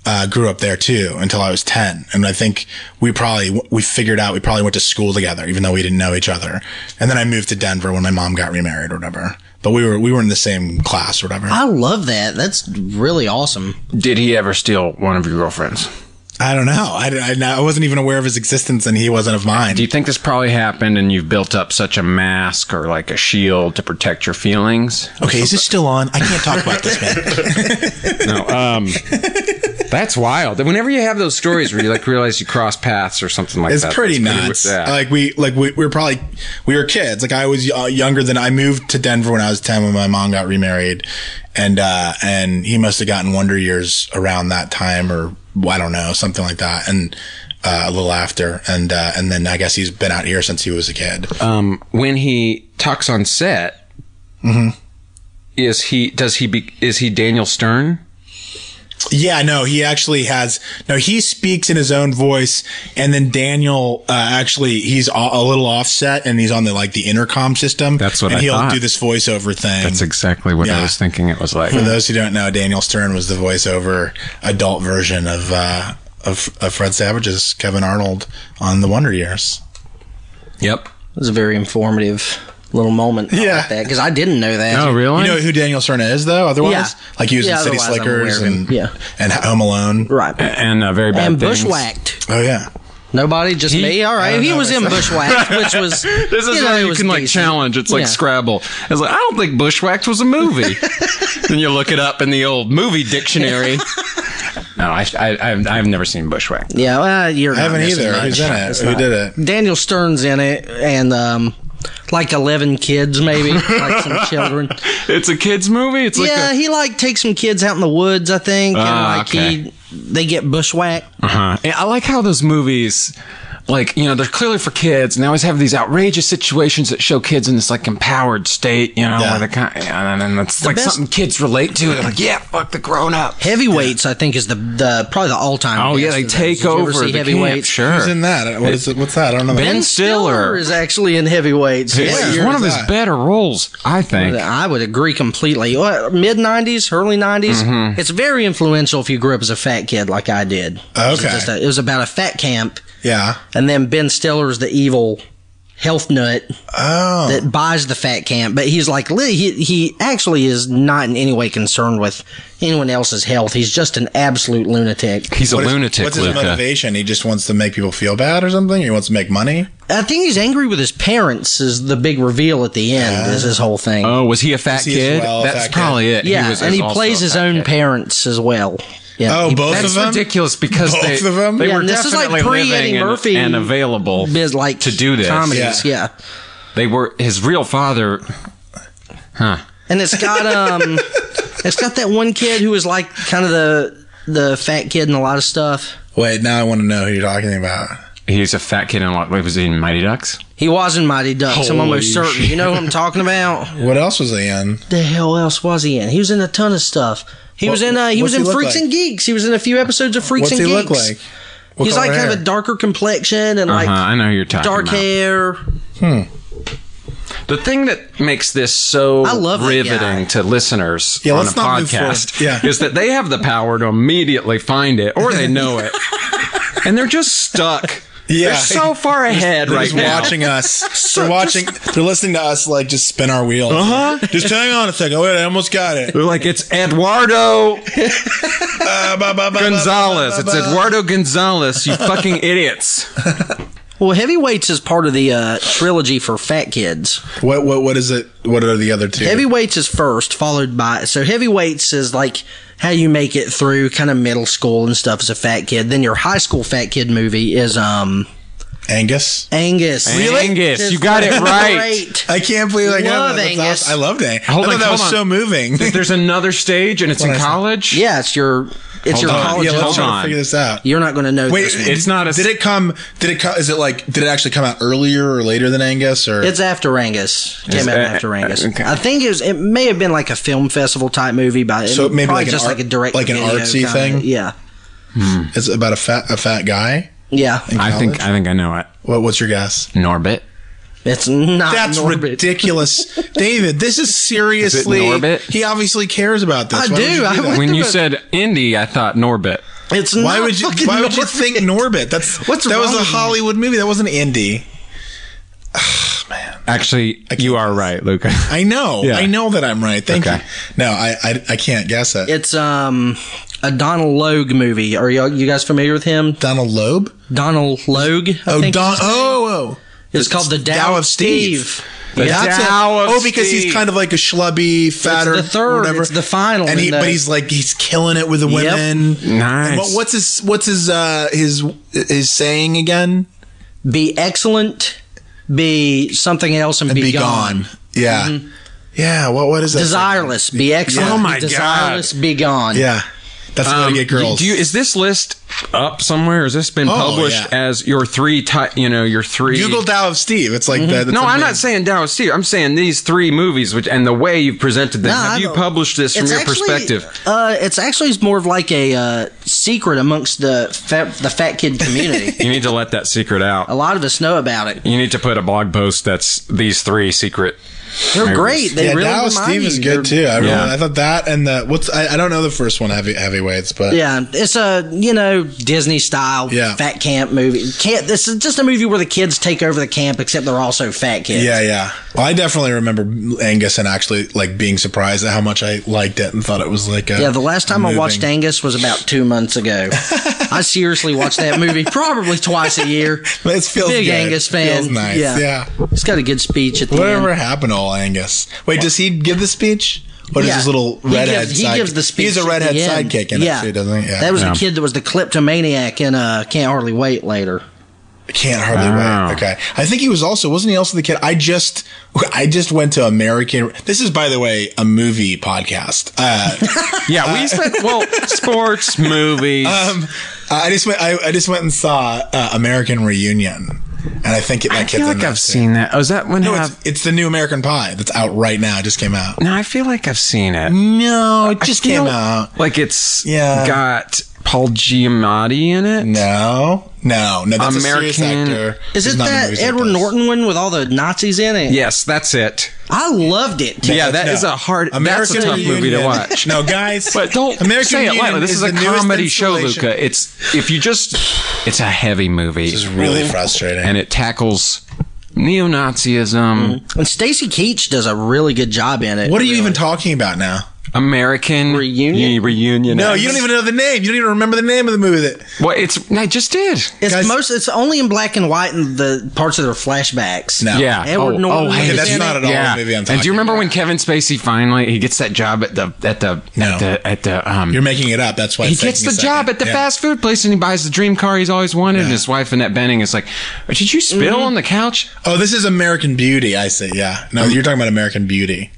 [SPEAKER 4] uh, grew up there too until I was 10. And I think we probably, we figured out we probably went to school together, even though we didn't know each other. And then I moved to Denver when my mom got remarried or whatever. But we were, we were in the same class or whatever.
[SPEAKER 3] I love that. That's really awesome.
[SPEAKER 2] Did he ever steal one of your girlfriends?
[SPEAKER 4] I don't know. I, I, I wasn't even aware of his existence, and he wasn't of mine.
[SPEAKER 2] Do you think this probably happened and you've built up such a mask or like a shield to protect your feelings?
[SPEAKER 4] okay, is this still on? I can't talk about this, man.
[SPEAKER 2] No. Um, that's wild. Whenever you have those stories where you like realize you cross paths or something like
[SPEAKER 4] It's
[SPEAKER 2] that,
[SPEAKER 4] pretty
[SPEAKER 2] that's
[SPEAKER 4] nuts.
[SPEAKER 2] weird. Yeah.
[SPEAKER 4] Like we, like we, we were probably we were kids. Like I was uh, younger than I moved to Denver when I was ten when my mom got remarried, and uh, and he must have gotten Wonder Years around that time, or well, I don't know, something like that, and uh, a little after, and uh, and then I guess he's been out here since he was a kid.
[SPEAKER 2] um, when he talks on set,
[SPEAKER 4] Mm-hmm.
[SPEAKER 2] is he does he be is he Daniel Stern?
[SPEAKER 4] Yeah, no, he actually has. No, he speaks in his own voice, and then Daniel uh, actually he's a, a little offset, and he's on the like the intercom system.
[SPEAKER 2] That's what
[SPEAKER 4] and
[SPEAKER 2] I
[SPEAKER 4] he'll
[SPEAKER 2] thought.
[SPEAKER 4] do this voiceover thing.
[SPEAKER 2] That's exactly what I
[SPEAKER 4] Yeah.
[SPEAKER 2] was thinking. It was like
[SPEAKER 4] For those who don't know, Daniel Stern was the voiceover adult version of uh, of, of Fred Savage's Kevin Arnold on The Wonder Years.
[SPEAKER 2] Yep.
[SPEAKER 3] It was a very informative little moment.
[SPEAKER 4] Yeah.
[SPEAKER 3] because I didn't know that.
[SPEAKER 2] Oh really?
[SPEAKER 4] You know who Daniel Stern is, though. Otherwise,
[SPEAKER 3] Yeah.
[SPEAKER 4] like he was
[SPEAKER 3] Yeah,
[SPEAKER 4] in City
[SPEAKER 3] otherwise I'm
[SPEAKER 4] Slickers
[SPEAKER 3] aware of him.
[SPEAKER 4] and
[SPEAKER 3] Yeah.
[SPEAKER 4] and Home Alone.
[SPEAKER 3] right.
[SPEAKER 2] and uh, very bad
[SPEAKER 3] And
[SPEAKER 2] things. Oh,
[SPEAKER 3] bushwhacked.
[SPEAKER 4] Oh yeah,
[SPEAKER 3] Nobody, just me. All right, he was in bushwhacked, which was
[SPEAKER 2] This is
[SPEAKER 3] you know,
[SPEAKER 2] where
[SPEAKER 3] it
[SPEAKER 2] you
[SPEAKER 3] was
[SPEAKER 2] can like
[SPEAKER 3] decent.
[SPEAKER 2] challenge. It's like
[SPEAKER 3] Yeah.
[SPEAKER 2] Scrabble. It's like I don't think Bushwhacked was a movie. then you look it up in the old movie dictionary. no, I, I I've, I've never seen Bushwhacked.
[SPEAKER 3] Yeah, well, you're
[SPEAKER 4] I haven't either. Who's in it? Who did it?
[SPEAKER 3] Daniel Stern's in it, and um, like eleven kids, maybe like some children.
[SPEAKER 2] It's a kids movie. It's like
[SPEAKER 3] yeah,
[SPEAKER 2] a,
[SPEAKER 3] he like takes some kids out in the woods, I think, and
[SPEAKER 2] Ah,
[SPEAKER 3] like
[SPEAKER 2] okay.
[SPEAKER 3] he they get bushwhacked.
[SPEAKER 2] Uh-huh. And I like how those movies, like, you know, they're clearly for kids and they always have these outrageous situations that show kids in this, like, empowered state, you know,
[SPEAKER 4] Yeah.
[SPEAKER 2] where they kind and then it's like
[SPEAKER 3] best-
[SPEAKER 2] something kids relate to. They're like, yeah, fuck the grown up.
[SPEAKER 3] Heavyweights, I think, is the the probably the all time.
[SPEAKER 2] Oh, yeah, they take over the camp.
[SPEAKER 4] Who's
[SPEAKER 2] Sure.
[SPEAKER 4] in that? What is it, what's that? I don't know.
[SPEAKER 2] Ben
[SPEAKER 3] Ben
[SPEAKER 2] Stiller.
[SPEAKER 3] Stiller. is actually in heavyweights.
[SPEAKER 2] It's
[SPEAKER 3] Yeah,
[SPEAKER 4] year
[SPEAKER 2] one
[SPEAKER 4] is
[SPEAKER 2] of his
[SPEAKER 4] that?
[SPEAKER 2] better roles, I think.
[SPEAKER 3] I would agree completely. Mid '90s, early '90s.
[SPEAKER 2] Mm-hmm.
[SPEAKER 3] It's very influential if you grew up as a fat kid like I did. It was,
[SPEAKER 4] Okay.
[SPEAKER 3] just a- it was about a fat camp,
[SPEAKER 4] Yeah.
[SPEAKER 3] and then Ben Stiller's the evil health nut
[SPEAKER 4] Oh.
[SPEAKER 3] that buys the fat camp, but he's like li- he he actually is not in any way concerned with anyone else's health. He's just an absolute lunatic.
[SPEAKER 2] He's a
[SPEAKER 4] What is-
[SPEAKER 2] lunatic,
[SPEAKER 4] What's his
[SPEAKER 2] Luca.
[SPEAKER 4] motivation? He just wants to make people feel bad or something. He wants to make money.
[SPEAKER 3] I think he's angry with his parents. Is the big reveal at the end? Is his whole thing?
[SPEAKER 2] Oh, was he a fat
[SPEAKER 4] he as
[SPEAKER 2] kid?
[SPEAKER 4] well a
[SPEAKER 2] That's
[SPEAKER 4] fat kid?
[SPEAKER 2] probably it.
[SPEAKER 3] yeah,
[SPEAKER 2] was
[SPEAKER 3] and he
[SPEAKER 2] also
[SPEAKER 3] plays
[SPEAKER 2] a
[SPEAKER 3] his
[SPEAKER 2] fat
[SPEAKER 3] own
[SPEAKER 2] kid.
[SPEAKER 3] parents as well. Yeah.
[SPEAKER 4] Oh,
[SPEAKER 3] he-
[SPEAKER 4] both
[SPEAKER 2] That's
[SPEAKER 4] of them.
[SPEAKER 2] ridiculous because
[SPEAKER 4] Both
[SPEAKER 2] they,
[SPEAKER 4] of them?
[SPEAKER 2] they
[SPEAKER 4] Yeah,
[SPEAKER 2] were
[SPEAKER 3] and this is like
[SPEAKER 2] definitely
[SPEAKER 3] pre-Eddie
[SPEAKER 2] living and-
[SPEAKER 3] Murphy
[SPEAKER 2] and available
[SPEAKER 3] biz- like
[SPEAKER 2] to do this.
[SPEAKER 3] comedies, yeah.
[SPEAKER 2] They were his real father. Huh.
[SPEAKER 3] And it's got um, it's got that one kid who is like kind of the the fat kid in a lot of stuff.
[SPEAKER 4] Wait, now I want to know who you're talking about.
[SPEAKER 2] He's a fat kid in a lot. Wait, was he in Mighty Ducks?
[SPEAKER 3] He was in Mighty Ducks. I'm almost certain. You know who I'm talking about?
[SPEAKER 4] What else was he in?
[SPEAKER 3] the hell else was he in? He was in a ton of stuff. He was in uh, he
[SPEAKER 4] what's
[SPEAKER 3] was in
[SPEAKER 4] he look
[SPEAKER 3] Freaks
[SPEAKER 4] like?
[SPEAKER 3] and Geeks. He was in a few episodes of Freaks
[SPEAKER 4] What's
[SPEAKER 3] and
[SPEAKER 4] he
[SPEAKER 3] Geeks.
[SPEAKER 4] look like? What
[SPEAKER 3] He's
[SPEAKER 4] color
[SPEAKER 3] like kind of
[SPEAKER 4] hair?
[SPEAKER 3] a darker complexion and
[SPEAKER 2] Uh-huh, I
[SPEAKER 3] like
[SPEAKER 2] know who you're talking
[SPEAKER 3] dark
[SPEAKER 2] about.
[SPEAKER 3] hair.
[SPEAKER 2] The thing that makes this so
[SPEAKER 3] I love that guy.
[SPEAKER 2] riveting to listeners
[SPEAKER 4] Yeah,
[SPEAKER 2] on a
[SPEAKER 4] let's not move
[SPEAKER 2] podcast
[SPEAKER 4] forward. Yeah.
[SPEAKER 2] is that they have the power to immediately find it or they know it. and they're just stuck
[SPEAKER 4] Yeah.
[SPEAKER 2] They're so far ahead
[SPEAKER 4] They're
[SPEAKER 2] right
[SPEAKER 4] just
[SPEAKER 2] now.
[SPEAKER 4] watching us. They're watching. They're listening to us like just spin our wheels.
[SPEAKER 2] Uh-huh.
[SPEAKER 4] Just hang on a second. Wait, I almost got it.
[SPEAKER 2] They're like, it's Eduardo
[SPEAKER 4] Uh, ba, ba, ba, ba,
[SPEAKER 2] Gonzalez.
[SPEAKER 4] ba, ba,
[SPEAKER 2] It's
[SPEAKER 4] ba.
[SPEAKER 2] Eduardo Gonzalez, you fucking idiots.
[SPEAKER 3] Well, heavyweights is part of the uh, trilogy for fat kids.
[SPEAKER 4] What what what is it? What are the other two?
[SPEAKER 3] Heavyweights is first, followed by so heavyweights is like how you make it through kind of middle school and stuff as a fat kid. Then your high school fat kid movie is um
[SPEAKER 4] Angus.
[SPEAKER 3] Angus.
[SPEAKER 2] Angus,
[SPEAKER 3] It's
[SPEAKER 2] you got it right.
[SPEAKER 3] great.
[SPEAKER 4] I can't believe I
[SPEAKER 3] Love
[SPEAKER 4] got that. That's
[SPEAKER 3] Angus.
[SPEAKER 4] awesome. I loved Angus.
[SPEAKER 2] Hold
[SPEAKER 4] I thought
[SPEAKER 2] on,
[SPEAKER 4] that was
[SPEAKER 2] hold on.
[SPEAKER 4] so moving.
[SPEAKER 2] There's another stage and it's in
[SPEAKER 4] I said.
[SPEAKER 2] college?
[SPEAKER 3] Yeah, it's your it's your
[SPEAKER 2] on.
[SPEAKER 3] college.
[SPEAKER 4] yeah,
[SPEAKER 3] level.
[SPEAKER 4] let's
[SPEAKER 2] hold
[SPEAKER 4] try
[SPEAKER 2] on.
[SPEAKER 4] to figure this out.
[SPEAKER 3] You're not going to know.
[SPEAKER 4] Wait,
[SPEAKER 3] this one.
[SPEAKER 2] It's not a-
[SPEAKER 4] Did it come? Did it come? Is it like? Did it actually come out earlier or later than Angus? Or
[SPEAKER 3] It's after Angus. Came
[SPEAKER 2] It's-
[SPEAKER 3] out
[SPEAKER 2] uh,
[SPEAKER 3] after
[SPEAKER 2] uh,
[SPEAKER 3] Angus.
[SPEAKER 2] okay.
[SPEAKER 3] I think it was. It may have been like a film festival type movie, but
[SPEAKER 4] So maybe
[SPEAKER 3] probably
[SPEAKER 4] like an
[SPEAKER 3] just
[SPEAKER 4] art-
[SPEAKER 3] like a direct,
[SPEAKER 4] like an
[SPEAKER 3] video
[SPEAKER 4] artsy
[SPEAKER 3] kinda-
[SPEAKER 4] thing?
[SPEAKER 3] Yeah,
[SPEAKER 4] it's about a fat a fat guy.
[SPEAKER 3] yeah.
[SPEAKER 2] I think I think I know it.
[SPEAKER 4] What, what's your guess?
[SPEAKER 2] Norbit.
[SPEAKER 3] It's not.
[SPEAKER 4] That's
[SPEAKER 3] Norbit.
[SPEAKER 4] ridiculous, David. This is seriously.
[SPEAKER 2] Norbit?
[SPEAKER 4] He obviously cares about this.
[SPEAKER 3] I
[SPEAKER 4] Why would
[SPEAKER 3] do.
[SPEAKER 4] you
[SPEAKER 3] I
[SPEAKER 4] that?
[SPEAKER 3] would-
[SPEAKER 2] When you said Indy, I thought Norbit.
[SPEAKER 3] It's
[SPEAKER 4] Why
[SPEAKER 3] not
[SPEAKER 4] would you?
[SPEAKER 3] fucking
[SPEAKER 4] Why would you
[SPEAKER 3] Norbit.
[SPEAKER 4] think Norbit? That's
[SPEAKER 3] What's
[SPEAKER 4] that was
[SPEAKER 3] wrong
[SPEAKER 4] a
[SPEAKER 3] with you?
[SPEAKER 4] Hollywood movie. That wasn't indie.
[SPEAKER 2] Actually, you are right, Luca.
[SPEAKER 4] I know.
[SPEAKER 2] Yeah.
[SPEAKER 4] I know that I'm right. Thank
[SPEAKER 2] Okay.
[SPEAKER 4] you. No, I, I I can't guess it.
[SPEAKER 3] It's um a Donald Logue movie. Are y'all you guys familiar with him?
[SPEAKER 4] Donald Loeb.
[SPEAKER 3] Donald Logue. I
[SPEAKER 4] Oh,
[SPEAKER 3] think
[SPEAKER 4] Don. Oh, oh.
[SPEAKER 3] It's called the Dow, of Steve.
[SPEAKER 2] The
[SPEAKER 3] Yeah.
[SPEAKER 4] That's it.
[SPEAKER 2] Dow of
[SPEAKER 4] oh, because he's
[SPEAKER 2] Steve.
[SPEAKER 4] kind of like a schlubby, fatter,
[SPEAKER 3] the third.
[SPEAKER 4] whatever.
[SPEAKER 3] It's the final
[SPEAKER 4] and he,
[SPEAKER 3] in the-
[SPEAKER 4] but he's like he's killing it with the women.
[SPEAKER 2] Nice.
[SPEAKER 4] And what- what's his what's his uh his his saying again?
[SPEAKER 3] Be excellent. Be something else and, be,
[SPEAKER 4] Be
[SPEAKER 3] gone.
[SPEAKER 4] gone. Yeah, yeah. What what is that?
[SPEAKER 3] Desireless. Be excellent.
[SPEAKER 2] Oh my
[SPEAKER 3] be desireless. Be gone.
[SPEAKER 4] Yeah, that's how
[SPEAKER 2] Um,
[SPEAKER 4] to get girls.
[SPEAKER 2] Do you, is this list up somewhere? Has this been
[SPEAKER 4] Oh,
[SPEAKER 2] published
[SPEAKER 4] yeah.
[SPEAKER 2] as your three? Ti- you know, your three.
[SPEAKER 4] Google Dow of Steve. It's like that.
[SPEAKER 2] No, I'm not saying Dallas Steve. I'm saying these three movies, which and the way you've presented them.
[SPEAKER 3] No,
[SPEAKER 2] have
[SPEAKER 3] I
[SPEAKER 2] you
[SPEAKER 3] don't-
[SPEAKER 2] published this from
[SPEAKER 3] It's
[SPEAKER 2] your
[SPEAKER 3] actually-
[SPEAKER 2] perspective?
[SPEAKER 3] Uh, it's actually more of like a uh, secret amongst the fat, the fat kid community.
[SPEAKER 2] You need to let that secret
[SPEAKER 3] a
[SPEAKER 2] out.
[SPEAKER 3] lot of us know about it.
[SPEAKER 2] You need to put a blog post that's these three secret.
[SPEAKER 3] They're
[SPEAKER 2] movies.
[SPEAKER 3] great. They
[SPEAKER 4] Yeah,
[SPEAKER 3] really
[SPEAKER 4] Dow of
[SPEAKER 3] remind
[SPEAKER 4] Steve
[SPEAKER 3] you.
[SPEAKER 4] is good too. I, really,
[SPEAKER 2] Yeah.
[SPEAKER 4] I thought that and the what's I, I don't know the first one heavy heavyweights, but
[SPEAKER 3] Yeah, it's a you know Disney style
[SPEAKER 4] Yeah.
[SPEAKER 3] fat camp movie. Can't, this is just a movie where the kids take over the camp, except they're also fat kids.
[SPEAKER 4] Yeah, yeah. Well, I definitely remember Angus and actually like being surprised at how much I liked it and thought it was like a
[SPEAKER 3] Yeah, the last time I watched
[SPEAKER 4] moving-
[SPEAKER 3] Angus was about two months ago. I seriously watch that movie probably twice a year.
[SPEAKER 4] But it feels
[SPEAKER 3] Big
[SPEAKER 4] good.
[SPEAKER 3] Angus
[SPEAKER 4] It
[SPEAKER 3] fan.
[SPEAKER 4] Feels nice.
[SPEAKER 3] Yeah.
[SPEAKER 4] Yeah.
[SPEAKER 3] It's got a good speech at the
[SPEAKER 4] Whatever
[SPEAKER 3] end.
[SPEAKER 4] happened to all Angus? Wait, does he give the speech? Or does
[SPEAKER 3] Yeah.
[SPEAKER 4] his little
[SPEAKER 3] He
[SPEAKER 4] redhead
[SPEAKER 3] gives- He
[SPEAKER 4] sidekick-
[SPEAKER 3] gives the speech.
[SPEAKER 4] He's a
[SPEAKER 3] at
[SPEAKER 4] redhead
[SPEAKER 3] the end.
[SPEAKER 4] sidekick in
[SPEAKER 3] yeah.
[SPEAKER 4] it too, doesn't he? Yeah.
[SPEAKER 3] That was
[SPEAKER 2] Yeah.
[SPEAKER 3] the kid that was the kleptomaniac in uh, Can't Hardly Wait later.
[SPEAKER 4] Can't hardly
[SPEAKER 2] Wow.
[SPEAKER 4] wait. Okay, I think he was also wasn't he also the kid? I just I just went to American. This is by the way a movie podcast. Uh,
[SPEAKER 2] Yeah, we spent well sports movies.
[SPEAKER 4] um, I just went I, I just went and saw uh, American Reunion, and I think it, that
[SPEAKER 2] I
[SPEAKER 4] kid's
[SPEAKER 2] feel
[SPEAKER 4] in
[SPEAKER 2] like
[SPEAKER 4] that
[SPEAKER 2] I've
[SPEAKER 4] too.
[SPEAKER 2] seen that. Oh, is that when?
[SPEAKER 4] No,
[SPEAKER 2] I-
[SPEAKER 4] it's, it's the new American Pie that's out right now. It just came out.
[SPEAKER 2] no, I feel like I've seen it.
[SPEAKER 4] No, it
[SPEAKER 2] I
[SPEAKER 4] just
[SPEAKER 2] feel
[SPEAKER 4] came out.
[SPEAKER 2] Like it's
[SPEAKER 4] Yeah.
[SPEAKER 2] got Paul Giamatti in it.
[SPEAKER 4] No, no, no. That's a serious
[SPEAKER 2] American-
[SPEAKER 4] actor.
[SPEAKER 3] Is
[SPEAKER 4] He's
[SPEAKER 3] it
[SPEAKER 4] not in
[SPEAKER 3] that
[SPEAKER 4] movies like
[SPEAKER 3] Edward
[SPEAKER 4] this.
[SPEAKER 3] Norton one with all the Nazis in it?
[SPEAKER 2] Yes, that's it.
[SPEAKER 3] I loved it.
[SPEAKER 2] Yeah, that
[SPEAKER 4] No.
[SPEAKER 2] is a hard. that's a tough movie to
[SPEAKER 4] Reunion.
[SPEAKER 2] watch.
[SPEAKER 4] No, guys,
[SPEAKER 2] But don't say it
[SPEAKER 4] Reunion
[SPEAKER 2] lightly. This is, a
[SPEAKER 4] the newest
[SPEAKER 2] comedy show,
[SPEAKER 4] installation.
[SPEAKER 2] Luca. It's if you just, it's a heavy movie. It's
[SPEAKER 4] is really frustrating.
[SPEAKER 2] and it tackles neo-Nazism,
[SPEAKER 4] Mm-hmm.
[SPEAKER 3] And Stacy Keach does a really good job in it.
[SPEAKER 4] What are you even talking about now?
[SPEAKER 2] American
[SPEAKER 3] Reunion?
[SPEAKER 2] Yeah, reunion.
[SPEAKER 4] No, you don't even know the name. You don't even remember the name of the movie. That
[SPEAKER 2] Well, it's I just did.
[SPEAKER 3] It's
[SPEAKER 4] Guys-
[SPEAKER 3] most. It's only in black and white and the parts of their flashbacks.
[SPEAKER 4] No.
[SPEAKER 2] Yeah.
[SPEAKER 3] Edward Norton
[SPEAKER 2] I
[SPEAKER 3] was
[SPEAKER 2] hated
[SPEAKER 3] in
[SPEAKER 4] that's
[SPEAKER 2] it.
[SPEAKER 4] not at all
[SPEAKER 2] Yeah.
[SPEAKER 4] the movie I'm
[SPEAKER 2] And do
[SPEAKER 4] talking
[SPEAKER 2] you remember
[SPEAKER 4] about.
[SPEAKER 2] when Kevin Spacey finally he gets that job at the at the
[SPEAKER 4] No.
[SPEAKER 2] at the at the um
[SPEAKER 4] you're making it up. That's why
[SPEAKER 2] he
[SPEAKER 4] it's
[SPEAKER 2] gets
[SPEAKER 4] taking
[SPEAKER 2] the
[SPEAKER 4] a second.
[SPEAKER 2] job at the
[SPEAKER 4] Yeah.
[SPEAKER 2] fast food place and he buys the dream car he's always wanted. And his wife Annette Benning is like, "Did you spill
[SPEAKER 3] Mm-hmm.
[SPEAKER 2] on the couch?"
[SPEAKER 4] Oh, this is American Beauty. I see. Yeah.
[SPEAKER 3] Um,
[SPEAKER 4] No, you're talking about American Beauty.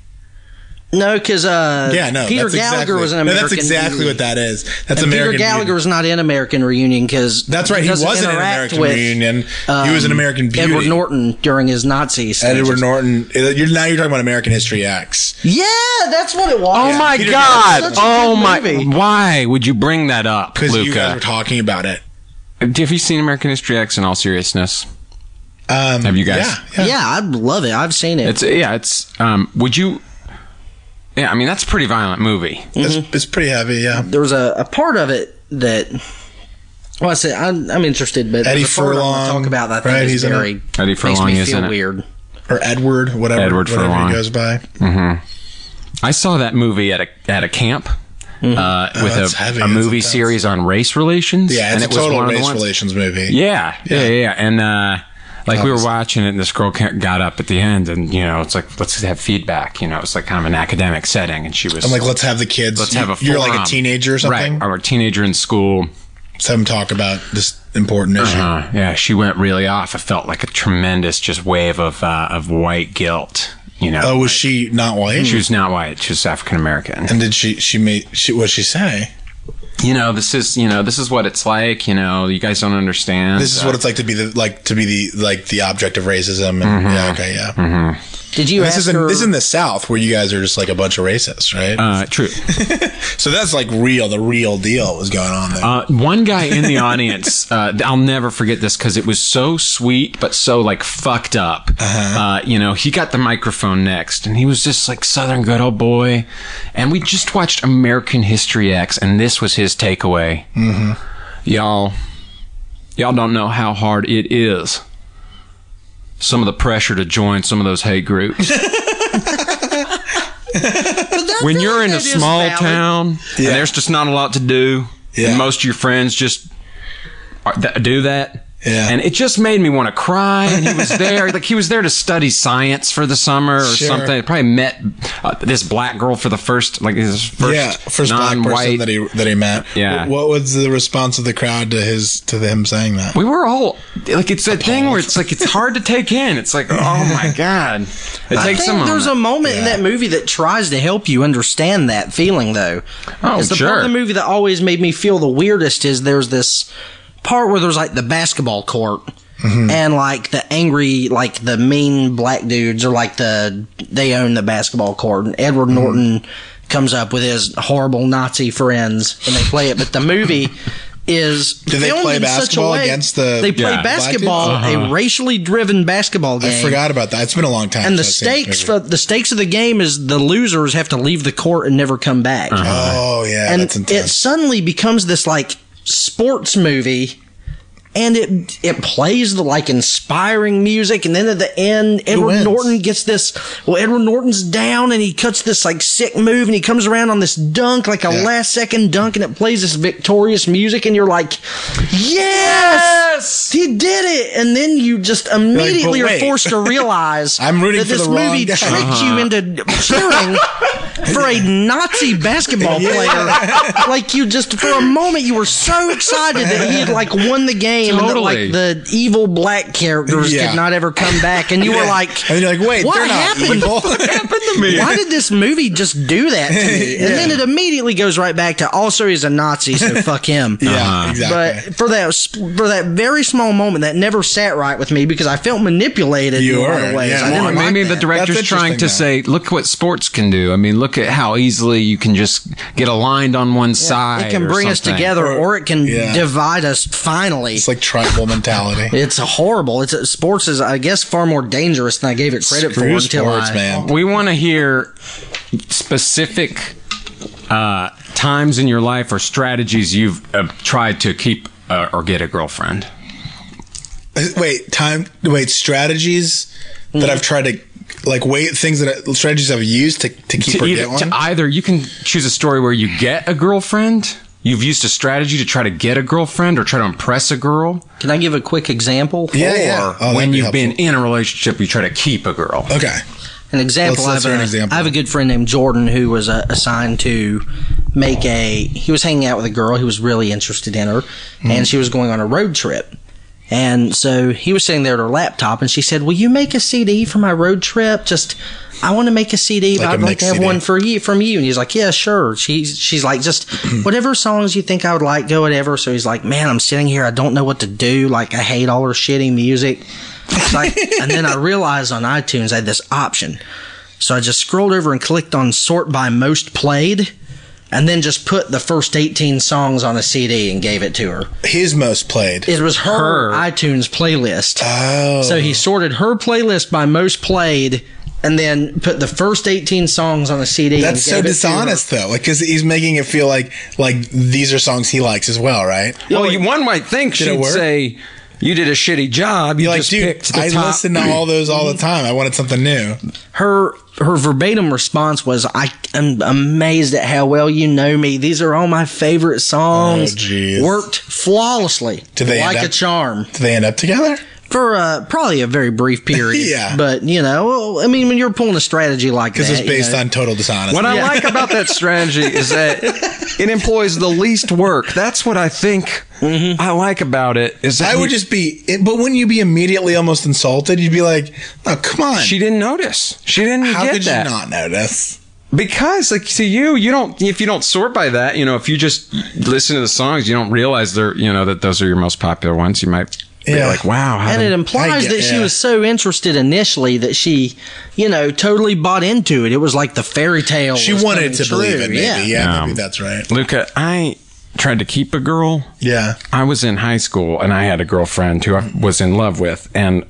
[SPEAKER 3] No, because uh,
[SPEAKER 4] Yeah, no.
[SPEAKER 3] Peter
[SPEAKER 4] that's
[SPEAKER 3] Gallagher
[SPEAKER 4] exactly,
[SPEAKER 3] was an
[SPEAKER 4] no,
[SPEAKER 3] American.
[SPEAKER 4] that's exactly
[SPEAKER 3] Beauty.
[SPEAKER 4] what that is. That's
[SPEAKER 3] And
[SPEAKER 4] American
[SPEAKER 3] Peter Gallagher
[SPEAKER 4] Beauty.
[SPEAKER 3] was not in American Reunion because
[SPEAKER 4] That's right. He wasn't in American Reunion. He was in American Beauty.
[SPEAKER 3] um, Edward Norton during his Nazi. Stages.
[SPEAKER 4] Edward Norton. uh, You're, now you're talking about American History X.
[SPEAKER 3] Yeah, that's what it was.
[SPEAKER 2] Oh my
[SPEAKER 4] Peter
[SPEAKER 2] god!
[SPEAKER 3] Gallagher. Such a
[SPEAKER 2] Oh
[SPEAKER 3] good
[SPEAKER 2] my!
[SPEAKER 3] movie.
[SPEAKER 2] Why would you bring that up,
[SPEAKER 4] Because you
[SPEAKER 2] Luca?
[SPEAKER 4] guys were talking about it.
[SPEAKER 2] Have you seen American History X? In all seriousness,
[SPEAKER 4] Um,
[SPEAKER 2] Have you guys?
[SPEAKER 4] Yeah. yeah.
[SPEAKER 3] Yeah, I love it. I've seen it.
[SPEAKER 2] it's yeah, it's um. Would you? Yeah, I mean that's a
[SPEAKER 3] Mm-hmm.
[SPEAKER 2] pretty violent movie.
[SPEAKER 4] It's, it's pretty heavy. Yeah.
[SPEAKER 3] there was a, a part of it that Well, I said I'm, I'm interested, but
[SPEAKER 4] Eddie
[SPEAKER 3] the part I wanna
[SPEAKER 4] Furlong,
[SPEAKER 3] talk about that thing
[SPEAKER 4] right,
[SPEAKER 3] is
[SPEAKER 4] he's in
[SPEAKER 3] very
[SPEAKER 2] Eddie Furlong
[SPEAKER 3] makes me
[SPEAKER 2] is
[SPEAKER 3] feel
[SPEAKER 2] in it.
[SPEAKER 3] weird.
[SPEAKER 4] or Edward, whatever
[SPEAKER 2] Edward
[SPEAKER 4] whatever
[SPEAKER 2] Furlong.
[SPEAKER 4] he goes by.
[SPEAKER 2] I saw that movie at a at a camp uh, with
[SPEAKER 4] Mm-hmm. Oh, that's heavy.
[SPEAKER 2] a, a
[SPEAKER 4] That's
[SPEAKER 2] movie
[SPEAKER 4] intense.
[SPEAKER 2] series on race relations.
[SPEAKER 4] Yeah,
[SPEAKER 2] and
[SPEAKER 4] it's
[SPEAKER 2] it was
[SPEAKER 4] a total
[SPEAKER 2] one of the
[SPEAKER 4] race
[SPEAKER 2] ones-
[SPEAKER 4] relations movie.
[SPEAKER 2] Yeah, yeah, yeah. yeah. And uh, like we were
[SPEAKER 4] Obviously.
[SPEAKER 2] watching it, and this girl ca- got up at the end, and you know, it's like let's have feedback. You know, it's like kind of an academic setting, and she was
[SPEAKER 4] I'm like, let's have the kids.
[SPEAKER 2] let's have a
[SPEAKER 4] You're like a
[SPEAKER 2] forum.
[SPEAKER 4] teenager or something.
[SPEAKER 2] right? I'm a teenager in school.
[SPEAKER 4] Let's have them talk about this important issue.
[SPEAKER 2] Uh, yeah, she went really off. I felt like a tremendous just wave of uh, of white guilt. You know,
[SPEAKER 4] Oh, was she not white?
[SPEAKER 2] she was not white; she was African American.
[SPEAKER 4] and did she? She made. She what she say?
[SPEAKER 2] You know, this is you know this is what it's like. You know, you guys don't understand.
[SPEAKER 4] This is what it's like to be the like to be the like the object of racism. And,
[SPEAKER 2] Mm-hmm.
[SPEAKER 4] Yeah. Okay. Yeah.
[SPEAKER 3] Did you
[SPEAKER 4] This
[SPEAKER 3] ask
[SPEAKER 4] is in,
[SPEAKER 3] her?
[SPEAKER 4] this is in the South where you guys are just like a bunch of racists, right?
[SPEAKER 2] uh, true.
[SPEAKER 4] so that's like real. The real deal was going on there.
[SPEAKER 2] Uh, one guy in the audience, uh, th- I'll never forget this because it was so sweet, but so like fucked up.
[SPEAKER 4] Uh-huh.
[SPEAKER 2] Uh, you know, he got the microphone next, and he was just like Southern good old boy. And we just watched American History X, and this was his takeaway. Mm-hmm. Y'all, y'all don't know how hard it is. Some of the pressure to join some of those hate groups. when you're in a small town and there's just not a lot to do,
[SPEAKER 4] Yeah.
[SPEAKER 2] and most of your friends just are, th- do that.
[SPEAKER 4] Yeah.
[SPEAKER 2] And it just made me want to cry. And he was there, like he was there to study science for the summer or
[SPEAKER 4] Sure.
[SPEAKER 2] something. Probably met uh, this black girl for the first, like his first,
[SPEAKER 4] yeah, first black person
[SPEAKER 2] non-white.
[SPEAKER 4] that he that he met.
[SPEAKER 2] Yeah.
[SPEAKER 4] Wh- What was the response of the crowd to his to him saying that?
[SPEAKER 2] we were all like, it's that thing where it's like it's hard to take in. It's like, oh my god, it
[SPEAKER 3] I
[SPEAKER 2] takes
[SPEAKER 3] think
[SPEAKER 2] a moment.
[SPEAKER 3] there's a moment in that movie that tries to help you understand that feeling, though.
[SPEAKER 2] Oh,
[SPEAKER 3] it's the part
[SPEAKER 2] sure.
[SPEAKER 3] of the movie that always made me feel the weirdest is there's this part where there's like the basketball court.
[SPEAKER 4] Mm-hmm.
[SPEAKER 3] And like the angry, like the mean black dudes are like the they own the basketball court, and Edward
[SPEAKER 4] Mm-hmm.
[SPEAKER 3] Norton comes up with his horrible Nazi friends, and they play it. But the movie is
[SPEAKER 4] Do they
[SPEAKER 3] filmed
[SPEAKER 4] play
[SPEAKER 3] in such a
[SPEAKER 4] basketball
[SPEAKER 3] way-
[SPEAKER 4] against the
[SPEAKER 3] They play
[SPEAKER 4] black dudes?
[SPEAKER 3] basketball,
[SPEAKER 2] Uh-huh.
[SPEAKER 3] a racially driven basketball game.
[SPEAKER 4] I forgot about that. It's been a long time.
[SPEAKER 3] And the
[SPEAKER 4] since I've seen
[SPEAKER 3] stakes
[SPEAKER 4] this movie.
[SPEAKER 3] for the stakes of the game is the losers have to leave the court and never come back.
[SPEAKER 4] oh yeah,
[SPEAKER 3] and
[SPEAKER 4] that's
[SPEAKER 3] it
[SPEAKER 4] intense.
[SPEAKER 3] suddenly becomes this like sports movie and it it plays the like inspiring music and then at the end Edward
[SPEAKER 4] wins?
[SPEAKER 3] Norton gets this well Edward Norton's down and he cuts this like sick move and he comes around on this dunk like a
[SPEAKER 4] Yeah.
[SPEAKER 3] last second dunk and it plays this victorious music and you're like yes
[SPEAKER 2] yes.
[SPEAKER 3] he did it, and then you just
[SPEAKER 4] but
[SPEAKER 3] immediately are
[SPEAKER 4] wait.
[SPEAKER 3] forced to realize
[SPEAKER 4] I'm rooting
[SPEAKER 3] that
[SPEAKER 4] for
[SPEAKER 3] this
[SPEAKER 4] the wrong
[SPEAKER 3] movie
[SPEAKER 4] guy. Uh-huh.
[SPEAKER 3] tricked you into cheering for a Nazi basketball player. like you just for a moment you were so excited that he had like won the game,
[SPEAKER 2] Totally.
[SPEAKER 3] and that like the evil black characters
[SPEAKER 4] Yeah.
[SPEAKER 3] could not ever come back, and you were like,
[SPEAKER 4] and you're like, wait,
[SPEAKER 3] what
[SPEAKER 4] they're not
[SPEAKER 3] happened?
[SPEAKER 4] evil.
[SPEAKER 3] Why did this movie just do that to me? And then it immediately goes right back to also he's a Nazi, so fuck him.
[SPEAKER 4] yeah,
[SPEAKER 2] Uh-huh.
[SPEAKER 3] But
[SPEAKER 4] exactly.
[SPEAKER 3] for that for that very small moment, that never sat right with me because I felt manipulated in
[SPEAKER 4] You
[SPEAKER 3] a lot
[SPEAKER 4] are,
[SPEAKER 3] of ways.
[SPEAKER 4] yeah.
[SPEAKER 3] I didn't
[SPEAKER 4] Well,
[SPEAKER 2] Or
[SPEAKER 3] like
[SPEAKER 2] maybe
[SPEAKER 3] that.
[SPEAKER 2] the director's
[SPEAKER 4] That's interesting,
[SPEAKER 2] trying to
[SPEAKER 4] though.
[SPEAKER 2] say, look what sports can do. I mean, look at how easily you can just get aligned on one side.
[SPEAKER 3] it can
[SPEAKER 2] or
[SPEAKER 3] bring us
[SPEAKER 2] something.
[SPEAKER 3] together, or, it can
[SPEAKER 4] yeah.
[SPEAKER 3] divide us. Finally,
[SPEAKER 4] it's like tribal mentality.
[SPEAKER 3] it's horrible. It's sports is, I guess, far more dangerous than I gave it credit for
[SPEAKER 4] Screw
[SPEAKER 3] until
[SPEAKER 4] sports,
[SPEAKER 3] I.
[SPEAKER 4] man.
[SPEAKER 2] We want to hear specific uh, times in your life or strategies you've uh, tried to keep uh, or get a girlfriend.
[SPEAKER 4] Wait, time. Wait, strategies that I've tried to like wait things that I, strategies I've used to to keep
[SPEAKER 2] To
[SPEAKER 4] or
[SPEAKER 2] either,
[SPEAKER 4] get one.
[SPEAKER 2] to either you can choose a story where you get a girlfriend. You've used a strategy to try to get a girlfriend or try to impress a girl.
[SPEAKER 3] Can I give a quick example?
[SPEAKER 4] Yeah, yeah. Oh, that'd
[SPEAKER 2] when
[SPEAKER 4] be
[SPEAKER 2] you've been
[SPEAKER 4] helpful.
[SPEAKER 2] in a relationship, you try to keep a girl.
[SPEAKER 4] Okay.
[SPEAKER 3] An example.
[SPEAKER 4] Let's- let's
[SPEAKER 3] I,
[SPEAKER 4] hear
[SPEAKER 3] have
[SPEAKER 4] an
[SPEAKER 3] a,
[SPEAKER 4] example.
[SPEAKER 3] I have a good friend named Jordan who was uh, assigned to make a. He was hanging out with a girl. He was really interested in her,
[SPEAKER 4] Mm-hmm.
[SPEAKER 3] and she was going on a road trip. And so he was sitting there at her laptop, and she said, "Will you make a CD for my road trip? Just, I want to make a CD.
[SPEAKER 4] Like
[SPEAKER 3] but
[SPEAKER 4] a
[SPEAKER 3] I'd like
[SPEAKER 4] mix
[SPEAKER 3] to have
[SPEAKER 4] CD.
[SPEAKER 3] one for you from you." And he's like, "Yeah, sure." She's she's like, "Just whatever songs you think I would like, go whatever." So he's like, "Man, I'm sitting here. I don't know what to do. Like, I hate all her shitty music." It's like, and then I realized on iTunes I had this option. So I just scrolled over and clicked on sort by most played, and then just put the first 18 songs on a CD and gave it to her.
[SPEAKER 4] His most played.
[SPEAKER 3] It was her, iTunes playlist.
[SPEAKER 4] Oh.
[SPEAKER 3] So he sorted her playlist by most played and then put the first 18 songs on a CD. and
[SPEAKER 4] That's so
[SPEAKER 3] gave it to her.
[SPEAKER 4] dishonest, though, like because he's making it feel like like these are songs he likes as well, right?
[SPEAKER 2] Well, you, one might think
[SPEAKER 4] it
[SPEAKER 2] she'd
[SPEAKER 4] work?
[SPEAKER 2] say you did a shitty job. You
[SPEAKER 4] You're like,
[SPEAKER 2] just
[SPEAKER 4] dude,
[SPEAKER 2] picked the
[SPEAKER 4] I
[SPEAKER 2] top.
[SPEAKER 4] listen to all those all the time. I wanted something new.
[SPEAKER 3] her her verbatim response was i am amazed at how well you know me these are all my favorite songs
[SPEAKER 4] Oh, jeez.
[SPEAKER 3] worked flawlessly
[SPEAKER 4] Did they
[SPEAKER 3] like
[SPEAKER 4] end
[SPEAKER 3] a
[SPEAKER 4] up-
[SPEAKER 3] charm
[SPEAKER 4] Do they end up together?
[SPEAKER 3] for uh, probably a very brief period
[SPEAKER 4] Yeah.
[SPEAKER 3] but you know i mean when you're pulling a strategy like that
[SPEAKER 4] Because it's
[SPEAKER 3] you
[SPEAKER 4] based
[SPEAKER 3] know,
[SPEAKER 4] on total dishonesty.
[SPEAKER 2] What I like about that strategy is that it employs the least work. That's what I think I like about it. Is that
[SPEAKER 4] I would
[SPEAKER 2] he-
[SPEAKER 4] just be, it, but wouldn't you be immediately almost insulted? You'd be like, "Oh, come on!
[SPEAKER 2] she didn't notice. She didn't
[SPEAKER 4] How
[SPEAKER 2] get
[SPEAKER 4] could
[SPEAKER 2] that
[SPEAKER 4] you not notice?"
[SPEAKER 2] because like to you, you don't if you don't sort by that. You know, if you just listen to the songs, you don't realize they're you know that those are your most popular ones. You might be
[SPEAKER 4] Yeah.
[SPEAKER 2] like, wow, how
[SPEAKER 3] and
[SPEAKER 2] did-
[SPEAKER 3] it implies
[SPEAKER 4] get-
[SPEAKER 3] that she
[SPEAKER 4] yeah.
[SPEAKER 3] was so interested initially that she you know totally bought into it it was like the fairy tale
[SPEAKER 4] She
[SPEAKER 3] was
[SPEAKER 4] wanted
[SPEAKER 3] coming
[SPEAKER 4] to
[SPEAKER 3] true.
[SPEAKER 4] believe it. Maybe. Yeah,
[SPEAKER 2] Um,
[SPEAKER 4] maybe that's right.
[SPEAKER 2] Luca, I tried to keep a girl.
[SPEAKER 4] Yeah,
[SPEAKER 2] I was in high school and I had a girlfriend who I was in love with, and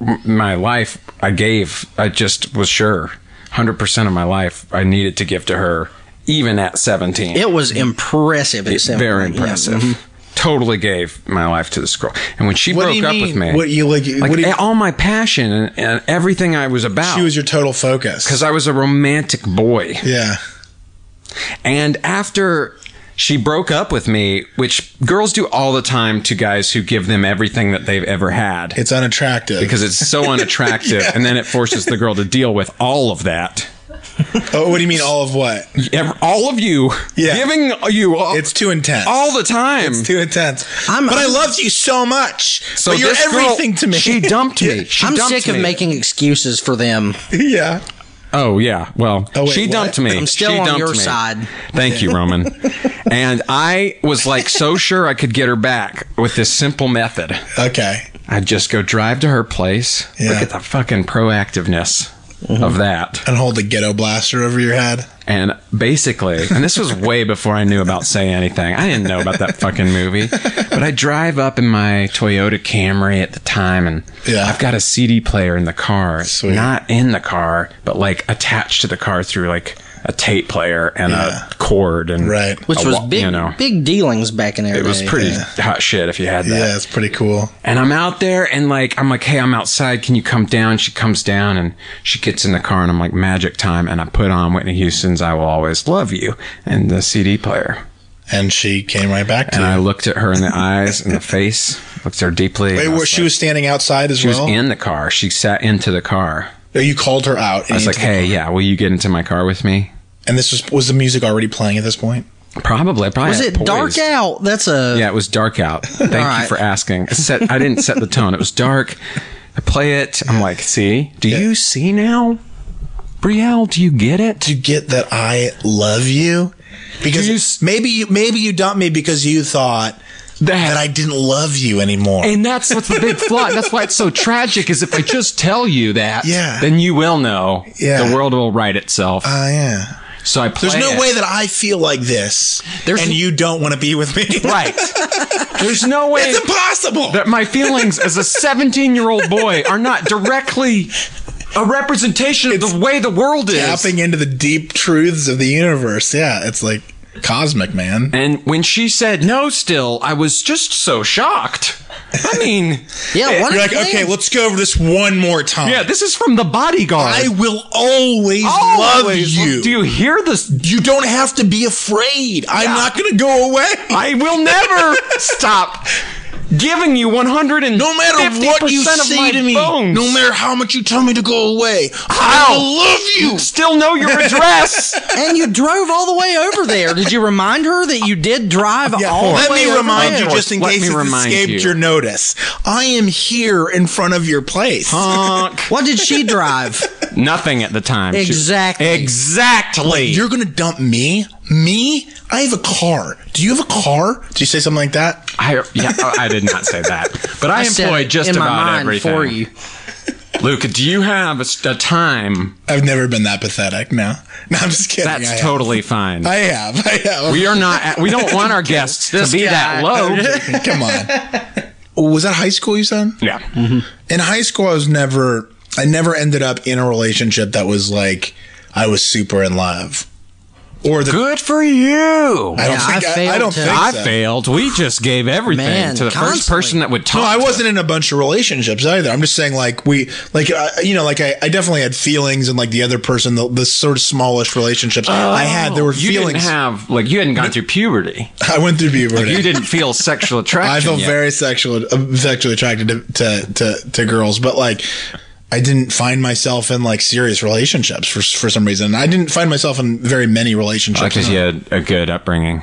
[SPEAKER 2] m- my life I gave. I just was sure, hundred percent of my life I needed to give to her, even at seventeen.
[SPEAKER 3] it was impressive at some
[SPEAKER 2] Very
[SPEAKER 3] point, yeah. Mm-hmm.
[SPEAKER 2] impressive. Totally gave my life to this girl, and when she
[SPEAKER 4] Mm-hmm. What
[SPEAKER 2] broke
[SPEAKER 4] do you
[SPEAKER 2] up
[SPEAKER 4] mean?
[SPEAKER 2] with me,
[SPEAKER 4] What you like- what do you-
[SPEAKER 2] all my passion and, and everything I was about,
[SPEAKER 4] she was your total focus.
[SPEAKER 2] because Oh. I was a romantic boy.
[SPEAKER 4] yeah,
[SPEAKER 2] And after she broke up with me, which girls do all the time to guys who give them everything that they've ever had
[SPEAKER 4] it's unattractive.
[SPEAKER 2] because it's so unattractive. And then it forces the girl to deal with all of that.
[SPEAKER 4] oh, what do you mean? All of what?
[SPEAKER 2] Ev- All of you
[SPEAKER 4] Yeah.
[SPEAKER 2] giving you all,
[SPEAKER 4] It's too intense.
[SPEAKER 2] all the time.
[SPEAKER 4] It's too intense.
[SPEAKER 3] I'm-
[SPEAKER 4] but i loved you so much.
[SPEAKER 2] So
[SPEAKER 4] but you're
[SPEAKER 2] this girl,
[SPEAKER 4] everything to me.
[SPEAKER 2] She dumped me. She
[SPEAKER 3] I'm
[SPEAKER 2] dumped
[SPEAKER 3] sick of
[SPEAKER 2] me.
[SPEAKER 3] making excuses for them.
[SPEAKER 4] yeah.
[SPEAKER 2] Oh yeah. Well,
[SPEAKER 4] Oh, wait,
[SPEAKER 2] she
[SPEAKER 4] what?
[SPEAKER 2] dumped me.
[SPEAKER 3] I'm still
[SPEAKER 2] She
[SPEAKER 3] on
[SPEAKER 2] dumped
[SPEAKER 3] your
[SPEAKER 2] me.
[SPEAKER 3] side.
[SPEAKER 2] Thank you, Roman. and I was like so sure I could get her back with this simple method.
[SPEAKER 4] Okay.
[SPEAKER 2] I'd just go drive to her place.
[SPEAKER 4] Yeah.
[SPEAKER 2] Look at the fucking proactiveness of that.
[SPEAKER 4] And hold the ghetto blaster over your head.
[SPEAKER 2] And basically, and this was way before I knew about Say Anything. I didn't know about that fucking movie. But I drive up in my Toyota Camry at the time, and
[SPEAKER 4] Yeah.
[SPEAKER 2] I've got a CD player in the car. Not in the car, but like attached to the car through like a tape player and
[SPEAKER 4] Yeah.
[SPEAKER 2] a cord. and
[SPEAKER 4] Right.
[SPEAKER 3] which
[SPEAKER 2] a
[SPEAKER 3] was
[SPEAKER 2] wa-
[SPEAKER 3] big,
[SPEAKER 2] You know,
[SPEAKER 3] big dealings back in there.
[SPEAKER 2] it was pretty hot shit if you had that.
[SPEAKER 4] Yeah, it's pretty cool.
[SPEAKER 2] And I'm out there and like, I'm like, hey, I'm outside. Can you come down? She comes down and she gets in the car and I'm like, magic time. And I put on Whitney Houston's I Will Always Love You and the CD player.
[SPEAKER 4] And she came right back to
[SPEAKER 2] And I
[SPEAKER 4] you.
[SPEAKER 2] looked at her in the eyes and the face, looked at her deeply.
[SPEAKER 4] Wait,
[SPEAKER 2] and I
[SPEAKER 4] where, she
[SPEAKER 2] like-
[SPEAKER 4] was standing outside as
[SPEAKER 2] she was
[SPEAKER 4] well.
[SPEAKER 2] in the car. She sat into the car.
[SPEAKER 4] Oh, you called her out.
[SPEAKER 2] I was like, hey, yeah, will you get into my car with me?
[SPEAKER 4] and this was was the music already playing at this point?
[SPEAKER 2] Probably. I Probably
[SPEAKER 3] Was
[SPEAKER 2] had
[SPEAKER 3] it dark
[SPEAKER 2] poise.
[SPEAKER 3] out? That's a
[SPEAKER 2] Yeah, it was dark out. Thank
[SPEAKER 3] All right.
[SPEAKER 2] you for asking. It set, I didn't set the tone. It was dark. I play it. I'm like, see? Do you see now? Brielle, do you get it?
[SPEAKER 4] To get that I love you, because
[SPEAKER 2] Do you s-
[SPEAKER 4] maybe you, maybe you dumped me because you thought
[SPEAKER 2] That-
[SPEAKER 4] that I didn't love you anymore.
[SPEAKER 2] And that's what's the big flaw. That's why it's so tragic. Is if I just tell you that,
[SPEAKER 4] Yeah.
[SPEAKER 2] then you will know.
[SPEAKER 4] Yeah.
[SPEAKER 2] the world will right itself.
[SPEAKER 4] Oh yeah.
[SPEAKER 2] so I play.
[SPEAKER 4] There's no
[SPEAKER 2] it.
[SPEAKER 4] way that I feel like this,
[SPEAKER 2] There's-
[SPEAKER 4] and you don't want to be with me.
[SPEAKER 2] right. There's no way
[SPEAKER 4] It's impossible.
[SPEAKER 2] that my feelings as a 17 year old boy are not directly a representation of the way the world is.
[SPEAKER 4] tapping into the deep truths of the universe. Yeah, it's like cosmic, man.
[SPEAKER 2] And when she said no, Oh, still, I was just so shocked. I mean,
[SPEAKER 3] yeah. What
[SPEAKER 4] You're
[SPEAKER 3] a
[SPEAKER 4] like,
[SPEAKER 3] plan.
[SPEAKER 4] okay, let's go over this one more time.
[SPEAKER 2] yeah, this is from the bodyguard.
[SPEAKER 4] I will always,
[SPEAKER 2] Always-
[SPEAKER 4] love you.
[SPEAKER 2] Do you hear this?
[SPEAKER 4] You don't have to be afraid. I'm
[SPEAKER 2] Yeah.
[SPEAKER 4] not going to go away.
[SPEAKER 2] I will never stop giving you 100 and
[SPEAKER 4] no matter what you
[SPEAKER 2] of my
[SPEAKER 4] say to me,
[SPEAKER 2] bones.
[SPEAKER 4] no matter how much you tell me to go away,
[SPEAKER 2] How?
[SPEAKER 4] I will love you.
[SPEAKER 2] Still know your address.
[SPEAKER 3] and you drove all the way over there. Did you remind her that you did drive all
[SPEAKER 4] Let
[SPEAKER 3] the way
[SPEAKER 4] me
[SPEAKER 3] over
[SPEAKER 4] remind
[SPEAKER 3] there?
[SPEAKER 4] you, just in
[SPEAKER 2] Let
[SPEAKER 4] case
[SPEAKER 2] me
[SPEAKER 4] it
[SPEAKER 2] remind
[SPEAKER 4] escaped
[SPEAKER 2] you.
[SPEAKER 4] your notice, I am here in front of your place.
[SPEAKER 3] What did she drive?
[SPEAKER 2] Nothing at the time. She-
[SPEAKER 3] Exactly.
[SPEAKER 2] exactly.
[SPEAKER 4] You're gonna dump me? Me? I have a car. Do you have a car? Did you say something like that?
[SPEAKER 2] I, yeah, I did not say that, but I,
[SPEAKER 3] I said
[SPEAKER 2] employ
[SPEAKER 3] it
[SPEAKER 2] just
[SPEAKER 3] in my
[SPEAKER 2] about
[SPEAKER 3] mind
[SPEAKER 2] everything.
[SPEAKER 3] for you.
[SPEAKER 2] Luca, do you have a, st- a time?
[SPEAKER 4] I've never been that pathetic. No, no, I'm just kidding.
[SPEAKER 2] That's
[SPEAKER 4] I
[SPEAKER 2] totally fine.
[SPEAKER 4] Have. I have. I have.
[SPEAKER 2] we are not. At, we don't want our guests to be that low.
[SPEAKER 4] Come on. Was that high school? You said Mm-hmm.
[SPEAKER 2] yeah.
[SPEAKER 4] in high school, I was never. I never ended up in a relationship that was like I was super in love. Or the
[SPEAKER 2] Good for you.
[SPEAKER 4] I don't
[SPEAKER 3] Yeah, I
[SPEAKER 4] think I, I
[SPEAKER 3] failed
[SPEAKER 4] don't
[SPEAKER 3] to-
[SPEAKER 4] think
[SPEAKER 2] I
[SPEAKER 4] so.
[SPEAKER 2] failed. We just gave everything
[SPEAKER 3] Man,
[SPEAKER 2] to the first
[SPEAKER 3] constantly.
[SPEAKER 2] person that would talk.
[SPEAKER 4] No, I
[SPEAKER 2] to
[SPEAKER 4] wasn't in a bunch of relationships either. I'm just saying, like we, like uh, you know, like I, I definitely had feelings, and like the other person, the, the sort of smallish relationships I had, there were
[SPEAKER 2] Oh, you
[SPEAKER 4] feelings.
[SPEAKER 2] didn't have like you hadn't gone through puberty.
[SPEAKER 4] I went through puberty.
[SPEAKER 2] You didn't feel sexual attraction.
[SPEAKER 4] I felt
[SPEAKER 2] yet.
[SPEAKER 4] very sexual, uh, sexually attracted to, to to to girls, but like I didn't find myself in like serious relationships for for some reason. And I didn't find myself in very many relationships.
[SPEAKER 2] because you had a good upbringing.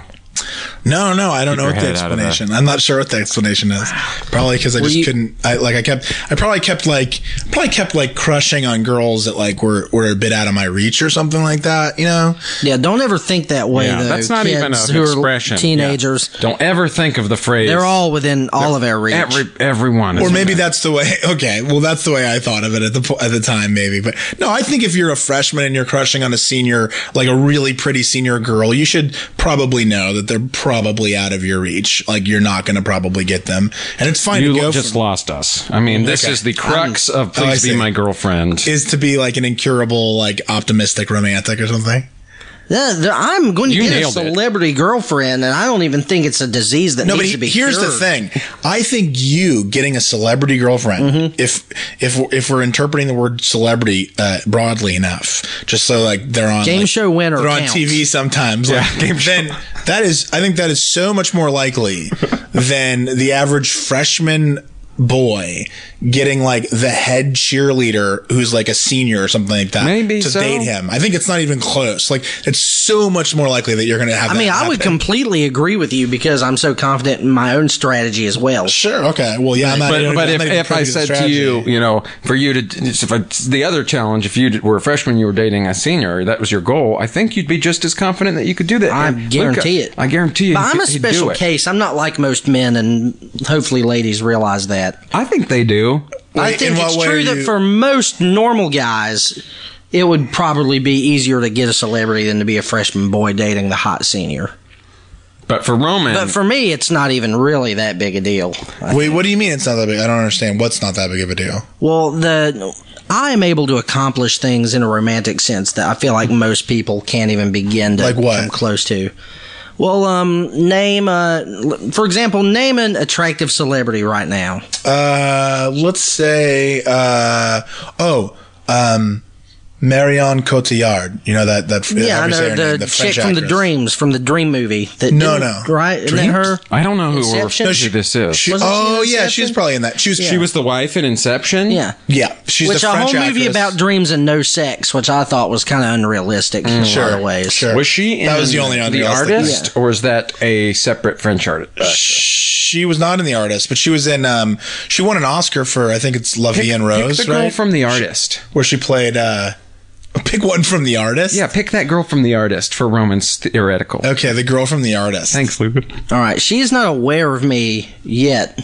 [SPEAKER 4] No, no, I don't know
[SPEAKER 2] your
[SPEAKER 4] what the
[SPEAKER 2] head out of that.
[SPEAKER 4] explanation. I'm not sure what the explanation is. Probably because I just
[SPEAKER 3] you-
[SPEAKER 4] couldn't. I like I kept. I probably kept like probably kept like crushing on girls that like were were a bit out of my reach or something like that. You know.
[SPEAKER 3] Yeah, don't ever think that way.
[SPEAKER 2] Yeah,
[SPEAKER 3] though.
[SPEAKER 2] that's not
[SPEAKER 3] Kids
[SPEAKER 2] even an
[SPEAKER 3] who are
[SPEAKER 2] expression.
[SPEAKER 3] Teenagers,
[SPEAKER 2] Yeah. Don't ever think of the phrase.
[SPEAKER 3] they're all within all of our reach.
[SPEAKER 2] every everyone.
[SPEAKER 4] Or
[SPEAKER 2] is-
[SPEAKER 4] maybe that's the way. Okay, well, that's the way I thought of it at the po- at the time, maybe. But no, I think if you're a freshman and you're crushing on a senior, like a really pretty senior girl, you should probably know that they're probably out of your reach. Like you're not going to probably get them, and it's fine
[SPEAKER 2] you
[SPEAKER 4] to go.
[SPEAKER 2] just
[SPEAKER 4] for-
[SPEAKER 2] lost us. I mean, this
[SPEAKER 4] Okay.
[SPEAKER 2] is the crux of
[SPEAKER 4] Oh, I
[SPEAKER 2] please
[SPEAKER 4] see.
[SPEAKER 2] be my girlfriend.
[SPEAKER 4] is to be like an incurable, like optimistic romantic or something.
[SPEAKER 3] Yeah, they're- I'm going to
[SPEAKER 2] You
[SPEAKER 3] get a
[SPEAKER 2] nailed it.
[SPEAKER 3] celebrity girlfriend, and I don't even think it's a disease that
[SPEAKER 4] No, but
[SPEAKER 3] needs
[SPEAKER 4] he-
[SPEAKER 3] to be
[SPEAKER 4] here's the
[SPEAKER 3] cured.
[SPEAKER 4] thing. I think you getting a celebrity girlfriend,
[SPEAKER 3] Mm-hmm.
[SPEAKER 4] if if if we're interpreting the word celebrity uh, broadly enough, just so like they're on
[SPEAKER 3] Game
[SPEAKER 4] like,
[SPEAKER 3] show winner
[SPEAKER 4] they're on
[SPEAKER 3] counts.
[SPEAKER 4] TV sometimes. Yeah, like, Then that is, I think that is so much more likely than the average freshman boy getting like the head cheerleader who's like a senior or something like that
[SPEAKER 2] Maybe
[SPEAKER 4] to
[SPEAKER 2] so.
[SPEAKER 4] date him. I think it's not even close. Like it's so much more likely that you're going to have.
[SPEAKER 3] I mean, I would completely agree with you because I'm so confident in my own strategy as well.
[SPEAKER 4] Sure. Okay. Well, yeah. I'm not,
[SPEAKER 2] but,
[SPEAKER 4] I'm
[SPEAKER 2] but
[SPEAKER 4] not
[SPEAKER 2] if,
[SPEAKER 4] even
[SPEAKER 2] if I
[SPEAKER 4] privy to the
[SPEAKER 2] said to
[SPEAKER 4] strategy.
[SPEAKER 2] you, you know, for you to, if it's the other challenge, if you were a freshman, you were dating a senior, that was your goal, I think you'd be just as confident that you could do that.
[SPEAKER 3] I
[SPEAKER 2] And
[SPEAKER 3] guarantee
[SPEAKER 2] Luca,
[SPEAKER 3] it.
[SPEAKER 2] I guarantee you.
[SPEAKER 3] But
[SPEAKER 2] he'd-
[SPEAKER 3] I'm a
[SPEAKER 2] he'd do
[SPEAKER 3] special
[SPEAKER 2] it.
[SPEAKER 3] case. I'm not like most men, and hopefully, ladies realize that.
[SPEAKER 2] I think they do.
[SPEAKER 3] I
[SPEAKER 4] Wait,
[SPEAKER 3] think
[SPEAKER 4] in what
[SPEAKER 3] it's
[SPEAKER 4] way
[SPEAKER 3] true
[SPEAKER 4] are
[SPEAKER 3] that
[SPEAKER 4] you-
[SPEAKER 3] for most normal guys, it would probably be easier to get a celebrity than to be a freshman boy dating the hot senior.
[SPEAKER 2] But for Roman,
[SPEAKER 3] But for me, it's not even really that big a deal.
[SPEAKER 4] Wait, what do you mean it's not that big? I don't understand. What's not that big of a deal?
[SPEAKER 3] Well, the I am able to accomplish things in a romantic sense that I feel like most people can't even begin to
[SPEAKER 4] Like what?
[SPEAKER 3] come close to. Well, um, name uh, l- for example, name an attractive celebrity right now.
[SPEAKER 4] Uh, let's say, uh, oh, um, Marion Cotillard. You know that that
[SPEAKER 3] Yeah, I
[SPEAKER 4] obviously
[SPEAKER 3] know
[SPEAKER 4] her
[SPEAKER 3] the,
[SPEAKER 4] name,
[SPEAKER 3] chick
[SPEAKER 4] French
[SPEAKER 3] from the
[SPEAKER 4] actress.
[SPEAKER 3] Dreams from the Dream movie. That
[SPEAKER 4] No,
[SPEAKER 3] didn't-
[SPEAKER 4] no.
[SPEAKER 3] right? Isn't that
[SPEAKER 4] Dreams?
[SPEAKER 3] her?
[SPEAKER 2] I don't know who, or
[SPEAKER 3] Inception?
[SPEAKER 2] who
[SPEAKER 3] No, she-
[SPEAKER 2] this is.
[SPEAKER 4] She,
[SPEAKER 3] Wasn't she
[SPEAKER 4] oh
[SPEAKER 3] in
[SPEAKER 4] yeah,
[SPEAKER 3] Inception?
[SPEAKER 4] she's probably in that. She was.
[SPEAKER 2] She was the wife in Inception.
[SPEAKER 3] Yeah.
[SPEAKER 4] Yeah, she's
[SPEAKER 3] which
[SPEAKER 4] the
[SPEAKER 3] a
[SPEAKER 4] French
[SPEAKER 3] whole movie
[SPEAKER 4] actress.
[SPEAKER 3] about dreams and no sex, which I thought was kind of unrealistic
[SPEAKER 2] Mm.
[SPEAKER 3] in a lot of ways.
[SPEAKER 4] Sure.
[SPEAKER 2] Was she in
[SPEAKER 4] That was the only
[SPEAKER 2] the
[SPEAKER 4] other I was thinking of.
[SPEAKER 2] artist, or was that a separate French artist?
[SPEAKER 4] She was not in the artist, but she was in. Um, she won an Oscar for I think it's La Vie en Rose,
[SPEAKER 2] pick the girl
[SPEAKER 4] right?
[SPEAKER 2] from the artist.
[SPEAKER 4] Where she played. Uh, pick one from the artist.
[SPEAKER 2] Yeah, pick that girl from the artist for Roman's theoretical.
[SPEAKER 4] Okay, the girl from the artist.
[SPEAKER 2] Oh, Thanks, Luke.
[SPEAKER 3] All right, she's not aware of me yet,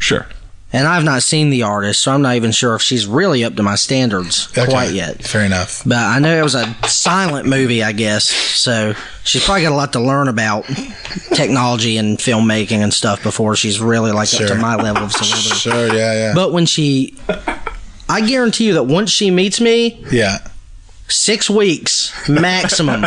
[SPEAKER 2] Sure.
[SPEAKER 3] and I've not seen the artist, so I'm not even sure if she's really up to my standards
[SPEAKER 4] Okay,
[SPEAKER 3] quite yet.
[SPEAKER 4] Fair enough.
[SPEAKER 3] But I know it was a silent movie, I guess, so she's probably got a lot to learn about technology and filmmaking and stuff before she's really like up
[SPEAKER 4] Sure.
[SPEAKER 3] to my level of celebrity.
[SPEAKER 4] Sure. Yeah. Yeah.
[SPEAKER 3] But when she, I guarantee you that once she meets me,
[SPEAKER 4] yeah.
[SPEAKER 3] six weeks maximum,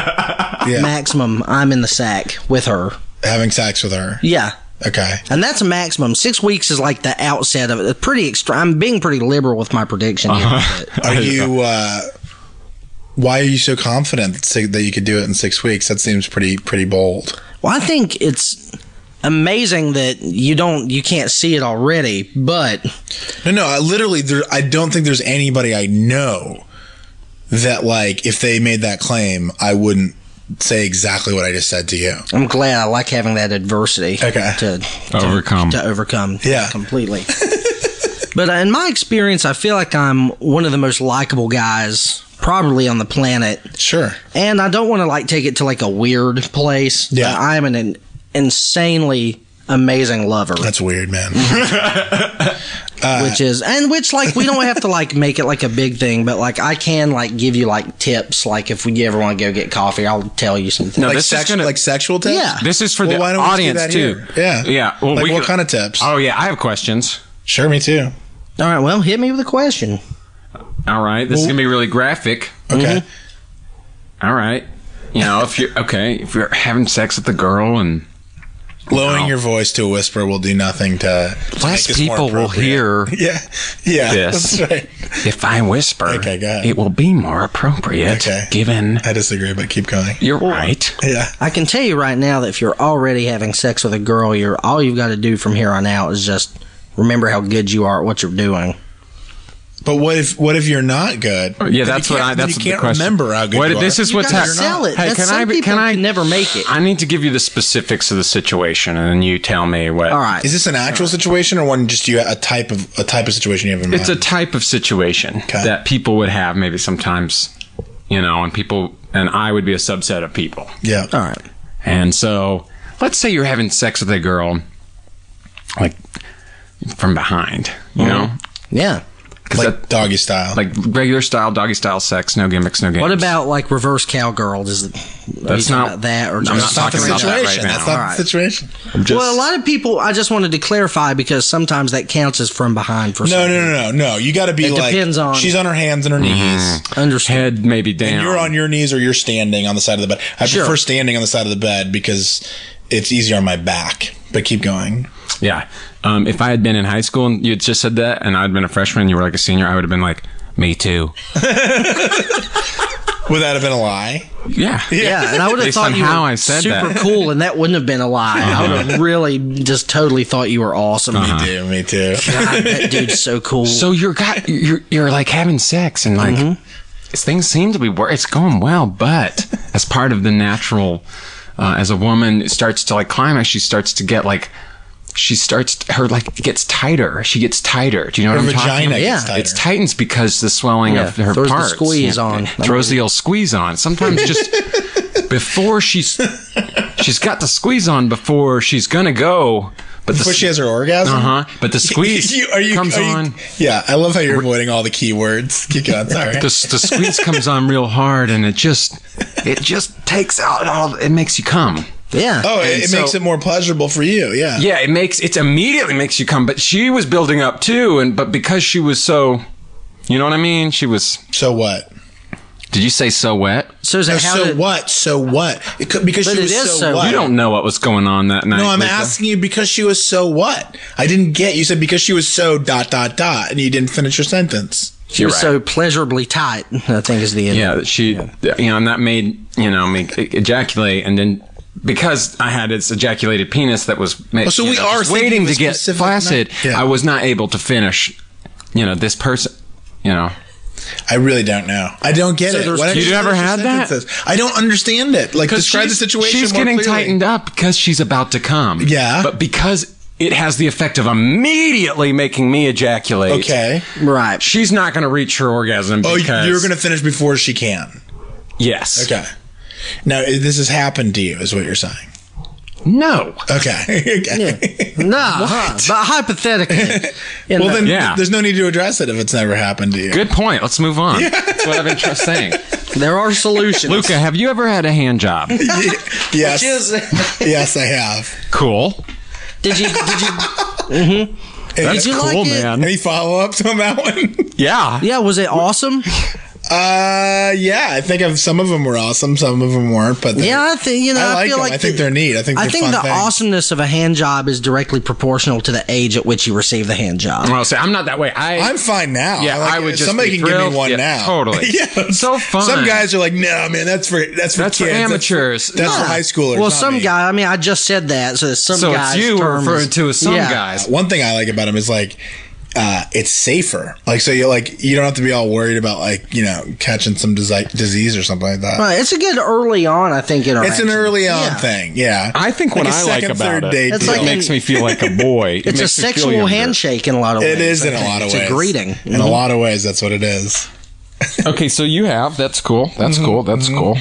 [SPEAKER 3] maximum, I'm in the sack with her.
[SPEAKER 4] Having sex with her.
[SPEAKER 3] Yeah.
[SPEAKER 4] Okay.
[SPEAKER 3] And that's a maximum. Six weeks is like the outset of it. It's Pretty extra. I'm being pretty liberal with my prediction. here, but-
[SPEAKER 4] Are you? uh Why are you so confident that si- that you could do it in six weeks? That seems pretty pretty bold.
[SPEAKER 3] well, I think it's amazing that you don't, you can't see it already. But
[SPEAKER 4] No, no. I literally, there, I don't think there's anybody I know that like if they made that claim, I wouldn't say exactly what I just said to you.
[SPEAKER 3] I'm glad I like having that adversity.
[SPEAKER 4] Okay.
[SPEAKER 3] To, to
[SPEAKER 2] Overcome.
[SPEAKER 3] To overcome.
[SPEAKER 4] Yeah.
[SPEAKER 3] Completely. but uh, in my experience, I feel like I'm one of the most likable guys probably on the planet.
[SPEAKER 4] Sure.
[SPEAKER 3] And I don't want to like take it to like a weird place. but
[SPEAKER 4] Yeah.
[SPEAKER 3] I am an, in insanely amazing lover,
[SPEAKER 4] That's weird, man. Uh.
[SPEAKER 3] which is and which like we don't have to like make it like a big thing, but like I can like give you like tips. Like if we ever want to go get coffee, I'll tell you something.
[SPEAKER 2] No,
[SPEAKER 4] like
[SPEAKER 2] this
[SPEAKER 4] sex,
[SPEAKER 2] is gonna.
[SPEAKER 4] like sexual tips.
[SPEAKER 3] Yeah.
[SPEAKER 2] this is for
[SPEAKER 4] Well,
[SPEAKER 2] the
[SPEAKER 4] why don't we do
[SPEAKER 2] audience
[SPEAKER 4] that
[SPEAKER 2] too.
[SPEAKER 4] here? Yeah.
[SPEAKER 2] Yeah.
[SPEAKER 4] Like, what
[SPEAKER 2] could-
[SPEAKER 4] kind of tips?
[SPEAKER 2] Oh yeah, I have questions.
[SPEAKER 4] Sure, me too.
[SPEAKER 3] All right, well, hit me with a question.
[SPEAKER 2] All right, this is gonna be really graphic.
[SPEAKER 4] Okay.
[SPEAKER 2] Mm-hmm. All right, you know, if you're okay, if you're having sex with the girl and
[SPEAKER 4] Lowering your voice to a whisper will do nothing to. to
[SPEAKER 2] less
[SPEAKER 4] make this more
[SPEAKER 2] people will
[SPEAKER 4] appropriate.
[SPEAKER 2] hear
[SPEAKER 4] Yeah. Yeah.
[SPEAKER 2] Yes.
[SPEAKER 4] That's right.
[SPEAKER 2] if I whisper.
[SPEAKER 4] Okay, go ahead.
[SPEAKER 2] It will be more appropriate
[SPEAKER 4] Okay.
[SPEAKER 2] given
[SPEAKER 4] I disagree, but keep going.
[SPEAKER 2] you're right.
[SPEAKER 4] Yeah.
[SPEAKER 3] I can tell you right now that if you're already having sex with a girl, you're all you've got to do from here on out is just remember how good you are at what you're doing.
[SPEAKER 4] But what if what if you're not good? Then you
[SPEAKER 2] Oh, Yeah, that's what
[SPEAKER 4] can't-
[SPEAKER 2] I.
[SPEAKER 4] then
[SPEAKER 2] That's
[SPEAKER 4] you can't
[SPEAKER 2] the question.
[SPEAKER 4] remember how good
[SPEAKER 2] What-
[SPEAKER 4] you are.
[SPEAKER 2] This is
[SPEAKER 3] You
[SPEAKER 2] what's
[SPEAKER 3] gotta
[SPEAKER 2] happening.
[SPEAKER 3] sell it. That's- some
[SPEAKER 2] be-
[SPEAKER 3] people can never make it.
[SPEAKER 2] I need to give you the specifics of the situation, and then you tell me what.
[SPEAKER 3] All right.
[SPEAKER 4] Is this an actual situation or one just you a type of a type of situation you have in mind?
[SPEAKER 2] It's a type of situation
[SPEAKER 4] Okay.
[SPEAKER 2] that people would have, maybe sometimes, you know, and people and I would be a uh, subset of people.
[SPEAKER 4] yeah.
[SPEAKER 3] all right.
[SPEAKER 2] And so, let's say you're having sex with a girl, like from behind,
[SPEAKER 4] Mm-hmm.
[SPEAKER 2] you know,
[SPEAKER 3] Yeah.
[SPEAKER 2] 'Cause
[SPEAKER 4] like
[SPEAKER 2] that-
[SPEAKER 4] doggy style.
[SPEAKER 2] like regular style, doggy style sex, no gimmicks, no games.
[SPEAKER 3] What about like reverse cowgirl? Does it, are you
[SPEAKER 2] That's
[SPEAKER 3] talking
[SPEAKER 2] not-
[SPEAKER 3] about that or
[SPEAKER 2] I'm
[SPEAKER 3] just
[SPEAKER 2] not talking about that right now.
[SPEAKER 4] That's not
[SPEAKER 3] All right.
[SPEAKER 4] the situation.
[SPEAKER 3] well, a lot of people. I just wanted to clarify because sometimes that counts as from behind for
[SPEAKER 4] No,
[SPEAKER 3] some
[SPEAKER 4] no, no, no, no. You got to be
[SPEAKER 3] It
[SPEAKER 4] like
[SPEAKER 3] depends on-
[SPEAKER 4] she's on her hands and her knees.
[SPEAKER 2] Mm-hmm.
[SPEAKER 3] Understand?
[SPEAKER 2] head maybe down?
[SPEAKER 4] You're on your knees or you're standing on the side of the bed. I
[SPEAKER 3] Sure.
[SPEAKER 4] prefer standing on the side of the bed because it's easier on my back. But keep going.
[SPEAKER 2] Yeah. Um, if I had been in high school and you had just said that, and I'd been a freshman, and you were like a senior, I would have been like, "Me too."
[SPEAKER 4] Would that have been a lie?
[SPEAKER 2] Yeah.
[SPEAKER 3] Yeah, and I would have
[SPEAKER 2] Based
[SPEAKER 3] thought
[SPEAKER 2] on
[SPEAKER 3] you
[SPEAKER 2] how
[SPEAKER 3] were
[SPEAKER 2] I said
[SPEAKER 3] super
[SPEAKER 2] that.
[SPEAKER 3] cool, and that wouldn't have been a lie. I would have really just totally thought you were awesome.
[SPEAKER 2] Uh-huh. Uh.
[SPEAKER 4] Me too. Me too.
[SPEAKER 3] God, that dude's so cool.
[SPEAKER 2] So you're got you're you're like having sex and like
[SPEAKER 4] Mm-hmm.
[SPEAKER 2] it's- things seem to be wor- it's going well, but as part of the natural, uh, as a woman it starts to like climax, she starts to get like she starts her like gets tighter. She gets tighter. Do you know
[SPEAKER 4] Her
[SPEAKER 2] what I'm talking
[SPEAKER 4] vagina
[SPEAKER 2] about?
[SPEAKER 4] gets tighter.
[SPEAKER 2] It's tightens because the swelling of
[SPEAKER 3] Yeah,
[SPEAKER 2] her
[SPEAKER 3] throws the
[SPEAKER 2] parts
[SPEAKER 3] squeeze on.
[SPEAKER 2] Throws the old squeeze on. Sometimes just before she's she's got the squeeze on before she's gonna go. But the
[SPEAKER 4] Before she has her orgasm.
[SPEAKER 2] uh huh. But the squeeze
[SPEAKER 4] You- are you,
[SPEAKER 2] comes
[SPEAKER 4] are you-
[SPEAKER 2] on.
[SPEAKER 4] Yeah, I love how you're avoiding all the key words. Keep going. Sorry.
[SPEAKER 2] the, the squeeze comes on real hard and it just it just takes out all it makes you come
[SPEAKER 3] yeah,
[SPEAKER 4] oh,
[SPEAKER 2] and
[SPEAKER 4] it, it
[SPEAKER 2] so-
[SPEAKER 4] makes it more pleasurable for you. Yeah.
[SPEAKER 2] yeah it makes it immediately makes you come but she was building up too and but because she was so you know what i mean she was
[SPEAKER 4] So what?
[SPEAKER 2] did you say so wet
[SPEAKER 3] so is that how?
[SPEAKER 4] so
[SPEAKER 3] did-
[SPEAKER 4] what? So what? It could, because
[SPEAKER 3] But
[SPEAKER 4] she
[SPEAKER 3] it
[SPEAKER 4] was
[SPEAKER 3] is
[SPEAKER 4] so,
[SPEAKER 3] so
[SPEAKER 4] what?
[SPEAKER 2] you don't know what was going on that night
[SPEAKER 4] No, I'm
[SPEAKER 2] Lisa.
[SPEAKER 4] asking you because she was so what? I didn't get. You said because she was so dot dot dot, and you didn't finish your sentence.
[SPEAKER 3] She was
[SPEAKER 2] right.
[SPEAKER 3] so pleasurably tight. I think is the end.
[SPEAKER 2] yeah that she you know and that made you know me e-, ejaculate and then because I had this ejaculated penis that was ma-
[SPEAKER 4] Oh, so
[SPEAKER 2] you
[SPEAKER 4] we
[SPEAKER 2] know,
[SPEAKER 4] are
[SPEAKER 2] just
[SPEAKER 4] thinking
[SPEAKER 2] waiting
[SPEAKER 4] of a
[SPEAKER 2] to get
[SPEAKER 4] specific
[SPEAKER 2] flaccid,
[SPEAKER 4] night. Yeah.
[SPEAKER 2] I was not able to finish. You know this person. You know
[SPEAKER 4] I really don't know. I don't get it.
[SPEAKER 3] there's-
[SPEAKER 4] Why don't
[SPEAKER 2] You never
[SPEAKER 4] finish your
[SPEAKER 2] had that?
[SPEAKER 4] sentences? I don't understand it. Like describe the
[SPEAKER 2] she's-
[SPEAKER 4] situation.
[SPEAKER 2] She's
[SPEAKER 4] more
[SPEAKER 2] getting
[SPEAKER 4] clearly.
[SPEAKER 2] tightened up because she's about to come.
[SPEAKER 4] Yeah.
[SPEAKER 2] But because it has the effect of immediately making me ejaculate.
[SPEAKER 4] Okay.
[SPEAKER 3] Right.
[SPEAKER 2] She's not going to reach her orgasm
[SPEAKER 4] Oh,
[SPEAKER 2] because
[SPEAKER 4] you're gonna finish before she can.
[SPEAKER 2] Yes.
[SPEAKER 4] Okay. Now i- this has happened to you, is what you're saying.
[SPEAKER 2] No.
[SPEAKER 4] Okay. okay.
[SPEAKER 3] No, huh, but hypothetically. you
[SPEAKER 4] Well,
[SPEAKER 3] know.
[SPEAKER 4] then
[SPEAKER 2] Yeah.
[SPEAKER 4] there's no need to address it if it's never happened to you.
[SPEAKER 2] Good point. Let's move on. That's what I've been tr- saying.
[SPEAKER 3] there are solutions.
[SPEAKER 2] Luca, have you ever had a hand job?
[SPEAKER 4] Yes.
[SPEAKER 3] Just-
[SPEAKER 4] yes, I have.
[SPEAKER 2] Cool.
[SPEAKER 3] did you? Did you?
[SPEAKER 4] That's
[SPEAKER 3] did you
[SPEAKER 2] cool,
[SPEAKER 3] like it?
[SPEAKER 2] man.
[SPEAKER 4] Any follow ups on that one?
[SPEAKER 2] Yeah.
[SPEAKER 3] Yeah, was it awesome?
[SPEAKER 4] Uh, yeah, I think I've, some of them were awesome, some of them weren't. But they-
[SPEAKER 3] Yeah, I think you know.
[SPEAKER 4] I
[SPEAKER 3] I,
[SPEAKER 4] like
[SPEAKER 3] feel
[SPEAKER 4] them.
[SPEAKER 3] like
[SPEAKER 4] I think they're neat. I think
[SPEAKER 3] I
[SPEAKER 4] they're
[SPEAKER 3] think
[SPEAKER 4] fun
[SPEAKER 3] the
[SPEAKER 4] things.
[SPEAKER 3] awesomeness of a hand job is directly proportional to the age at which you receive the hand job.
[SPEAKER 2] Well, see, I'm not that way. I
[SPEAKER 4] I'm fine now.
[SPEAKER 2] Yeah,
[SPEAKER 4] like
[SPEAKER 2] I would
[SPEAKER 4] it.
[SPEAKER 2] just
[SPEAKER 4] somebody
[SPEAKER 2] be
[SPEAKER 4] can give
[SPEAKER 2] thrilled.
[SPEAKER 4] me one
[SPEAKER 2] Yeah,
[SPEAKER 4] now.
[SPEAKER 2] totally.
[SPEAKER 4] yeah,
[SPEAKER 2] So fun.
[SPEAKER 4] Some guys are like, no, man, that's for that's for
[SPEAKER 2] That's for
[SPEAKER 4] kids.
[SPEAKER 2] amateurs.
[SPEAKER 4] That's, that's
[SPEAKER 3] Yeah.
[SPEAKER 4] for high schoolers.
[SPEAKER 3] Well,
[SPEAKER 4] not
[SPEAKER 3] some
[SPEAKER 4] me."
[SPEAKER 3] guy. I mean, I just said that. So some
[SPEAKER 2] so
[SPEAKER 3] guys.
[SPEAKER 2] it's you
[SPEAKER 3] term
[SPEAKER 2] referring
[SPEAKER 3] is-
[SPEAKER 2] to as some
[SPEAKER 3] yeah.
[SPEAKER 2] guys.
[SPEAKER 4] One thing I like about him is like. Uh, it's safer. Like, so you like, you don't have to be all worried about like, you know, catching some disi- disease or something like that.
[SPEAKER 3] Well, Uh, it's a good early on. I think interaction.
[SPEAKER 4] It's an early on
[SPEAKER 3] Yeah.
[SPEAKER 4] thing. Yeah.
[SPEAKER 2] I think
[SPEAKER 4] Like
[SPEAKER 2] what
[SPEAKER 4] a
[SPEAKER 2] I like
[SPEAKER 4] second,
[SPEAKER 2] about
[SPEAKER 4] third
[SPEAKER 2] it,
[SPEAKER 4] date
[SPEAKER 2] it
[SPEAKER 3] It's like
[SPEAKER 2] makes
[SPEAKER 3] an-
[SPEAKER 2] me feel like a boy. It
[SPEAKER 3] It's a
[SPEAKER 2] makes me feel
[SPEAKER 3] sexual
[SPEAKER 2] younger.
[SPEAKER 3] handshake in a lot of ways.
[SPEAKER 4] It is
[SPEAKER 3] I
[SPEAKER 4] in a
[SPEAKER 3] think.
[SPEAKER 4] lot of
[SPEAKER 3] it's
[SPEAKER 4] ways.
[SPEAKER 3] a greeting.
[SPEAKER 4] In a lot of ways, that's what it is.
[SPEAKER 2] okay, so you have. That's cool. That's
[SPEAKER 4] Mm-hmm.
[SPEAKER 2] cool. That's cool.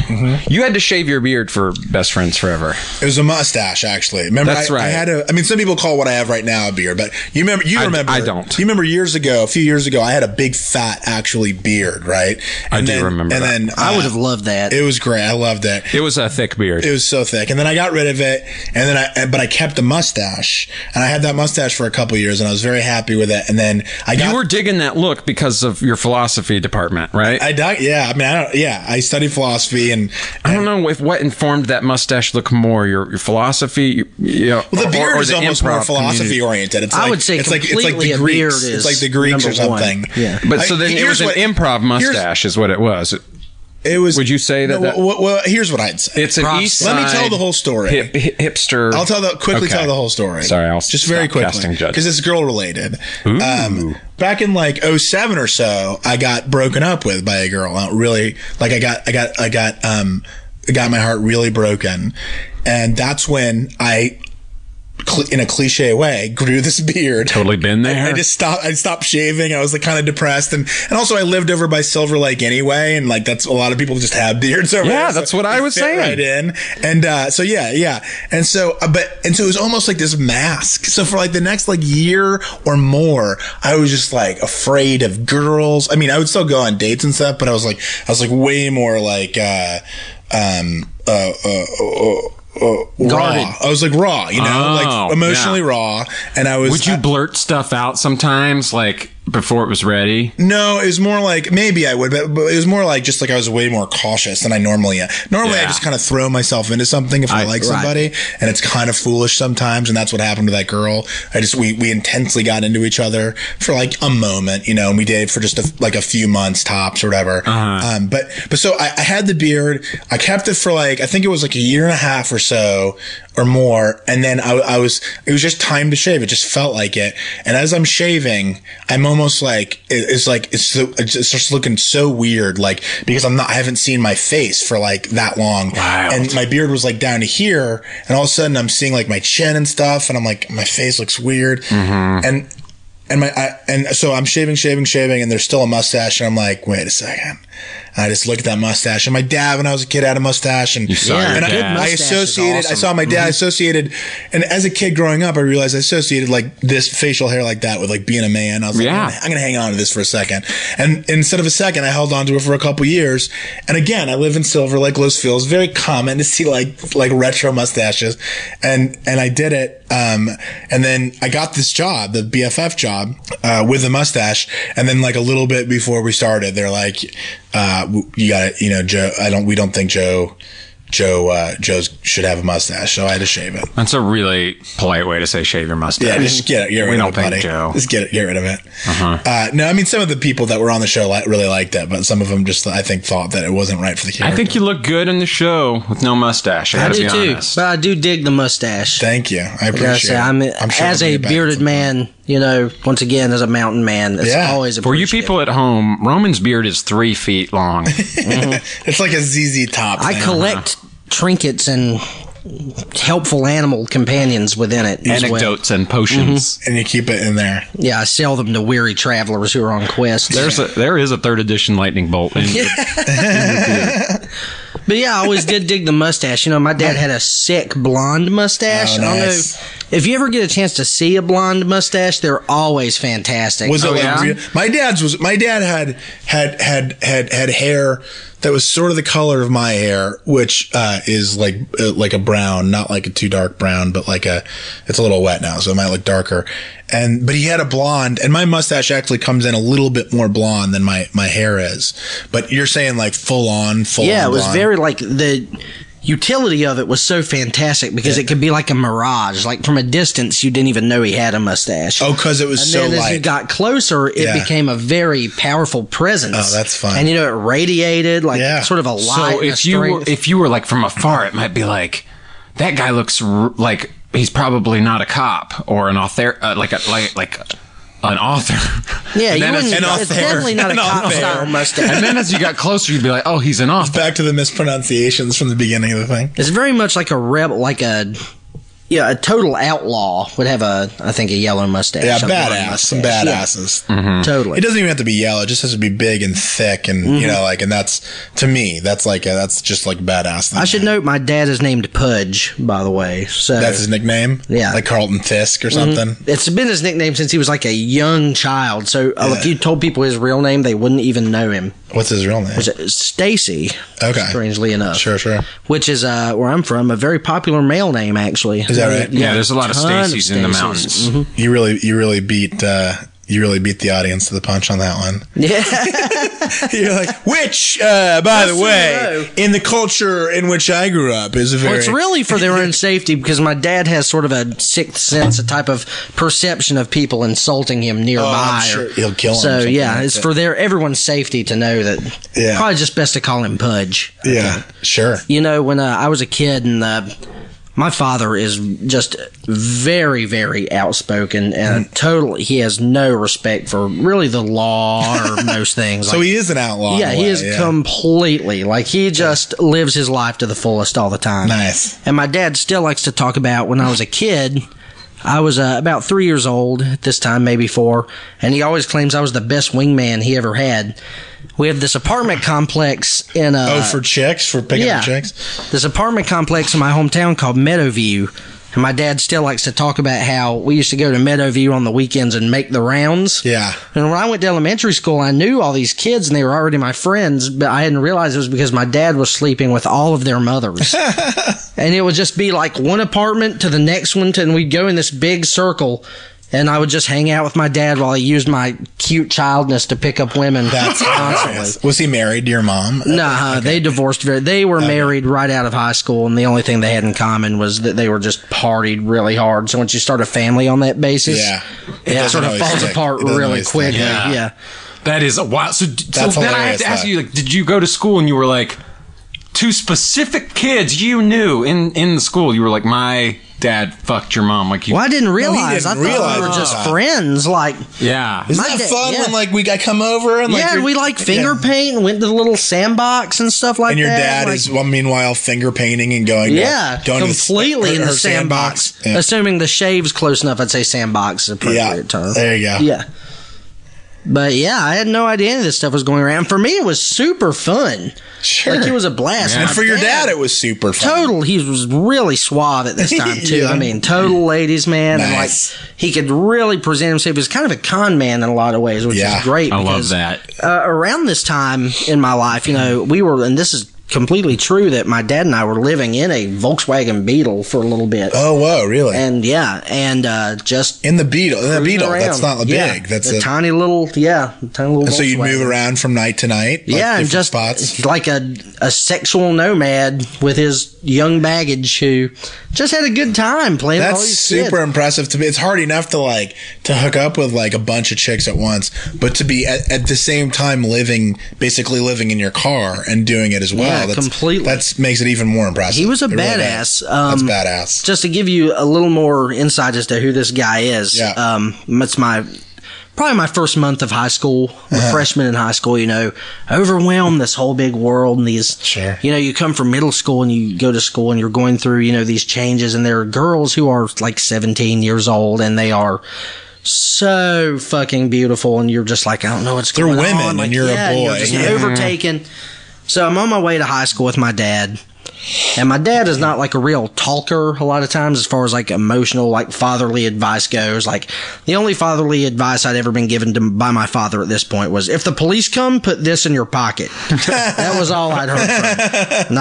[SPEAKER 2] You had to shave your beard for Best Friends Forever.
[SPEAKER 4] It was a mustache, actually. Remember,
[SPEAKER 2] That's
[SPEAKER 4] I, I
[SPEAKER 2] right.
[SPEAKER 4] had a. I mean, some people call what I have right now a beard, but you remember. You
[SPEAKER 2] I-
[SPEAKER 4] remember.
[SPEAKER 2] I don't.
[SPEAKER 4] You remember years ago, a few years ago, I had a big fat actually beard, right? And
[SPEAKER 2] I do remember
[SPEAKER 4] And
[SPEAKER 2] that.
[SPEAKER 4] then
[SPEAKER 3] I
[SPEAKER 4] uh,
[SPEAKER 3] would have loved that.
[SPEAKER 4] It was great. I loved it.
[SPEAKER 2] It was a thick beard.
[SPEAKER 4] It was so thick, and then I got rid of it, and then I, but I kept the mustache, and I had that mustache for a couple years, and I was very happy with it. And then I got
[SPEAKER 2] you were digging that look because of your philosophy department, right?
[SPEAKER 4] I di- yeah, I mean, I don't, yeah, I studied philosophy and,
[SPEAKER 2] I don't know if what informed that mustache look more your your philosophy. You, you know,
[SPEAKER 4] well, the
[SPEAKER 2] or-
[SPEAKER 4] beard
[SPEAKER 2] or
[SPEAKER 4] is
[SPEAKER 2] the
[SPEAKER 4] almost
[SPEAKER 2] improv
[SPEAKER 4] more philosophy
[SPEAKER 2] community.
[SPEAKER 4] oriented. It's
[SPEAKER 3] I
[SPEAKER 4] like,
[SPEAKER 3] would say
[SPEAKER 4] it's like it's like
[SPEAKER 3] completely
[SPEAKER 4] the
[SPEAKER 3] a
[SPEAKER 4] Greeks,
[SPEAKER 3] beard
[SPEAKER 4] it's
[SPEAKER 3] is
[SPEAKER 4] like the Greeks or
[SPEAKER 3] number one.
[SPEAKER 4] something.
[SPEAKER 3] Yeah.
[SPEAKER 2] But
[SPEAKER 4] I-
[SPEAKER 2] so then it was
[SPEAKER 4] here's
[SPEAKER 2] an
[SPEAKER 4] what-
[SPEAKER 2] improv
[SPEAKER 4] here's-
[SPEAKER 2] mustache, is what it was.
[SPEAKER 4] It was.
[SPEAKER 2] Would you say that
[SPEAKER 4] No,
[SPEAKER 2] that-
[SPEAKER 4] well, well, here's what I'd say.
[SPEAKER 2] It's an
[SPEAKER 3] Props.
[SPEAKER 2] east.
[SPEAKER 4] Let me tell
[SPEAKER 2] side
[SPEAKER 4] the whole story.
[SPEAKER 2] Hip, hip- hipster.
[SPEAKER 4] I'll tell the quickly
[SPEAKER 2] Okay.
[SPEAKER 4] tell the whole story.
[SPEAKER 2] Sorry, I'll
[SPEAKER 4] just very
[SPEAKER 2] stop
[SPEAKER 4] quickly
[SPEAKER 2] casting judges.
[SPEAKER 4] because it's girl related.
[SPEAKER 2] Ooh.
[SPEAKER 4] back in like 07 or so, I got broken up with by a girl. I don't really like I got I got I got um I got my heart really broken, and that's when I. cl- In a cliche way, grew this beard.
[SPEAKER 2] Totally been there.
[SPEAKER 4] I, I just stopped. I stopped shaving. I was like kind of depressed, and and also I lived over by Silver Lake anyway, and like that's a lot of people just have beards over.
[SPEAKER 2] Yeah,
[SPEAKER 4] there, so
[SPEAKER 2] that's what I
[SPEAKER 4] it
[SPEAKER 2] was
[SPEAKER 4] fit
[SPEAKER 2] saying.
[SPEAKER 4] Right in, and uh, so yeah, yeah, and so uh, but and so it was almost like this mask. So for like the next like year or more, I was just like afraid of girls. I mean, I would still go on dates and stuff, but I was like, I was like way more like, uh, um, uh, uh, uh, uh,
[SPEAKER 3] Guarded.
[SPEAKER 4] raw. I was like raw, you know,
[SPEAKER 2] Oh,
[SPEAKER 4] like emotionally
[SPEAKER 2] yeah.
[SPEAKER 4] raw. And I was.
[SPEAKER 2] Would you blurt stuff out sometimes, like before it was ready?
[SPEAKER 4] No, it was more like maybe I would, but, but it was more like just like I was way more cautious than I normally am. Normally, I
[SPEAKER 2] Yeah.
[SPEAKER 4] just kind of throw myself into something if I,
[SPEAKER 2] I-
[SPEAKER 4] like
[SPEAKER 2] right.
[SPEAKER 4] somebody, and it's kind of foolish sometimes. And that's what happened to that girl. I just we we intensely got into each other for like a moment, you know, and we dated for just a, like a few months tops or whatever.
[SPEAKER 2] Uh-huh.
[SPEAKER 4] Um, but but so I, I had the beard. I kept it for like I think it was like a year and a half or so or more, and then I, I was it was just time to shave. It just felt like it. And as I'm shaving, I'm almost like it- it's like it's so, it's just looking so weird, like because I'm not I haven't seen my face for like that long,
[SPEAKER 2] Wild.
[SPEAKER 4] and my beard was like down to here, and all of a sudden I'm seeing like my chin and stuff, and I'm like my face looks weird,
[SPEAKER 2] Mm-hmm.
[SPEAKER 4] and and my I, and so I'm shaving, shaving, shaving, and there's still a mustache, and I'm like, wait a second. And I just looked at that mustache, and my dad, when I was a kid, had a mustache, and
[SPEAKER 2] saw
[SPEAKER 4] and
[SPEAKER 2] your
[SPEAKER 4] I,
[SPEAKER 2] dad.
[SPEAKER 4] I
[SPEAKER 3] Mustache is
[SPEAKER 4] associated. I
[SPEAKER 3] awesome.
[SPEAKER 4] saw my dad. I associated, and as a kid growing up, I realized I associated like this facial hair like that with like being a man. I was like,
[SPEAKER 2] Yeah.
[SPEAKER 4] I'm gonna- I'm gonna hang on to this for a second, and instead of a second, I held on to it for a couple years. And again, I live in Silver Lake, Los Feliz. Very common to see like like retro mustaches, and and I did it. Um, and then I got this job, the BFF job, uh, with a mustache. And then like a little bit before we started, they're like, uh, w- you got to you know, Joe. I don't. We don't think Joe. Joe uh, Joe's should have a mustache, so I had to shave it.
[SPEAKER 2] That's a really polite way to say shave your mustache.
[SPEAKER 4] Yeah, just get it. Get rid
[SPEAKER 2] we
[SPEAKER 4] of
[SPEAKER 2] don't
[SPEAKER 4] it, buddy.
[SPEAKER 2] think Joe.
[SPEAKER 4] Just get it. Get rid of it. Uh-huh. no, I mean some of the people that were on the show li- really liked it, but some of them just I think thought that it wasn't right for the
[SPEAKER 2] I
[SPEAKER 4] character.
[SPEAKER 2] think you look good in the show with no mustache. I
[SPEAKER 3] I
[SPEAKER 2] gotta
[SPEAKER 3] do
[SPEAKER 2] be
[SPEAKER 3] too,
[SPEAKER 2] honest.
[SPEAKER 3] but I do dig the mustache.
[SPEAKER 4] Thank you. I appreciate.
[SPEAKER 3] Like I say,
[SPEAKER 4] it.
[SPEAKER 3] I'm,
[SPEAKER 4] sure
[SPEAKER 3] as
[SPEAKER 4] we'll
[SPEAKER 3] a
[SPEAKER 4] get back
[SPEAKER 3] bearded
[SPEAKER 4] to-
[SPEAKER 3] man, you know, once again, as a mountain man, it's
[SPEAKER 4] Yeah.
[SPEAKER 3] always a
[SPEAKER 2] For you people at home, Roman's beard is three feet long.
[SPEAKER 4] It's like a ZZ Top.
[SPEAKER 3] I
[SPEAKER 4] thing.
[SPEAKER 3] collect trinkets and helpful animal companions within it. as well. Mm-hmm.
[SPEAKER 2] Anecdotes and potions.
[SPEAKER 4] and you keep it in there.
[SPEAKER 3] Yeah, I sell them to weary travelers who are on quests.
[SPEAKER 2] There's a, there is a third edition lightning bolt. In
[SPEAKER 3] But yeah, I always did dig the mustache. You know, my dad had a sick blonde mustache.
[SPEAKER 4] Oh,
[SPEAKER 3] I don't
[SPEAKER 4] nice.
[SPEAKER 3] know if you ever get a chance to see a blonde mustache, they're always fantastic. Oh,
[SPEAKER 4] Was it like
[SPEAKER 2] yeah?
[SPEAKER 4] real? My dad's was my dad had had had had had hair that was sort of the color of my hair, which uh, is like uh, like a brown, not like a too dark brown, but like a it's a little wet now, so it might look darker. And but he had a blonde, and my mustache actually comes in a little bit more blonde than my my hair is. But you're saying like full on, full
[SPEAKER 3] yeah,
[SPEAKER 4] on
[SPEAKER 3] it was
[SPEAKER 4] blonde.
[SPEAKER 3] very like the utility of it was so fantastic because it could be like a mirage. Like from a distance, you didn't even know he had a mustache.
[SPEAKER 4] oh because it was
[SPEAKER 3] And
[SPEAKER 4] so
[SPEAKER 3] then as you
[SPEAKER 4] light.
[SPEAKER 3] got closer, it
[SPEAKER 4] Yeah.
[SPEAKER 3] became a very powerful presence.
[SPEAKER 4] Oh, that's fun.
[SPEAKER 3] And you know, it radiated like
[SPEAKER 4] Yeah.
[SPEAKER 3] sort of a light.
[SPEAKER 2] so
[SPEAKER 3] and a
[SPEAKER 2] if you were,
[SPEAKER 3] strength.
[SPEAKER 2] if you were like from afar, it might be like that guy looks r- like he's probably not a cop or an author, uh, like a like like an author.
[SPEAKER 3] yeah,
[SPEAKER 2] And
[SPEAKER 3] you
[SPEAKER 2] then as-
[SPEAKER 3] wouldn't.
[SPEAKER 4] an
[SPEAKER 3] It's
[SPEAKER 4] off-air.
[SPEAKER 3] definitely not a
[SPEAKER 4] An
[SPEAKER 3] cop
[SPEAKER 4] off-air.
[SPEAKER 3] style mustache.
[SPEAKER 2] and then as you got closer, you'd be like, oh, he's an author.
[SPEAKER 4] Back to the mispronunciations from the beginning of the thing.
[SPEAKER 3] It's very much like a rebel, like a yeah, a total outlaw would have a, I think, a yellow mustache.
[SPEAKER 4] Yeah,
[SPEAKER 3] a blonde
[SPEAKER 4] badass. Some
[SPEAKER 3] mustache. Yeah,
[SPEAKER 4] badasses. Mm-hmm.
[SPEAKER 3] Totally.
[SPEAKER 4] It doesn't even have to be yellow; it just has to be big and thick, and
[SPEAKER 3] Mm-hmm.
[SPEAKER 4] you know, like, and that's to me, that's like a, that's just like badass. Thing.
[SPEAKER 3] I should note my dad is named Pudge, by the way. So
[SPEAKER 4] That's his nickname.
[SPEAKER 3] Yeah. Mm-hmm.
[SPEAKER 4] like Carlton Fisk or something.
[SPEAKER 3] it's been his nickname since he was like a young child. So uh, if you told people his real name, they wouldn't even know him.
[SPEAKER 4] What's his real name?
[SPEAKER 3] Stacy,
[SPEAKER 4] Okay.
[SPEAKER 3] strangely enough,
[SPEAKER 4] Sure, sure.
[SPEAKER 3] which is uh, where I'm from, a very popular male name actually.
[SPEAKER 4] Is that right?
[SPEAKER 2] Yeah, there's a lot of
[SPEAKER 3] ton of
[SPEAKER 2] Stacy's in the
[SPEAKER 3] Stacys. Mm-hmm.
[SPEAKER 2] mountains.
[SPEAKER 4] You really, you really beat, uh, you really beat the audience to the punch on that one.
[SPEAKER 3] Yeah.
[SPEAKER 4] You're like, which, uh, by the
[SPEAKER 3] in a
[SPEAKER 4] way,
[SPEAKER 3] row.
[SPEAKER 4] in the culture in which I grew up is a very.
[SPEAKER 3] Well, Oh, it's really for their own safety because my dad has sort of a sixth sense, a type of perception of people insulting him nearby.
[SPEAKER 4] Oh, sure he'll kill him or
[SPEAKER 3] So
[SPEAKER 4] something
[SPEAKER 3] yeah,
[SPEAKER 4] like
[SPEAKER 3] it's
[SPEAKER 4] that.
[SPEAKER 3] for their everyone's safety to know that.
[SPEAKER 4] Yeah.
[SPEAKER 3] Probably just best to call him Pudge.
[SPEAKER 4] yeah, sure.
[SPEAKER 3] You know, when uh, I was a kid and uh, my father is just very, very outspoken and
[SPEAKER 4] Mm-hmm.
[SPEAKER 3] totally, he has no respect for really the law or most things.
[SPEAKER 4] So
[SPEAKER 3] Like,
[SPEAKER 4] he is an outlaw. in
[SPEAKER 3] yeah,
[SPEAKER 4] a
[SPEAKER 3] he
[SPEAKER 4] way,
[SPEAKER 3] is completely like he just lives his life to the fullest all the time.
[SPEAKER 4] Nice.
[SPEAKER 3] And my dad still likes to talk about when I was a kid. I was uh, about three years old at this time, maybe four, and he always claims I was the best wingman he ever had. We have this apartment complex in uh,
[SPEAKER 4] Oh, for chicks, for picking
[SPEAKER 3] yeah,
[SPEAKER 4] up chicks.
[SPEAKER 3] this apartment complex in my hometown called Meadowview. And my dad still likes to talk about how we used to go to Meadowview on the weekends and make the rounds.
[SPEAKER 4] Yeah.
[SPEAKER 3] And when I went to elementary school, I knew all these kids and they were already my friends, but I hadn't realized it was because my dad was sleeping with all of their mothers. and it would just be like one apartment to the next one, to, and we'd go in this big circle. And I would just hang out with my dad while he used my cute childness to pick up women
[SPEAKER 4] That's
[SPEAKER 3] constantly.
[SPEAKER 4] hilarious. Was he married to your mom?
[SPEAKER 3] No, uh, they divorced. Very, they were married right out of high school, and the only thing they had in common was that they were just partied really hard. So once you start a family on that basis,
[SPEAKER 4] Yeah. It
[SPEAKER 3] yeah, it
[SPEAKER 4] doesn't
[SPEAKER 3] sort of
[SPEAKER 4] always
[SPEAKER 3] falls
[SPEAKER 4] stick.
[SPEAKER 3] apart
[SPEAKER 4] It doesn't
[SPEAKER 3] really
[SPEAKER 4] always stick.
[SPEAKER 3] quickly.
[SPEAKER 2] Yeah.
[SPEAKER 3] Yeah.
[SPEAKER 2] That is a wild. So, so
[SPEAKER 4] That's
[SPEAKER 2] then I have
[SPEAKER 4] hilarious,
[SPEAKER 2] to ask
[SPEAKER 4] though.
[SPEAKER 2] you: like, did you go to school and you were like two specific kids you knew in in the school? You were like, my dad fucked your mom. Like, you,
[SPEAKER 3] Well, I didn't realize.
[SPEAKER 4] didn't
[SPEAKER 3] I thought
[SPEAKER 4] realize
[SPEAKER 3] we were just
[SPEAKER 4] that.
[SPEAKER 3] friends. Like,
[SPEAKER 2] Yeah.
[SPEAKER 4] Isn't
[SPEAKER 3] My
[SPEAKER 4] that
[SPEAKER 3] dad-
[SPEAKER 4] fun
[SPEAKER 3] yeah.
[SPEAKER 4] when like we got come over and like
[SPEAKER 3] yeah,
[SPEAKER 4] your-
[SPEAKER 3] we like
[SPEAKER 4] yeah.
[SPEAKER 3] finger paint and went to the little sandbox and stuff like
[SPEAKER 4] and your
[SPEAKER 3] that.
[SPEAKER 4] dad
[SPEAKER 3] like-
[SPEAKER 4] is well, meanwhile finger painting and going
[SPEAKER 3] yeah,
[SPEAKER 4] down to the-
[SPEAKER 3] completely
[SPEAKER 4] her-
[SPEAKER 3] in the
[SPEAKER 4] her
[SPEAKER 3] sandbox.
[SPEAKER 4] Yeah.
[SPEAKER 3] Assuming the shave's close enough, I'd say sandbox is appropriate
[SPEAKER 4] Yeah,
[SPEAKER 3] term.
[SPEAKER 4] there you go.
[SPEAKER 3] Yeah. But yeah, I had no idea any of this stuff was going around. For me, it was super fun.
[SPEAKER 4] Sure.
[SPEAKER 3] Like it was a blast.
[SPEAKER 4] and
[SPEAKER 3] My
[SPEAKER 4] for your dad, it was super fun.
[SPEAKER 3] total. He was really suave at this time too.
[SPEAKER 4] Yeah.
[SPEAKER 3] I mean, total ladies man,
[SPEAKER 4] Nice.
[SPEAKER 3] and like he could really present himself. He was kind of a con man in a lot of ways, which
[SPEAKER 4] Yeah.
[SPEAKER 3] is great.
[SPEAKER 2] I love
[SPEAKER 3] because,
[SPEAKER 2] that.
[SPEAKER 3] Uh, around this time in my life, you know, we were, and this is completely true that my dad and I were living in a Volkswagen Beetle for a little bit.
[SPEAKER 4] Oh whoa, really?
[SPEAKER 3] And yeah, and uh, just
[SPEAKER 4] in the Beetle, in the
[SPEAKER 3] cruising
[SPEAKER 4] Beetle.
[SPEAKER 3] around.
[SPEAKER 4] That's not the big.
[SPEAKER 3] Yeah,
[SPEAKER 4] that's
[SPEAKER 3] the
[SPEAKER 4] a,
[SPEAKER 3] tiny little yeah, tiny little.
[SPEAKER 4] so you'd
[SPEAKER 3] Volkswagen.
[SPEAKER 4] move around from night to night. like
[SPEAKER 3] yeah, and
[SPEAKER 4] different
[SPEAKER 3] just
[SPEAKER 4] spots.
[SPEAKER 3] like a a sexual nomad with his young baggage who just had a good time playing. with all
[SPEAKER 4] That's
[SPEAKER 3] these
[SPEAKER 4] super
[SPEAKER 3] kids.
[SPEAKER 4] impressive to me. It's hard enough to like to hook up with like a bunch of chicks at once, but to be at, at the same time living, basically living in your car and doing it as well.
[SPEAKER 3] Yeah,
[SPEAKER 4] that's,
[SPEAKER 3] completely.
[SPEAKER 4] That's makes it even more impressive.
[SPEAKER 3] He was a
[SPEAKER 4] It really
[SPEAKER 3] badass,
[SPEAKER 4] is.
[SPEAKER 3] um,
[SPEAKER 4] that's badass.
[SPEAKER 3] Just to give you a little more insight as to who this guy is.
[SPEAKER 4] Yeah.
[SPEAKER 3] Um, it's my probably my first month of high school, a
[SPEAKER 4] Uh-huh.
[SPEAKER 3] freshman in high school. You know, overwhelmed this whole big world and these.
[SPEAKER 4] Sure.
[SPEAKER 3] You know, you come from middle school and you go to school and you're going through you know these changes and there are girls who are like 17 years old and they are. So fucking beautiful, and you're just like, I don't know what's
[SPEAKER 4] They're
[SPEAKER 3] going
[SPEAKER 4] women
[SPEAKER 3] on.
[SPEAKER 4] and
[SPEAKER 3] Like,
[SPEAKER 4] you're a
[SPEAKER 3] yeah, You're
[SPEAKER 4] boy.
[SPEAKER 3] just
[SPEAKER 4] Yeah.
[SPEAKER 3] overtaken. So I'm on my way to high school with my dad, and my dad is not like a real talker a lot of times as far as like emotional, like fatherly advice goes. Like the only fatherly advice I'd ever been given to, by my father at this point was if the police come, put this in your pocket. that was all I'd heard from him. And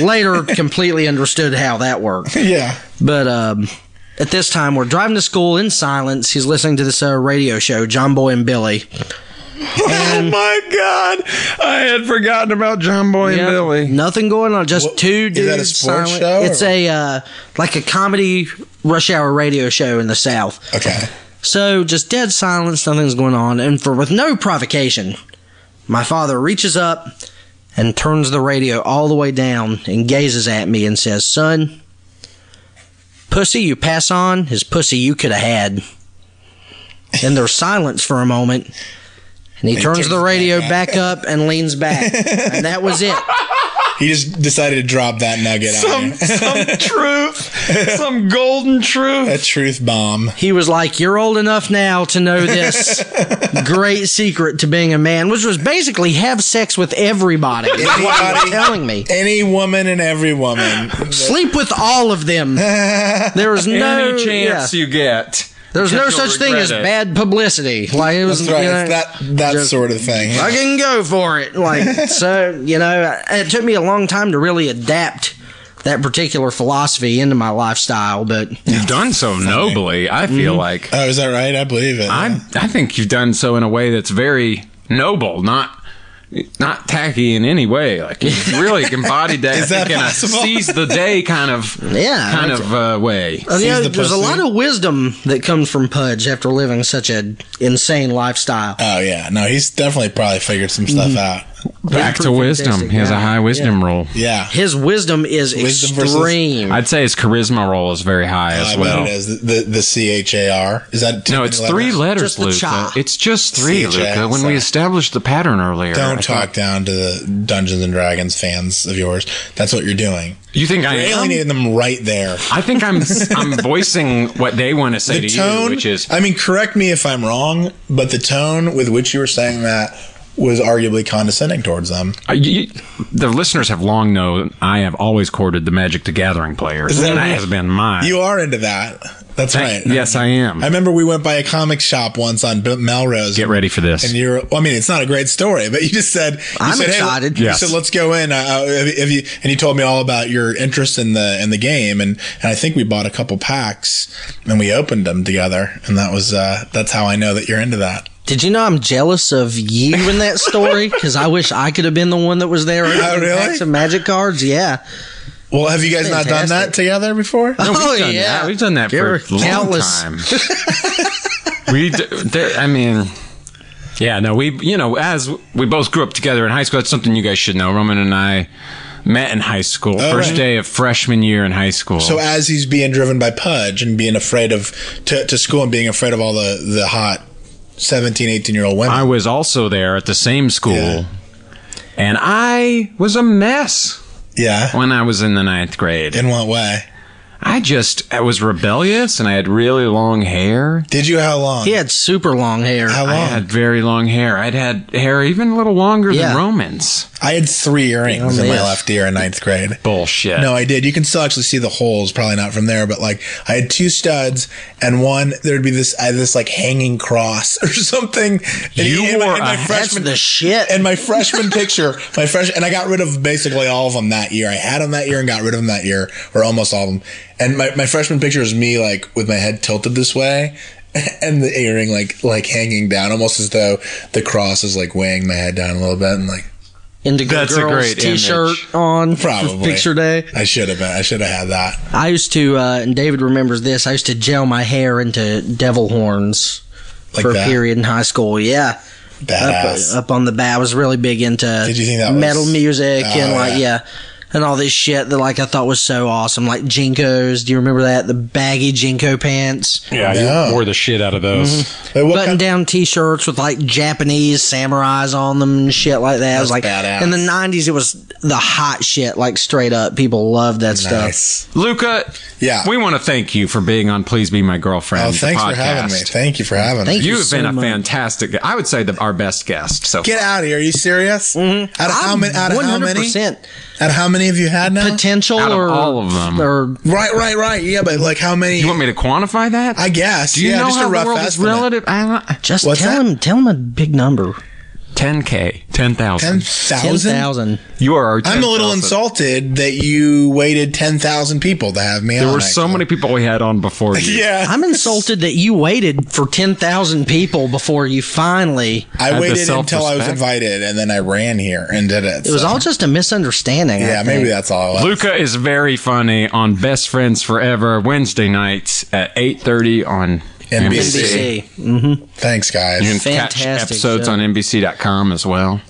[SPEAKER 3] I later completely understood how that worked.
[SPEAKER 4] yeah.
[SPEAKER 3] But um, at this time, we're driving to school in silence. He's listening to this uh, radio show, John Boy and Billy.
[SPEAKER 2] oh my god, I had forgotten about John Boy
[SPEAKER 3] Yeah,
[SPEAKER 2] and Billy.
[SPEAKER 3] Nothing going on. Just
[SPEAKER 4] What-
[SPEAKER 3] two
[SPEAKER 4] is
[SPEAKER 3] dudes.
[SPEAKER 4] that a sports
[SPEAKER 3] silent-
[SPEAKER 4] show,
[SPEAKER 3] It's
[SPEAKER 4] or-
[SPEAKER 3] a uh, like a comedy rush hour radio show in the South.
[SPEAKER 4] Okay.
[SPEAKER 3] So just dead silence. Nothing's going on, and for with no provocation, my father reaches up and turns the radio all the way down and gazes at me and says, "Son, pussy you pass on is pussy you could have had." And there's silence for a moment. And he turns
[SPEAKER 4] turns
[SPEAKER 3] the
[SPEAKER 4] it
[SPEAKER 3] radio
[SPEAKER 4] back
[SPEAKER 3] back up and leans back. And that was it.
[SPEAKER 4] He just decided to drop that nugget on
[SPEAKER 2] some
[SPEAKER 4] you.
[SPEAKER 2] some truth, some golden
[SPEAKER 4] A
[SPEAKER 2] truth.
[SPEAKER 4] truth bomb.
[SPEAKER 3] He was like, You're old enough now to know this great secret to being a man, which was basically have sex with everybody. Is what he was
[SPEAKER 4] Anybody.
[SPEAKER 3] telling me.
[SPEAKER 4] Any woman and every woman.
[SPEAKER 3] Sleep with all of them. There was no
[SPEAKER 2] Any chance
[SPEAKER 3] yeah.
[SPEAKER 2] you get.
[SPEAKER 3] There was no
[SPEAKER 2] because you'll
[SPEAKER 3] such thing
[SPEAKER 2] regret
[SPEAKER 3] as
[SPEAKER 2] it.
[SPEAKER 3] bad publicity. Like it was
[SPEAKER 4] That's right.
[SPEAKER 3] you know,
[SPEAKER 4] It's that that
[SPEAKER 3] just-
[SPEAKER 4] sort of thing.
[SPEAKER 3] I can go for it. Like so, you know, it took me a long time to really adapt that particular philosophy into my lifestyle, but
[SPEAKER 2] You've done so nobly. I feel like
[SPEAKER 4] Oh, is that right? I believe it.
[SPEAKER 2] I I think you've done so in a way that's very noble, not not tacky in any way. Like you really embodied that,
[SPEAKER 4] Is
[SPEAKER 2] I
[SPEAKER 4] that
[SPEAKER 2] think, in a
[SPEAKER 4] possible?
[SPEAKER 2] seize the day kind of
[SPEAKER 3] Yeah,
[SPEAKER 2] kind of uh, way.
[SPEAKER 3] Uh, you know,
[SPEAKER 4] the
[SPEAKER 3] there's a
[SPEAKER 4] pussy.
[SPEAKER 3] lot of wisdom that comes from Pudge after living such an insane lifestyle.
[SPEAKER 4] oh yeah. No, he's definitely probably figured some stuff out.
[SPEAKER 2] Back to
[SPEAKER 3] pretty
[SPEAKER 2] wisdom.
[SPEAKER 3] fantastic
[SPEAKER 2] He has a
[SPEAKER 3] guy.
[SPEAKER 2] high wisdom roll.
[SPEAKER 4] Yeah.
[SPEAKER 3] His wisdom is
[SPEAKER 4] Wisdom versus-
[SPEAKER 3] extreme.
[SPEAKER 2] I'd say his charisma roll is very high
[SPEAKER 4] Oh, I
[SPEAKER 2] as
[SPEAKER 4] bet
[SPEAKER 2] well.
[SPEAKER 4] it is the the, the C H A R. Is that too
[SPEAKER 2] No,
[SPEAKER 4] many
[SPEAKER 2] it's three
[SPEAKER 3] Just
[SPEAKER 2] letters,
[SPEAKER 3] the cha.
[SPEAKER 2] Luca. It's just three,
[SPEAKER 4] CHA,
[SPEAKER 2] Luca. When
[SPEAKER 4] sorry.
[SPEAKER 2] we established the pattern earlier, I
[SPEAKER 4] Don't
[SPEAKER 2] thought-
[SPEAKER 4] talk down to the Dungeons and Dragons fans of yours. That's what you're doing.
[SPEAKER 2] You think I
[SPEAKER 4] You're
[SPEAKER 2] am?
[SPEAKER 4] alienating them right there.
[SPEAKER 2] I think I'm I'm voicing what they want to say
[SPEAKER 4] the
[SPEAKER 2] to
[SPEAKER 4] tone,
[SPEAKER 2] you, which is
[SPEAKER 4] I mean, correct me if I'm wrong, but the tone with which you were saying that was arguably condescending towards them.
[SPEAKER 2] Uh, you, the listeners have long known I have always courted the Magic the Gathering player.
[SPEAKER 4] that
[SPEAKER 2] and that
[SPEAKER 4] right?
[SPEAKER 2] has been mine.
[SPEAKER 4] You are into that. That's right.
[SPEAKER 2] Yes, I am.
[SPEAKER 4] I remember we went by a comic shop once on B- Melrose.
[SPEAKER 2] Get ready for this.
[SPEAKER 4] And you're, well, I mean, it's not a great story, but you just said, you
[SPEAKER 3] I'm
[SPEAKER 4] said,
[SPEAKER 3] excited.
[SPEAKER 4] Hey,
[SPEAKER 2] Yes.
[SPEAKER 4] You said, let's go in. Uh, uh, if if you, and you told me all about your interest in the, in the game. And, and I think we bought a couple packs and we opened them together. And that was, uh, that's how I know that you're into that.
[SPEAKER 3] Did you know I'm jealous of you in that story? Because I wish I could have been the one that was
[SPEAKER 2] Oh,
[SPEAKER 3] there. opening
[SPEAKER 4] really?
[SPEAKER 3] packs of magic cards, yeah.
[SPEAKER 4] Well, have you guys not done that
[SPEAKER 3] Fantastic.
[SPEAKER 4] together before?
[SPEAKER 2] No,
[SPEAKER 3] Oh,
[SPEAKER 2] we've done
[SPEAKER 3] yeah.
[SPEAKER 2] that. We've done that
[SPEAKER 3] There
[SPEAKER 2] for
[SPEAKER 3] were
[SPEAKER 2] a long
[SPEAKER 3] countless-
[SPEAKER 2] time. we, d- there, I mean, yeah, no, we, you know, as we both grew up together in high school, that's something you guys should know. Roman and I met in high school, first
[SPEAKER 4] Oh, right.
[SPEAKER 2] day of freshman year in high school.
[SPEAKER 4] So as he's being driven by Pudge and being afraid of to, to school and being afraid of all the the hot 17, 18 year old women.
[SPEAKER 2] I was also there at the same school,
[SPEAKER 4] Yeah.
[SPEAKER 2] and I was a mess
[SPEAKER 4] yeah.
[SPEAKER 2] when I was in the ninth grade.
[SPEAKER 4] In what way?
[SPEAKER 2] I just I was rebellious and I had really long hair.
[SPEAKER 4] Did you how long?
[SPEAKER 3] He had super long hair.
[SPEAKER 4] How
[SPEAKER 2] I
[SPEAKER 4] long? I
[SPEAKER 2] had
[SPEAKER 4] had,
[SPEAKER 2] very long hair. I'd had hair even a little longer
[SPEAKER 3] Yeah.
[SPEAKER 2] than Romans.
[SPEAKER 4] three earrings
[SPEAKER 3] Oh,
[SPEAKER 4] in my
[SPEAKER 3] man.
[SPEAKER 4] left ear in ninth grade.
[SPEAKER 2] Bullshit.
[SPEAKER 4] No, I did. You can still actually see the holes, probably not from there, but like I had two studs and one there'd be this I had this like hanging cross or something. And
[SPEAKER 2] You
[SPEAKER 4] in my-
[SPEAKER 2] wore
[SPEAKER 4] in my
[SPEAKER 2] a- that's
[SPEAKER 3] That's
[SPEAKER 4] freshman-
[SPEAKER 3] the shit.
[SPEAKER 4] And my freshman picture, my fresh, and I got rid of basically all of them that year. I had them that year and got rid of them that year, or almost all of them. And my, my freshman picture is me like with my head tilted this way, and the earring like like hanging down, almost as though the cross is like weighing my head down a little bit, and like
[SPEAKER 3] Indigo
[SPEAKER 2] That's a
[SPEAKER 3] Girls
[SPEAKER 2] great
[SPEAKER 3] t-shirt
[SPEAKER 2] image.
[SPEAKER 3] on for
[SPEAKER 4] Probably.
[SPEAKER 3] picture day.
[SPEAKER 4] I should have been, I should have had that.
[SPEAKER 3] I used to, uh, and David remembers this. I used to gel my hair into devil horns
[SPEAKER 4] Like
[SPEAKER 3] for a
[SPEAKER 4] that?
[SPEAKER 3] period in high school. Yeah, up, uh,
[SPEAKER 4] Badass.
[SPEAKER 3] up on the bat. I was really big into
[SPEAKER 4] Did you think that was-
[SPEAKER 3] metal music and
[SPEAKER 4] Oh,
[SPEAKER 3] like yeah.
[SPEAKER 4] yeah.
[SPEAKER 3] and all this shit that like I thought was so awesome, like jinkos. Do you remember that the baggy jinko pants,
[SPEAKER 2] yeah,
[SPEAKER 4] No.
[SPEAKER 2] you wore the shit out of those.
[SPEAKER 4] Wait, Mm-hmm. what
[SPEAKER 3] button
[SPEAKER 4] kind-
[SPEAKER 3] down T-shirts with like Japanese samurais on them and shit like that? It was like
[SPEAKER 4] That's badass.
[SPEAKER 3] in the '90s, it was the hot shit. Like straight up, people loved that stuff.
[SPEAKER 4] nice.
[SPEAKER 2] Luca,
[SPEAKER 4] Yeah.
[SPEAKER 2] we want to thank you for being on Please Be My Girlfriend.
[SPEAKER 4] Oh,
[SPEAKER 2] the
[SPEAKER 4] thanks for having me.
[SPEAKER 2] podcast.
[SPEAKER 4] Thank you for having
[SPEAKER 3] Thank
[SPEAKER 4] me.
[SPEAKER 3] you
[SPEAKER 2] You have
[SPEAKER 3] so
[SPEAKER 2] been a
[SPEAKER 3] much.
[SPEAKER 2] fantastic. gu- I would say the, our best guest. So
[SPEAKER 4] Get out of here. Are you serious? Mm-hmm. Out of how many? Out of how many?
[SPEAKER 3] 100%
[SPEAKER 4] Out of how many have you had now?
[SPEAKER 3] potential
[SPEAKER 2] Out of
[SPEAKER 3] or
[SPEAKER 2] all of them.
[SPEAKER 3] or
[SPEAKER 4] right, right, right. Yeah, but like how many?
[SPEAKER 2] you want me to quantify that?
[SPEAKER 4] I guess.
[SPEAKER 2] Do you
[SPEAKER 4] yeah,
[SPEAKER 2] know
[SPEAKER 4] just
[SPEAKER 2] how
[SPEAKER 4] a rough
[SPEAKER 2] the world
[SPEAKER 4] estimate.
[SPEAKER 2] is relative? I don't,
[SPEAKER 3] just
[SPEAKER 4] What's
[SPEAKER 3] tell
[SPEAKER 4] that?
[SPEAKER 3] him tell him a big number
[SPEAKER 2] 10k, 10,000.
[SPEAKER 4] 10,000?
[SPEAKER 3] 10,000
[SPEAKER 2] You are our.
[SPEAKER 4] I'm a little
[SPEAKER 2] 10,000.
[SPEAKER 4] insulted that you waited 10,000 people to have me
[SPEAKER 2] There
[SPEAKER 4] on.
[SPEAKER 2] were so
[SPEAKER 4] actually.
[SPEAKER 2] many people we had on before you.
[SPEAKER 4] Yeah.
[SPEAKER 3] I'm insulted that you waited for 10,000 people before you finally
[SPEAKER 4] I
[SPEAKER 2] the
[SPEAKER 4] waited until I was
[SPEAKER 2] self-respect.
[SPEAKER 4] invited and then I ran here and did it.
[SPEAKER 3] it was all just a misunderstanding I
[SPEAKER 4] yeah,
[SPEAKER 3] think.
[SPEAKER 4] maybe that's all. it was.
[SPEAKER 2] Luca is very funny on Best Friends Forever Wednesday nights at 8:30 on
[SPEAKER 4] NBC.
[SPEAKER 2] NBC.
[SPEAKER 3] NBC. hmm
[SPEAKER 4] Thanks, guys.
[SPEAKER 2] You can catch
[SPEAKER 3] Fantastic
[SPEAKER 2] episodes
[SPEAKER 3] show.
[SPEAKER 2] on NBC.com as well.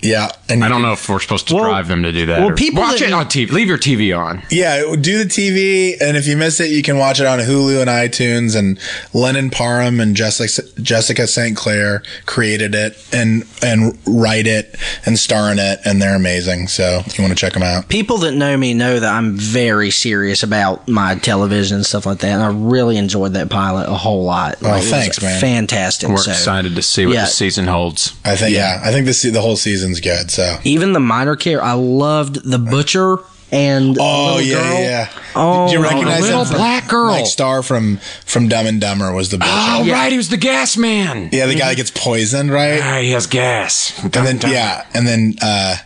[SPEAKER 4] Yeah, and
[SPEAKER 2] I don't know if we're supposed to
[SPEAKER 5] Well-
[SPEAKER 2] drive them to do that.
[SPEAKER 5] well,
[SPEAKER 2] or-
[SPEAKER 3] people
[SPEAKER 2] watch
[SPEAKER 3] that-
[SPEAKER 2] it on TV. Leave your TV on.
[SPEAKER 4] Yeah, do the TV, and if you miss it, you can watch it on Hulu and iTunes. And Lennon Parham and Jessica Jessica St. Clair created it and and write it and star in it, and they're amazing. So if you want to check them out,
[SPEAKER 3] People that know me know that I'm very serious about my television and stuff like that, and I really enjoyed that pilot a whole lot. Like, it was
[SPEAKER 4] Oh, thanks, man.
[SPEAKER 3] Fantastic.
[SPEAKER 2] We're
[SPEAKER 3] so-
[SPEAKER 2] excited to see what
[SPEAKER 3] yeah.
[SPEAKER 2] the season holds.
[SPEAKER 4] I think yeah, I think this the whole season's good. So
[SPEAKER 3] Even the minor care, I loved the butcher and the
[SPEAKER 4] oh
[SPEAKER 3] little
[SPEAKER 4] yeah,
[SPEAKER 3] girl.
[SPEAKER 4] yeah, yeah.
[SPEAKER 3] Oh,
[SPEAKER 4] do you
[SPEAKER 3] the
[SPEAKER 4] recognize
[SPEAKER 2] little
[SPEAKER 4] him from-
[SPEAKER 2] black girl.
[SPEAKER 4] Mike Star from from Dumb and Dumber was the
[SPEAKER 2] Oh,
[SPEAKER 4] butcher.
[SPEAKER 2] right, he was the gas man.
[SPEAKER 4] yeah, the guy that gets poisoned, right?
[SPEAKER 2] Ah, he has gas.
[SPEAKER 4] and then yeah, and then uh,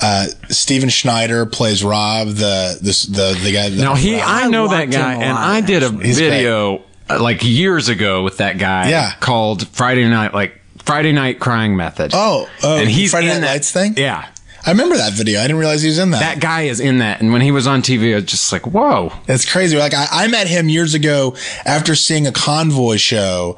[SPEAKER 4] uh, Steven Schneider plays Rob, the this the the guy. That,
[SPEAKER 2] Now he,
[SPEAKER 4] Rob.
[SPEAKER 2] I know that
[SPEAKER 3] liked him
[SPEAKER 2] guy,
[SPEAKER 3] a
[SPEAKER 2] and
[SPEAKER 3] lot,
[SPEAKER 2] I did a
[SPEAKER 4] He's great.
[SPEAKER 2] video uh, like years ago with that guy.
[SPEAKER 4] Yeah.
[SPEAKER 2] called Friday Night, like Friday Night Crying Method.
[SPEAKER 4] Oh, oh,
[SPEAKER 2] and he's
[SPEAKER 4] Friday
[SPEAKER 2] in
[SPEAKER 4] Night
[SPEAKER 2] that-
[SPEAKER 4] Lights thing?
[SPEAKER 2] Yeah,
[SPEAKER 4] I remember that video. I didn't realize he was in that.
[SPEAKER 2] that guy is in that. And when he was on TV, I was just like, whoa.
[SPEAKER 4] It's crazy. Like I, I met him years ago after seeing a convoy show.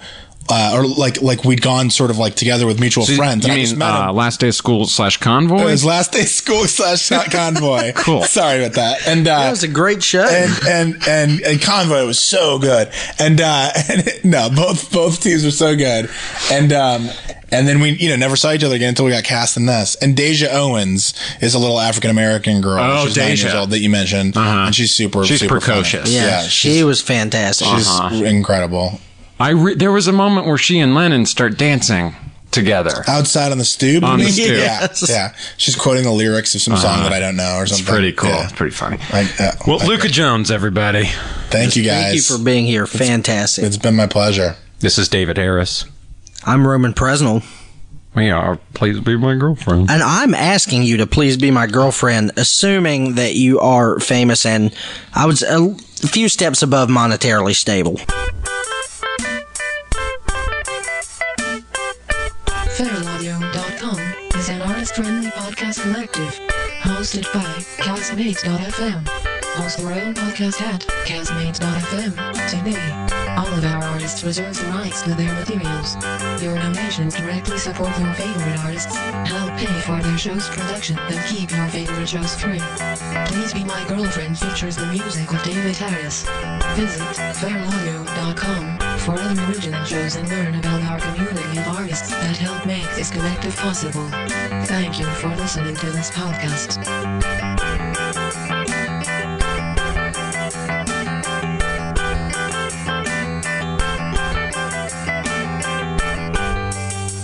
[SPEAKER 4] Uh, or like like we'd gone sort of like together with mutual friends.
[SPEAKER 2] You
[SPEAKER 4] and I
[SPEAKER 2] mean
[SPEAKER 4] just met
[SPEAKER 2] uh,
[SPEAKER 4] him.
[SPEAKER 2] last day of school slash convoy?
[SPEAKER 4] It was last day of school slash not convoy.
[SPEAKER 2] Cool.
[SPEAKER 4] Sorry about that. And uh,
[SPEAKER 3] That was a great show.
[SPEAKER 4] and and and, and convoy was so good and uh and no both both teams were so good and um and then we you know never saw each other again until we got cast in this and deja owens is a little african-american girl
[SPEAKER 2] Oh,
[SPEAKER 4] she's nine
[SPEAKER 2] Deja. Uh-huh.
[SPEAKER 4] years old that you mentioned and she's super
[SPEAKER 2] She's
[SPEAKER 4] super funny.
[SPEAKER 2] precocious.
[SPEAKER 3] yeah,
[SPEAKER 4] yeah,
[SPEAKER 3] she was fantastic.
[SPEAKER 4] she's
[SPEAKER 2] Uh-huh.
[SPEAKER 4] incredible
[SPEAKER 2] I re- there was a moment where she and Lennon start dancing together.
[SPEAKER 4] outside on the stoop you
[SPEAKER 2] On the
[SPEAKER 4] mean?
[SPEAKER 2] stoop. Uh-huh.
[SPEAKER 4] yeah
[SPEAKER 3] Yes.
[SPEAKER 4] yeah she's quoting the lyrics of some song that i don't know or something
[SPEAKER 2] Pretty cool.
[SPEAKER 4] Yeah.
[SPEAKER 2] Pretty funny.
[SPEAKER 4] Like, uh,
[SPEAKER 2] well,
[SPEAKER 4] like,
[SPEAKER 2] Luca Jones, everybody.
[SPEAKER 4] thank you guys
[SPEAKER 3] Thank you for being here. Fantastic.
[SPEAKER 4] it's been my pleasure
[SPEAKER 2] This is David Harris.
[SPEAKER 3] I'm Roman Presnell,
[SPEAKER 2] We are. Please be my girlfriend.
[SPEAKER 3] and I'm asking you to please be my girlfriend, assuming that you are famous and I was a few steps above monetarily stable.
[SPEAKER 6] Federalaudio.com is an artist-friendly podcast collective hosted by Casmates.fm. Host your own podcast at Casmates.fm today. All of our artists reserve the rights to their materials. Your donations directly support your favorite artists, help pay for their show's production, and keep your favorite shows free. Please Be My Girlfriend features the music of David Harris. Visit fairaudio.com for other original shows and learn about our community of artists that help make this collective possible. Thank you for listening to this podcast.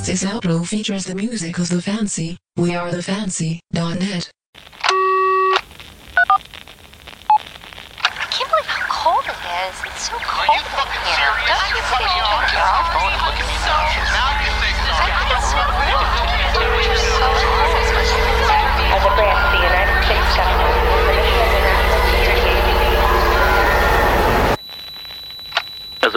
[SPEAKER 6] This outro features the music of The Fancy. We are thefancy.net.
[SPEAKER 7] I can't believe how cold it is. It's so cold in here. Don't you think you can go? I think it's so warm. It's so warm.
[SPEAKER 8] As